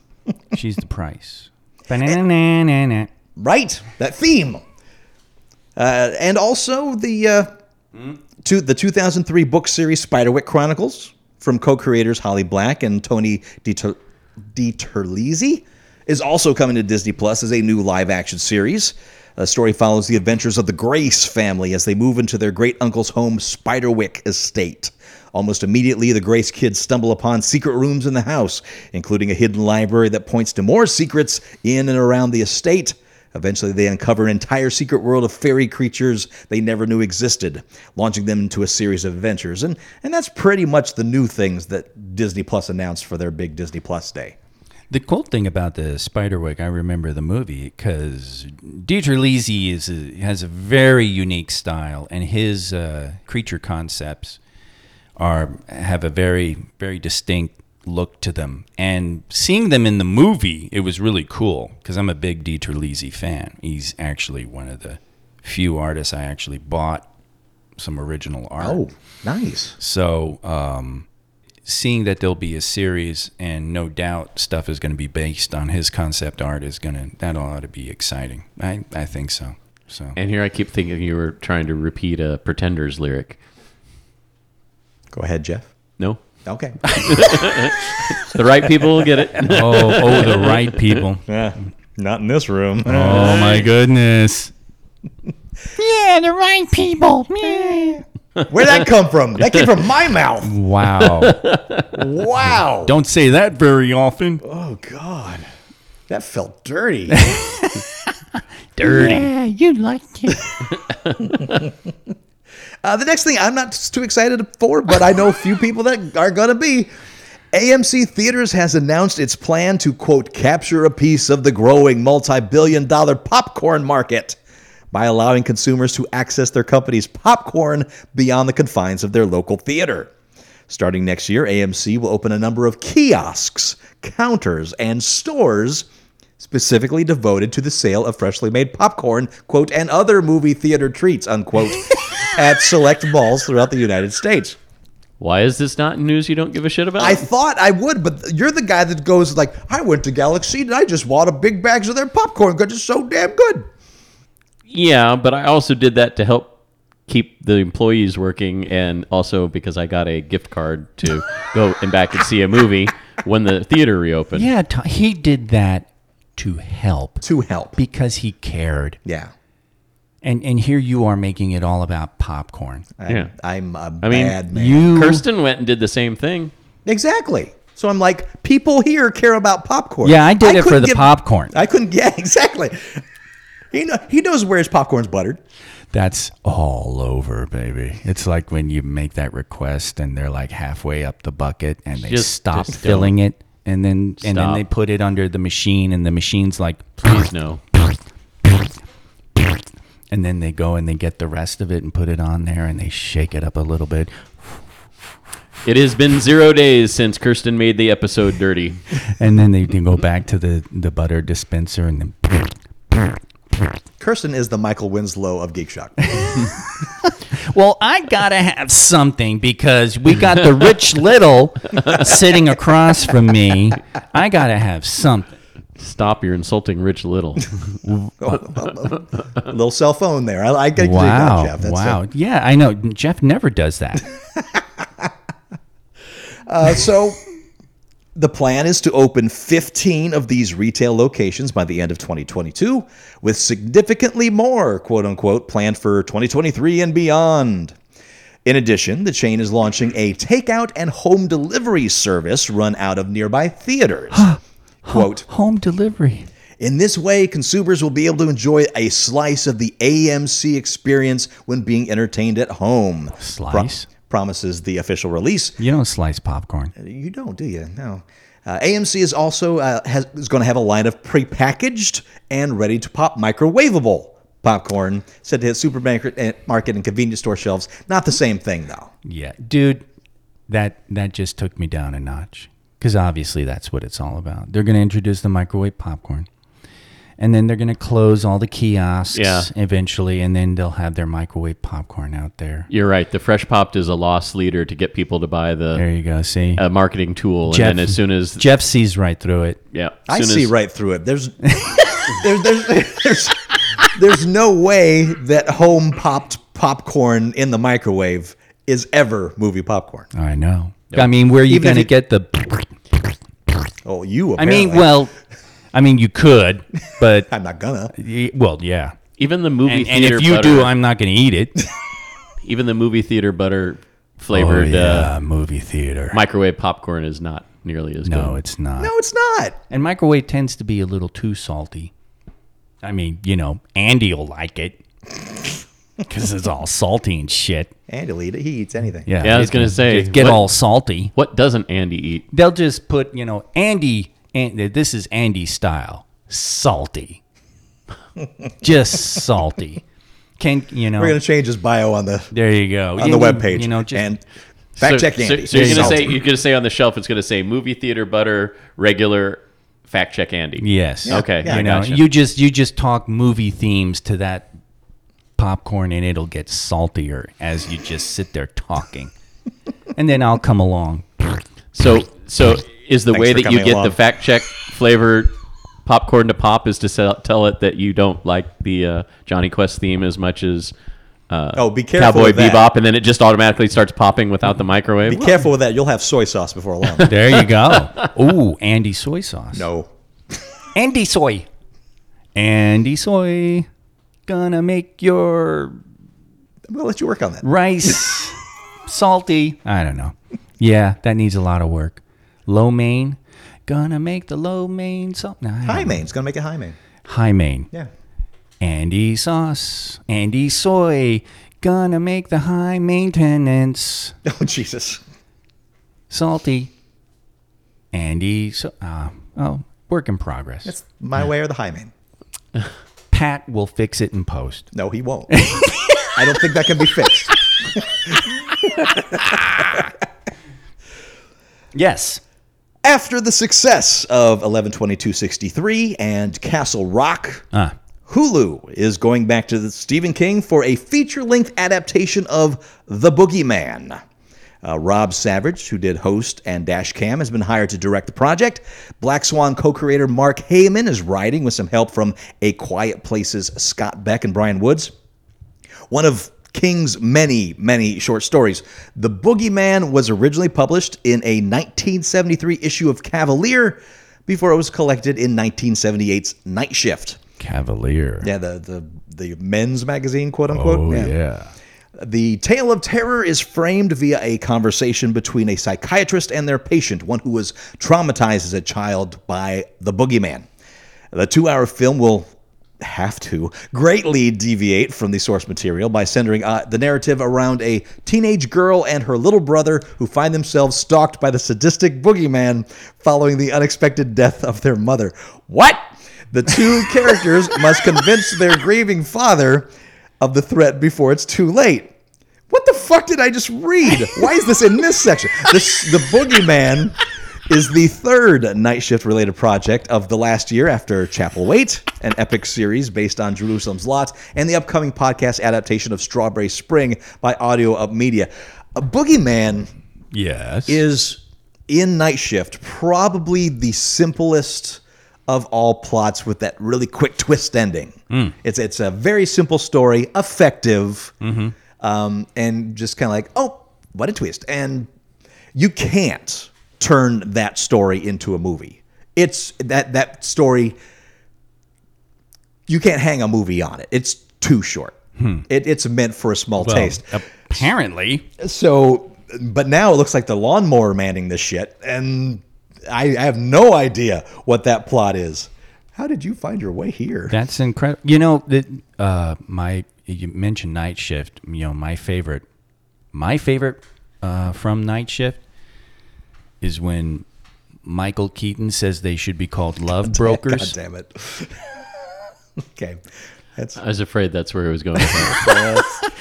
C: She's the price. Ba-na-na-na-na-na.
D: Right, that theme, uh, and also the uh, two, the 2003 book series Spiderwick Chronicles from co-creators Holly Black and Tony DiTer- DiTerlizzi is also coming to Disney Plus as a new live-action series. The story follows the adventures of the Grace family as they move into their great uncle's home, Spiderwick Estate. Almost immediately, the Grace kids stumble upon secret rooms in the house, including a hidden library that points to more secrets in and around the estate. Eventually, they uncover an entire secret world of fairy creatures they never knew existed, launching them into a series of adventures. And, and that's pretty much the new things that Disney Plus announced for their big Disney Plus day.
C: The cool thing about the Spiderwick, I remember the movie because Dieter Lisi is a, has a very unique style, and his uh, creature concepts are have a very very distinct look to them. And seeing them in the movie, it was really cool because I'm a big Dieter Lisi fan. He's actually one of the few artists I actually bought some original art.
D: Oh, nice.
C: So, um, seeing that there'll be a series, and no doubt stuff is going to be based on his concept art, is going to that ought to be exciting. I I think so. So
B: And here I keep thinking you were trying to repeat a Pretenders lyric.
D: Go ahead, Jeff.
B: No,
D: Okay.
B: the right people will get it.
C: oh oh the right people.
D: Not in this room.
C: Oh my goodness.
E: Yeah, the right people. Yeah.
D: Where'd that come from? That came from my mouth.
C: Wow.
D: Wow.
C: Don't say that very often.
D: Oh, God. That felt dirty.
E: Yeah, you liked it.
D: Uh, the next thing I'm not too excited for, but I know few people that are going to be. AMC Theaters has announced its plan to, quote, capture a piece of the growing multi billion dollar popcorn market by allowing consumers to access their company's popcorn beyond the confines of their local theater. Starting next year, AMC will open a number of kiosks, counters, and stores specifically devoted to the sale of freshly made popcorn, quote, and other movie theater treats, unquote, at select malls throughout the United States.
B: Why is this not news you don't give a shit about?
D: I thought I would, but you're the guy that goes like, I went to Galaxy and I just bought a big bags of their popcorn because it's so damn good.
B: Yeah, but I also did that to help keep the employees working and also because I got a gift card to go and back and see a movie when the theater reopened.
C: Yeah, Tom, he did that to help
D: To help.
C: because he cared.
D: Yeah.
C: And and here you are making it all about popcorn.
B: yeah.
D: I'm a
B: I mean,
D: bad man.
C: You
B: Kirsten went and did the same thing.
D: exactly. So I'm like, people here care about popcorn.
C: Yeah, I did it for
D: couldn't
C: the
D: give-
C: popcorn.
D: I couldn't. Yeah, exactly. He know, he knows where his popcorn's buttered.
C: That's all over, baby. It's like when you make that request and they're like halfway up the bucket and they
B: Just-
C: stop
B: just
C: filling it and then and then
B: Stop.
C: they put it under the machine and the machine's like
B: Please no.
C: and then they go and they get the rest of it and put it on there and they shake it up a little bit.
B: It has been zero days since Kirsten made the episode dirty.
C: And then they can go back to the, the butter dispenser and then
D: Kirsten is the Michael Winslow of Geek Shock.
C: Well, I gotta have something because we got the rich little sitting across from me. I gotta have something.
B: Stop! You're insulting Rich Little.
D: little cell phone there. I, I get
C: Wow.
D: Jeff. That's
C: wow.
D: it.
C: Yeah, I know. Jeff never does that.
D: Uh, so the plan is to open 15 of these retail locations by the end of 2022, with significantly more, quote unquote, planned for 2023 and beyond. In addition, the chain is launching a takeout and home delivery service run out of nearby theaters. quote,
C: Home delivery.
D: in this way, consumers will be able to enjoy a slice of the AMC experience when being entertained at home.
C: Slice?
D: promises the official release.
C: You don't slice popcorn.
D: You don't, do you? No. Uh, AMC is also uh, has, is going to have a line of prepackaged and ready to pop microwavable popcorn said to hit supermarket and market and convenience store shelves. Not the same thing though.
C: Yeah, dude, that that just took me down a notch because obviously that's what it's all about. They're gonna introduce the microwave popcorn, and then they're gonna close all the kiosks
B: Yeah.
C: eventually, and then they'll have their microwave popcorn out there.
B: You're right. The Fresh Popped is a lost leader to get people to buy
C: There
B: the
C: you go. See,
B: uh, marketing tool,
C: Jeff-
B: and then as soon as
C: Jeff sees right through it.
B: yeah, as
D: I
B: soon
D: see
B: as,
D: right through it. There's there's, there's there's there's no way that home popped popcorn in the microwave is ever movie popcorn.
C: I know. I mean, where are you
D: Even if
C: gonna
D: you-
C: get the?
D: Oh, you
C: I mean,
D: apparently.
C: well, I mean, you could, but
D: I'm not gonna.
C: y- well, yeah.
B: Even the movie
C: And, and
B: theater
C: if you
B: butter,
C: do, I'm not gonna eat it.
B: even the movie theater butter
C: Oh,
B: flavored uh,
C: movie theater.
B: microwave popcorn is not nearly as
C: no,
B: good.
C: it's not.
D: No, it's not.
C: And microwave tends to be a little too salty. I mean, you know, Andy will like it because it's all salty and shit.
D: And he'll eat it. He eats anything.
C: Yeah,
B: Yeah, I was
C: it-
B: gonna say,
C: just get
B: what-
C: all salty.
B: What doesn't Andy eat?
C: They'll just put, you know, Andy. And this is Andy style, salty, just salty. Can you know?
D: We're gonna change his bio on the
C: there you go
D: on
C: You-
D: the webpage.
C: You know, just
D: and fact
B: so,
D: check Andy.
B: So, so you're gonna
D: Salty.
B: say you're gonna say on the shelf it's gonna say movie theater butter regular fact check Andy.
C: yes.
B: Okay.
D: Yeah,
B: I
C: you know,
B: gotcha.
C: you just you just talk movie themes to that popcorn, and it'll get saltier as you just sit there talking, and then I'll come along.
B: So so is the
D: Thanks
B: way
D: for
B: that you
D: coming
B: get
D: along.
B: the fact check flavored popcorn to pop is to sell, tell it that you don't like the uh, Johnny Quest theme as much as
D: oh, be careful
B: Cowboy
D: with that.
B: Bebop, and then it just automatically starts popping without the microwave.
D: Be careful with that. You'll have soy sauce before long.
C: There you go. Ooh, Andy soy sauce.
D: no.
C: Andy soy. Andy soy, gonna make your
D: I'm gonna let you work on that.
C: rice salty. I don't know. Yeah, that needs a lot of work. Low main, gonna make the low main salt. No, I don't
D: High
C: know.
D: main. It's gonna make it high main.
C: High main.
D: Yeah.
C: Andy sauce. Andy soy, gonna make the high maintenance
D: Oh Jesus.
C: salty. Andy so uh, oh, work in progress.
D: That's my way or the high main.
C: Pat will fix it in post.
D: No, he won't. I don't think that can be fixed.
C: Yes.
D: After the success of 112263 and Castle Rock,
C: Ah.
D: Hulu is going back to the Stephen King for a feature-length adaptation of The Boogeyman. Uh, Rob Savage, who did host and dash cam, has been hired to direct the project. Black Swan co-creator Mark Heyman is writing with some help from A Quiet Place's Scott Beck and Brian Woods. One of King's many, many short stories. The Boogeyman was originally published in a 1973 issue of Cavalier before it was collected in 1978's Night Shift.
C: Cavalier.
D: Yeah, the the the men's magazine, quote unquote.
C: Oh,
D: The tale of terror is framed via a conversation between a psychiatrist and their patient, one who was traumatized as a child by the boogeyman. The two hour film will have to greatly deviate from the source material by centering uh, the narrative around a teenage girl and her little brother who find themselves stalked by the sadistic boogeyman following the unexpected death of their mother. What? The two characters must convince their grieving father of the threat before it's too late. What the fuck did I just read? Why is this in this section? This the boogeyman is the third night shift related project of the last year after Chapel Wait, an epic series based on Jerusalem's Lot, and the upcoming podcast adaptation of Strawberry Spring by Audio Up Media. A boogeyman
C: Yes.
D: is in night shift probably the simplest of all plots with that really quick twist ending. It's it's a very simple story, effective, um, and just kind of like oh, what a twist! And you can't turn that story into a movie. It's that that story. You can't hang a movie on it. It's too short. It, it's meant for a small taste.
C: Oh, Apparently.
D: So, but now it looks like the lawnmower manning this shit, and I, I have no idea what that plot is. How did you find your way here?
C: That's incredible. You know that uh, my you mentioned night shift. You know my favorite, my favorite uh, from night shift is when Michael Keaton says they should be called love brokers.
D: God damn it. okay. That's
C: Uh,
B: I was afraid that's where it was going.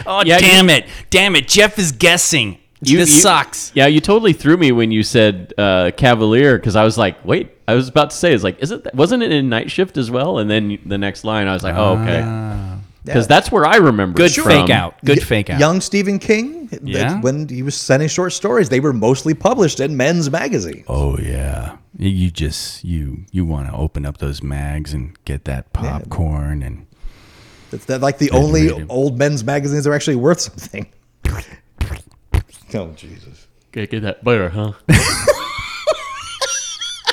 C: Oh damn it! Damn it! Jeff is guessing. this sucks.
B: Yeah, you totally threw me when you said uh, Cavalier because I was like, wait, I was about to say, it's like, isn't that, wasn't it in Night Shift as well? And then the next line, I was like, oh, okay, because that's where I remember.
C: Good
B: it from.
C: fake out. Good fake out.
D: young Stephen King. that's
C: Yeah.
D: When he was sending short stories, they were mostly published in men's magazine.
C: Oh yeah. You- You just you you want to open up those mags and get that popcorn and
D: It's that, like the only
C: read 'em.
D: old men's magazines that are actually worth something. oh, Jesus.
B: Can't get that butter, huh?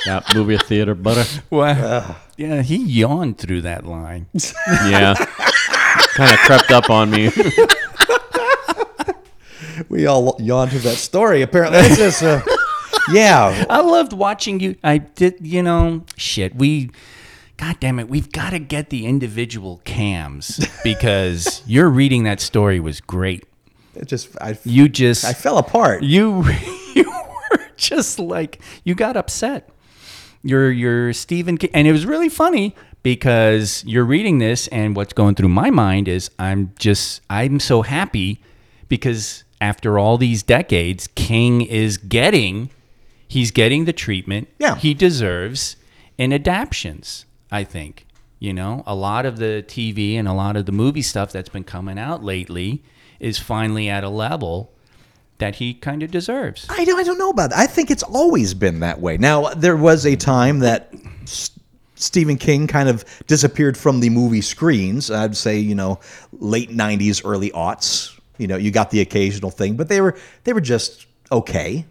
B: that movie theater butter.
C: well, yeah. He yawned through that line.
B: Yeah, kind of crept up on me.
D: We all yawned to that story, apparently. It's just, uh, yeah.
C: I loved watching you. I did, you know, shit. We, god damn it, we've got to get the individual cams because your reading that story was great.
D: It just, I,
C: You just,
D: I fell apart.
C: you, you were just like, you got upset. You're, you're Stephen King. And it was really funny because you're reading this, and what's going through my mind is I'm just, I'm so happy because after all these decades, King is getting he's getting the treatment
D: Yeah.
C: he deserves in adaptions i think you know a lot of the tv and a lot of the movie stuff that's been coming out lately is finally at a level that he kind of deserves
D: I don't, I don't know about that. I think it's always been that way. Now, there was a time that S- Stephen King kind of disappeared from the movie screens. I'd say, you know, late 90s, early aughts. You know, you got the occasional thing, but they were they were just okay.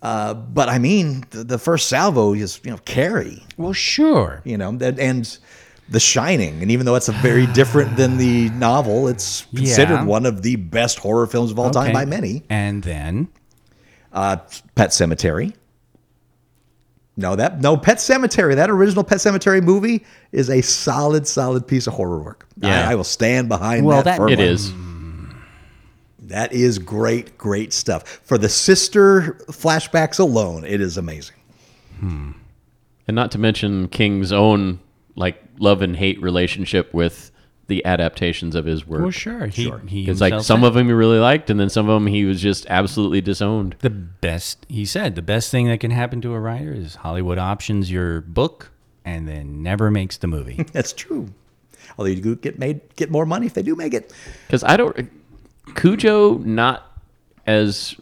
D: Uh, but I mean, the, the first salvo is, you know, Carrie,
C: well sure
D: you know, that, and The Shining. And even though it's a very different than the novel, it's considered
C: Yeah.
D: one of the best horror films of all time by many.
C: and then
D: Uh, Pet Cemetery. No, that no Pet Cemetery. That original Pet Cemetery movie is a solid, solid piece of horror work.
B: Yeah.
D: I, I will stand behind
C: Well,
D: that.
C: that-
D: firmly.
B: It is.
D: That is great, great stuff. For the sister flashbacks alone, it is amazing.
B: And not to mention King's own like love and hate relationship with the adaptations of his work.
C: well sure he, he
B: It's like
C: himself
B: some
C: said
B: of them he really liked, and then some of them he was just absolutely disowned.
C: the best he said the best thing that can happen to a writer is hollywood options your book and then never makes the movie
D: That's true. Although you do get made get more money if they do make it.
B: Because I don't, Cujo not as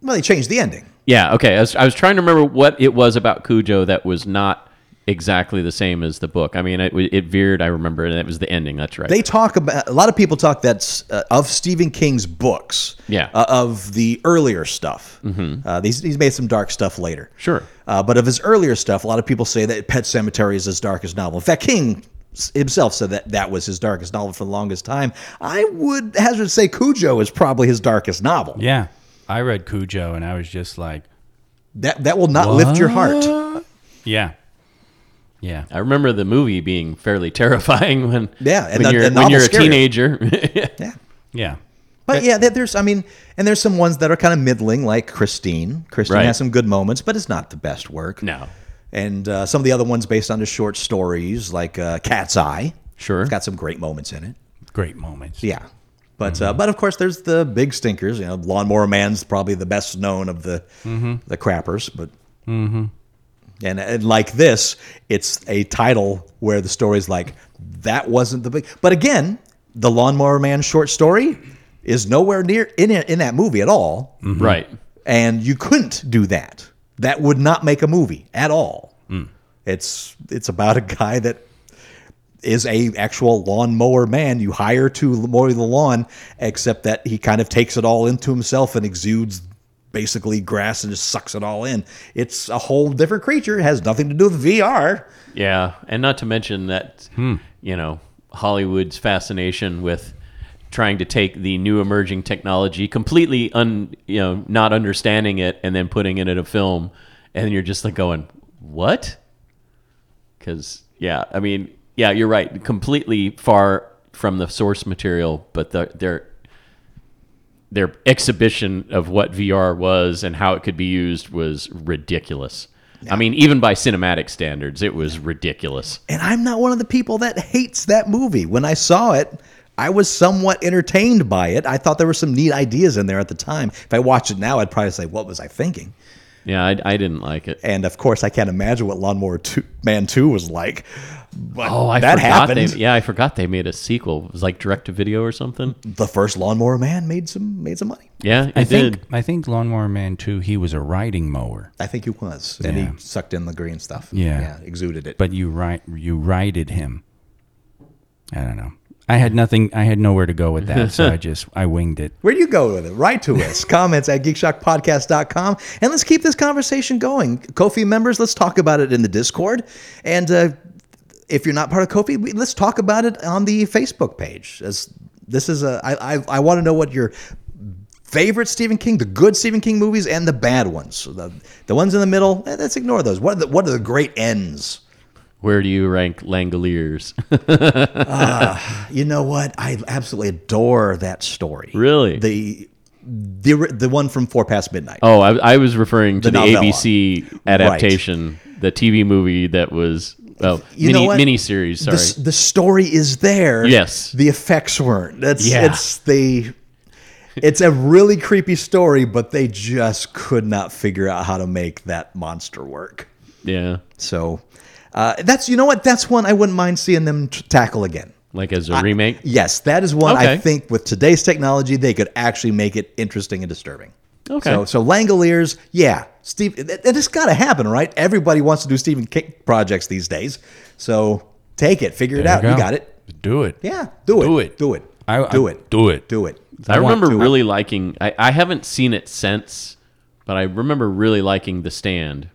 D: Well, they changed the ending.
B: yeah okay. I was, I was trying to remember what it was about Cujo that was not exactly the same as the book. I mean, it, it veered. I remember, and it was the ending. That's right.
D: They talk about a lot of people talk that's uh, of Stephen King's books.
B: Yeah. Mm-hmm.
D: uh, of the earlier stuff. Uh, he's, he's made some dark stuff later.
B: Sure.
D: Uh, but of his earlier stuff, a lot of people say that Pet Cemetery is his darkest novel. In fact, King s- himself said that that was his darkest novel for the longest time. I would hazard to say Cujo is probably his darkest novel.
C: Yeah. I read Cujo and I was just like,
D: That that will not lift your heart.
C: yeah. Yeah.
B: I remember the movie being fairly terrifying when
D: Yeah,
B: when
D: and the-
B: you're,
D: and
B: when you're a
D: novel's scarier.
B: teenager.
D: Yeah.
C: Yeah.
D: But yeah, there- there's I mean, and there's some ones that are kind of middling, like Christine. Christine
B: Right.
D: has some good moments, but it's not the best work.
B: no,
D: And uh, some of the other ones based on the short stories, like uh, Cat's Eye.
B: Sure.
D: it's got some great moments in it.
C: Great moments.
D: Yeah, but uh, but of course, there's the big stinkers. You know, Lawnmower Man's probably the best known of the the crappers, but. And, and like this, it's a title where the story's like, that wasn't the big. But again, the Lawnmower Man short story is nowhere near in, it, in that movie at all.
B: right?
D: And you couldn't do that. That would not make a movie at all. It's it's about a guy that is a actual lawnmower man you hire to mow the lawn, except that he kind of takes it all into himself and exudes basically grass and just sucks it all in. It's a whole different creature. It has nothing to do with VR.
B: Yeah, and not to mention that you know Hollywood's fascination with trying to take the new emerging technology completely un you know not understanding it and then putting it in a film, and you're just like going what? Because yeah, I mean yeah, you're right, completely far from the source material, but the, they're their exhibition of what VR was and how it could be used was ridiculous. I mean, even by cinematic standards, it was ridiculous.
D: And I'm not one of the people that hates that movie. When I saw it, I was somewhat entertained by it. I thought there were some neat ideas in there at the time. If I watched it now, I'd probably say, "What was I thinking?"
B: Yeah, I, I didn't like it.
D: And of course, I can't imagine what Lawnmower two, Man Two was like. But
B: Oh, I
D: that
B: forgot
D: happened.
B: They, yeah, I forgot they made a sequel. It was like direct to video or something.
D: The first Lawnmower Man made some made some money.
B: Yeah, it
C: I
B: did.
C: think I think Lawnmower Man too. He was a riding mower,
D: I think he was, and
C: Yeah.
D: he sucked in the green stuff.
C: Yeah.
D: exuded it.
C: but you ri you righted him. I don't know. I had nothing. I had nowhere to go with that, so I just I winged it.
D: Where do you go with it? Write to us. Comments at geekshockpodcast.com. And let's keep this conversation going. Kofi members, let's talk about it in the Discord. And uh, if you're not part of Kofi, we, let's talk about it on the Facebook page. As this is a, I, I, I want to know what your favorite Stephen King, the good Stephen King movies and the bad ones. So the, the ones in the middle, eh, let's ignore those. What are the, what are the great ends?
B: Where do you rank Langoliers?
D: You know what? I absolutely adore that story.
B: Really?
D: The the the one from Four Past Midnight.
B: oh, I, I was referring to
D: The
B: the,
D: novella.
B: ABC adaptation, the TV movie that was oh
D: You know
B: mini
D: what?
B: mini series. Sorry,
D: The, s- the story is there.
B: Yes.
D: The effects weren't. That's
B: Yeah.
D: it's the it's a really creepy story, but they just could not figure out how to make that monster work.
B: yeah,
D: So uh, that's you know what that's one I wouldn't mind seeing them t- tackle again.
B: like as a remake.
D: Yes, that is one I
B: Okay.
D: think with today's technology they could actually make it interesting and disturbing.
B: Okay.
D: So so Langoliers, yeah, Steve, and it's got to happen, right? Everybody wants to do Stephen King projects these days, so take it, figure it out. You got it.
C: Do it.
D: Yeah, do it.
C: Do it.
D: Do it.
C: I- I-
D: do it.
C: do it.
D: Do it.
B: I,
C: I want
B: remember
D: uh,
C: to.
B: really liking. I, I haven't seen it since, but I remember really liking The Stand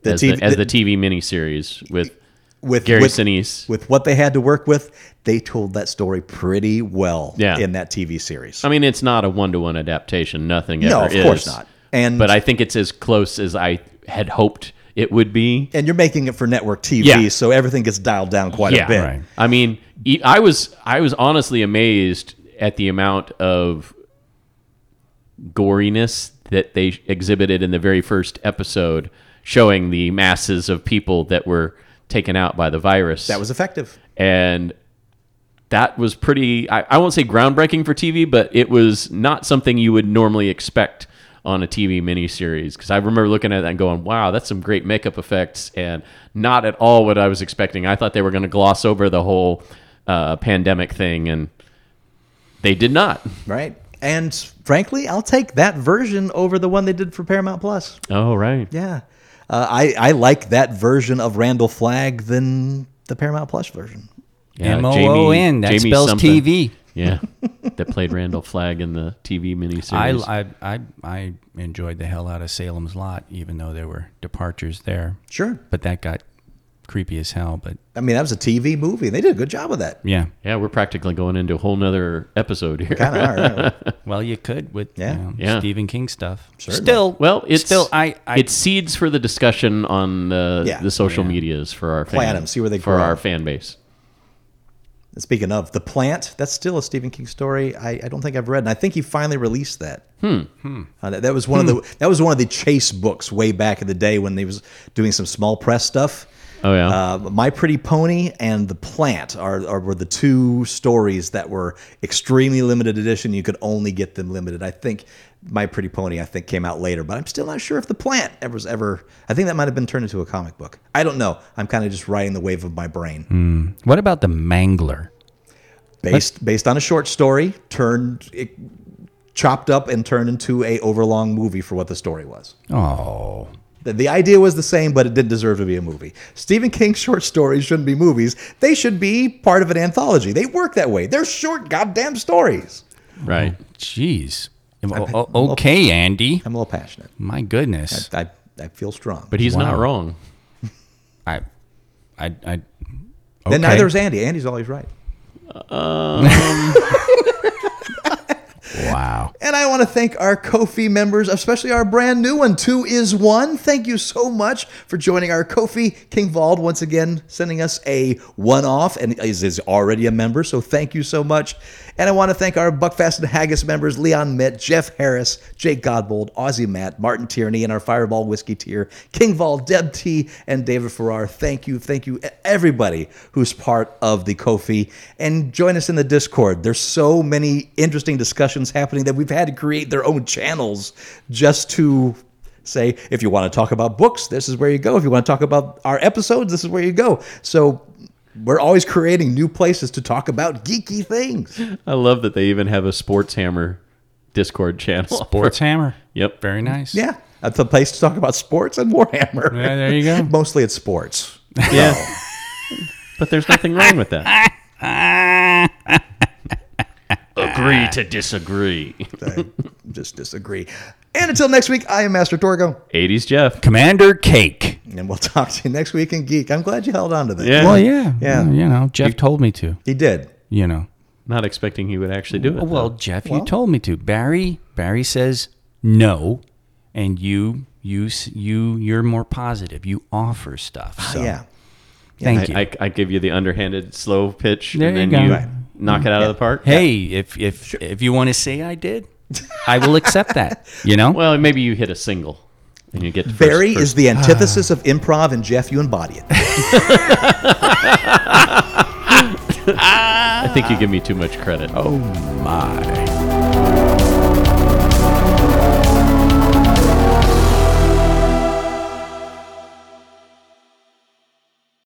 D: The
B: as,
D: TV
B: the, as the
D: the-
B: TV miniseries with
D: With
B: Gary
D: with,
B: Sinise.
D: with what they had to work with, they told that story pretty well
B: Yeah.
D: in that TV series.
B: I mean, it's not a one-to-one adaptation. Nothing
D: no,
B: ever
D: of
B: is.
D: course not. And
B: But I think it's as close as I had hoped it would be.
D: and you're making it for network TV,
B: Yeah.
D: so everything gets dialed down quite a bit.
C: right.
B: I mean, e- I was I was honestly amazed at the amount of goriness that they exhibited in the very first episode, showing the masses of people that were taken out by the virus.
D: That was effective.
B: and that was pretty. I, I won't say groundbreaking for TV, but it was not something you would normally expect on a TV miniseries. Because I remember looking at that and going, "Wow, that's some great makeup effects," and not at all what I was expecting. I thought they were going to gloss over the whole uh, pandemic thing, and they did not.
D: Right. And frankly, I'll take that version over the one they did for Paramount Plus.
B: Oh, right.
D: Yeah. Uh, I, I like that version of Randall Flagg than the Paramount Plus version.
B: Yeah,
C: M O O N. That
B: Jamie
C: spells
B: something.
C: TV.
B: Yeah, that played Randall Flagg in the TV miniseries.
C: I, I I I enjoyed the hell out of Salem's Lot, even though there were departures there.
D: Sure.
C: But that got creepy as hell. But
D: I mean, that was a TV movie. and They did a good job of that.
C: yeah,
B: Yeah, we're practically going into a whole nother episode here.
D: Kind of all right.
C: well, you could with
D: Yeah.
C: you know,
B: Yeah.
C: Stephen King stuff.
D: Certainly.
C: Still,
B: Well, it's
C: still I, I
B: it's seeds for the discussion on the
D: Yeah.
B: the social medias for our
D: Plant
B: fan,
D: 'em, see where they
B: for
D: grow.
B: our fan base.
D: Speaking of the plant, that's still a Stephen King story. I, I don't think I've read, and I think he finally released that. Hmm. Uh, that, that was one of the that was one of the Chase books way back in the day when he was doing some small press stuff.
B: Oh, yeah?
D: Uh, My Pretty Pony and The Plant are, are were the two stories that were extremely limited edition. You could only get them limited. I think My Pretty Pony I think came out later, but I'm still not sure if The Plant ever was ever. I think that might have been turned into a comic book. I don't know. I'm kind of just riding the wave of my brain
C: what about the Mangler?
D: based based on a short story turned it, chopped up and turned into a overlong movie for what the story was
C: Oh,
D: the, the idea was the same but it didn't deserve to be a movie stephen king's short stories shouldn't be movies they should be part of an anthology they work that way they're short goddamn stories
B: Right.
C: jeez. O- o- okay, Andy.
D: i'm a little passionate
C: My goodness.
D: i, I feel strong
B: But he's not
C: Wow.
B: wrong.
C: I, I, I. Okay.
D: then neither is andy andy's always right
C: Wow.
D: And I want to thank our Kofi members, especially our brand new one, Two is One. Thank you so much for joining our Kofi King Vald once again, sending us a one off and is, is already a member. So thank you so much. And I want to thank our Buckfast and Haggis members, Leon Mitt, Jeff Harris, Jake Godbold, Ozzy Matt, Martin Tierney, and our Fireball Whiskey tier, King Vald, Deb T, and David Farrar. Thank you. Thank you, everybody who's part of the Kofi. And join us in the Discord. There's so many interesting discussions happening that we've had to create their own channels just to say, if you want to talk about books, this is where you go. If you want to talk about our episodes, this is where you go. So we're always creating new places to talk about geeky things.
B: I love that they even have a sports hammer Discord channel.
C: Sports hammer.
B: Yep.
C: Very nice.
D: Yeah. That's a place to talk about sports and Warhammer.
C: Yeah, there you go.
D: Mostly it's sports.
B: Yeah. but there's nothing wrong with that. Agree to disagree.
D: I just disagree. And until next week, I am Master Torgo,
B: 80s Jeff.
C: Commander Cake.
D: and we'll talk to you next week in Geek. I'm glad you held on to that.
B: Yeah.
C: Well, yeah.
D: Yeah.
C: You know, Jeff told me to.
D: He did.
C: You know.
B: Not expecting he would actually do it.
C: Well,
B: though.
C: Jeff,
D: Well-
C: you told me to. Barry. Barry says no, and you, you, s- you, you're more positive. You offer stuff. So
D: Ah, Yeah.
C: Thank you.
B: I, I, I give you the underhanded slow pitch
C: There
B: and
C: you
B: then
C: go.
B: you
C: Right.
B: knock it out of the park.
C: hey, if if if you want to say I did, I will accept that. You know.
B: Well, maybe you hit a single and you get to first-
D: Barry
B: first Ah.
D: is the antithesis of improv, and Jeff, you embody it.
B: I think you give me too much credit.
C: oh my.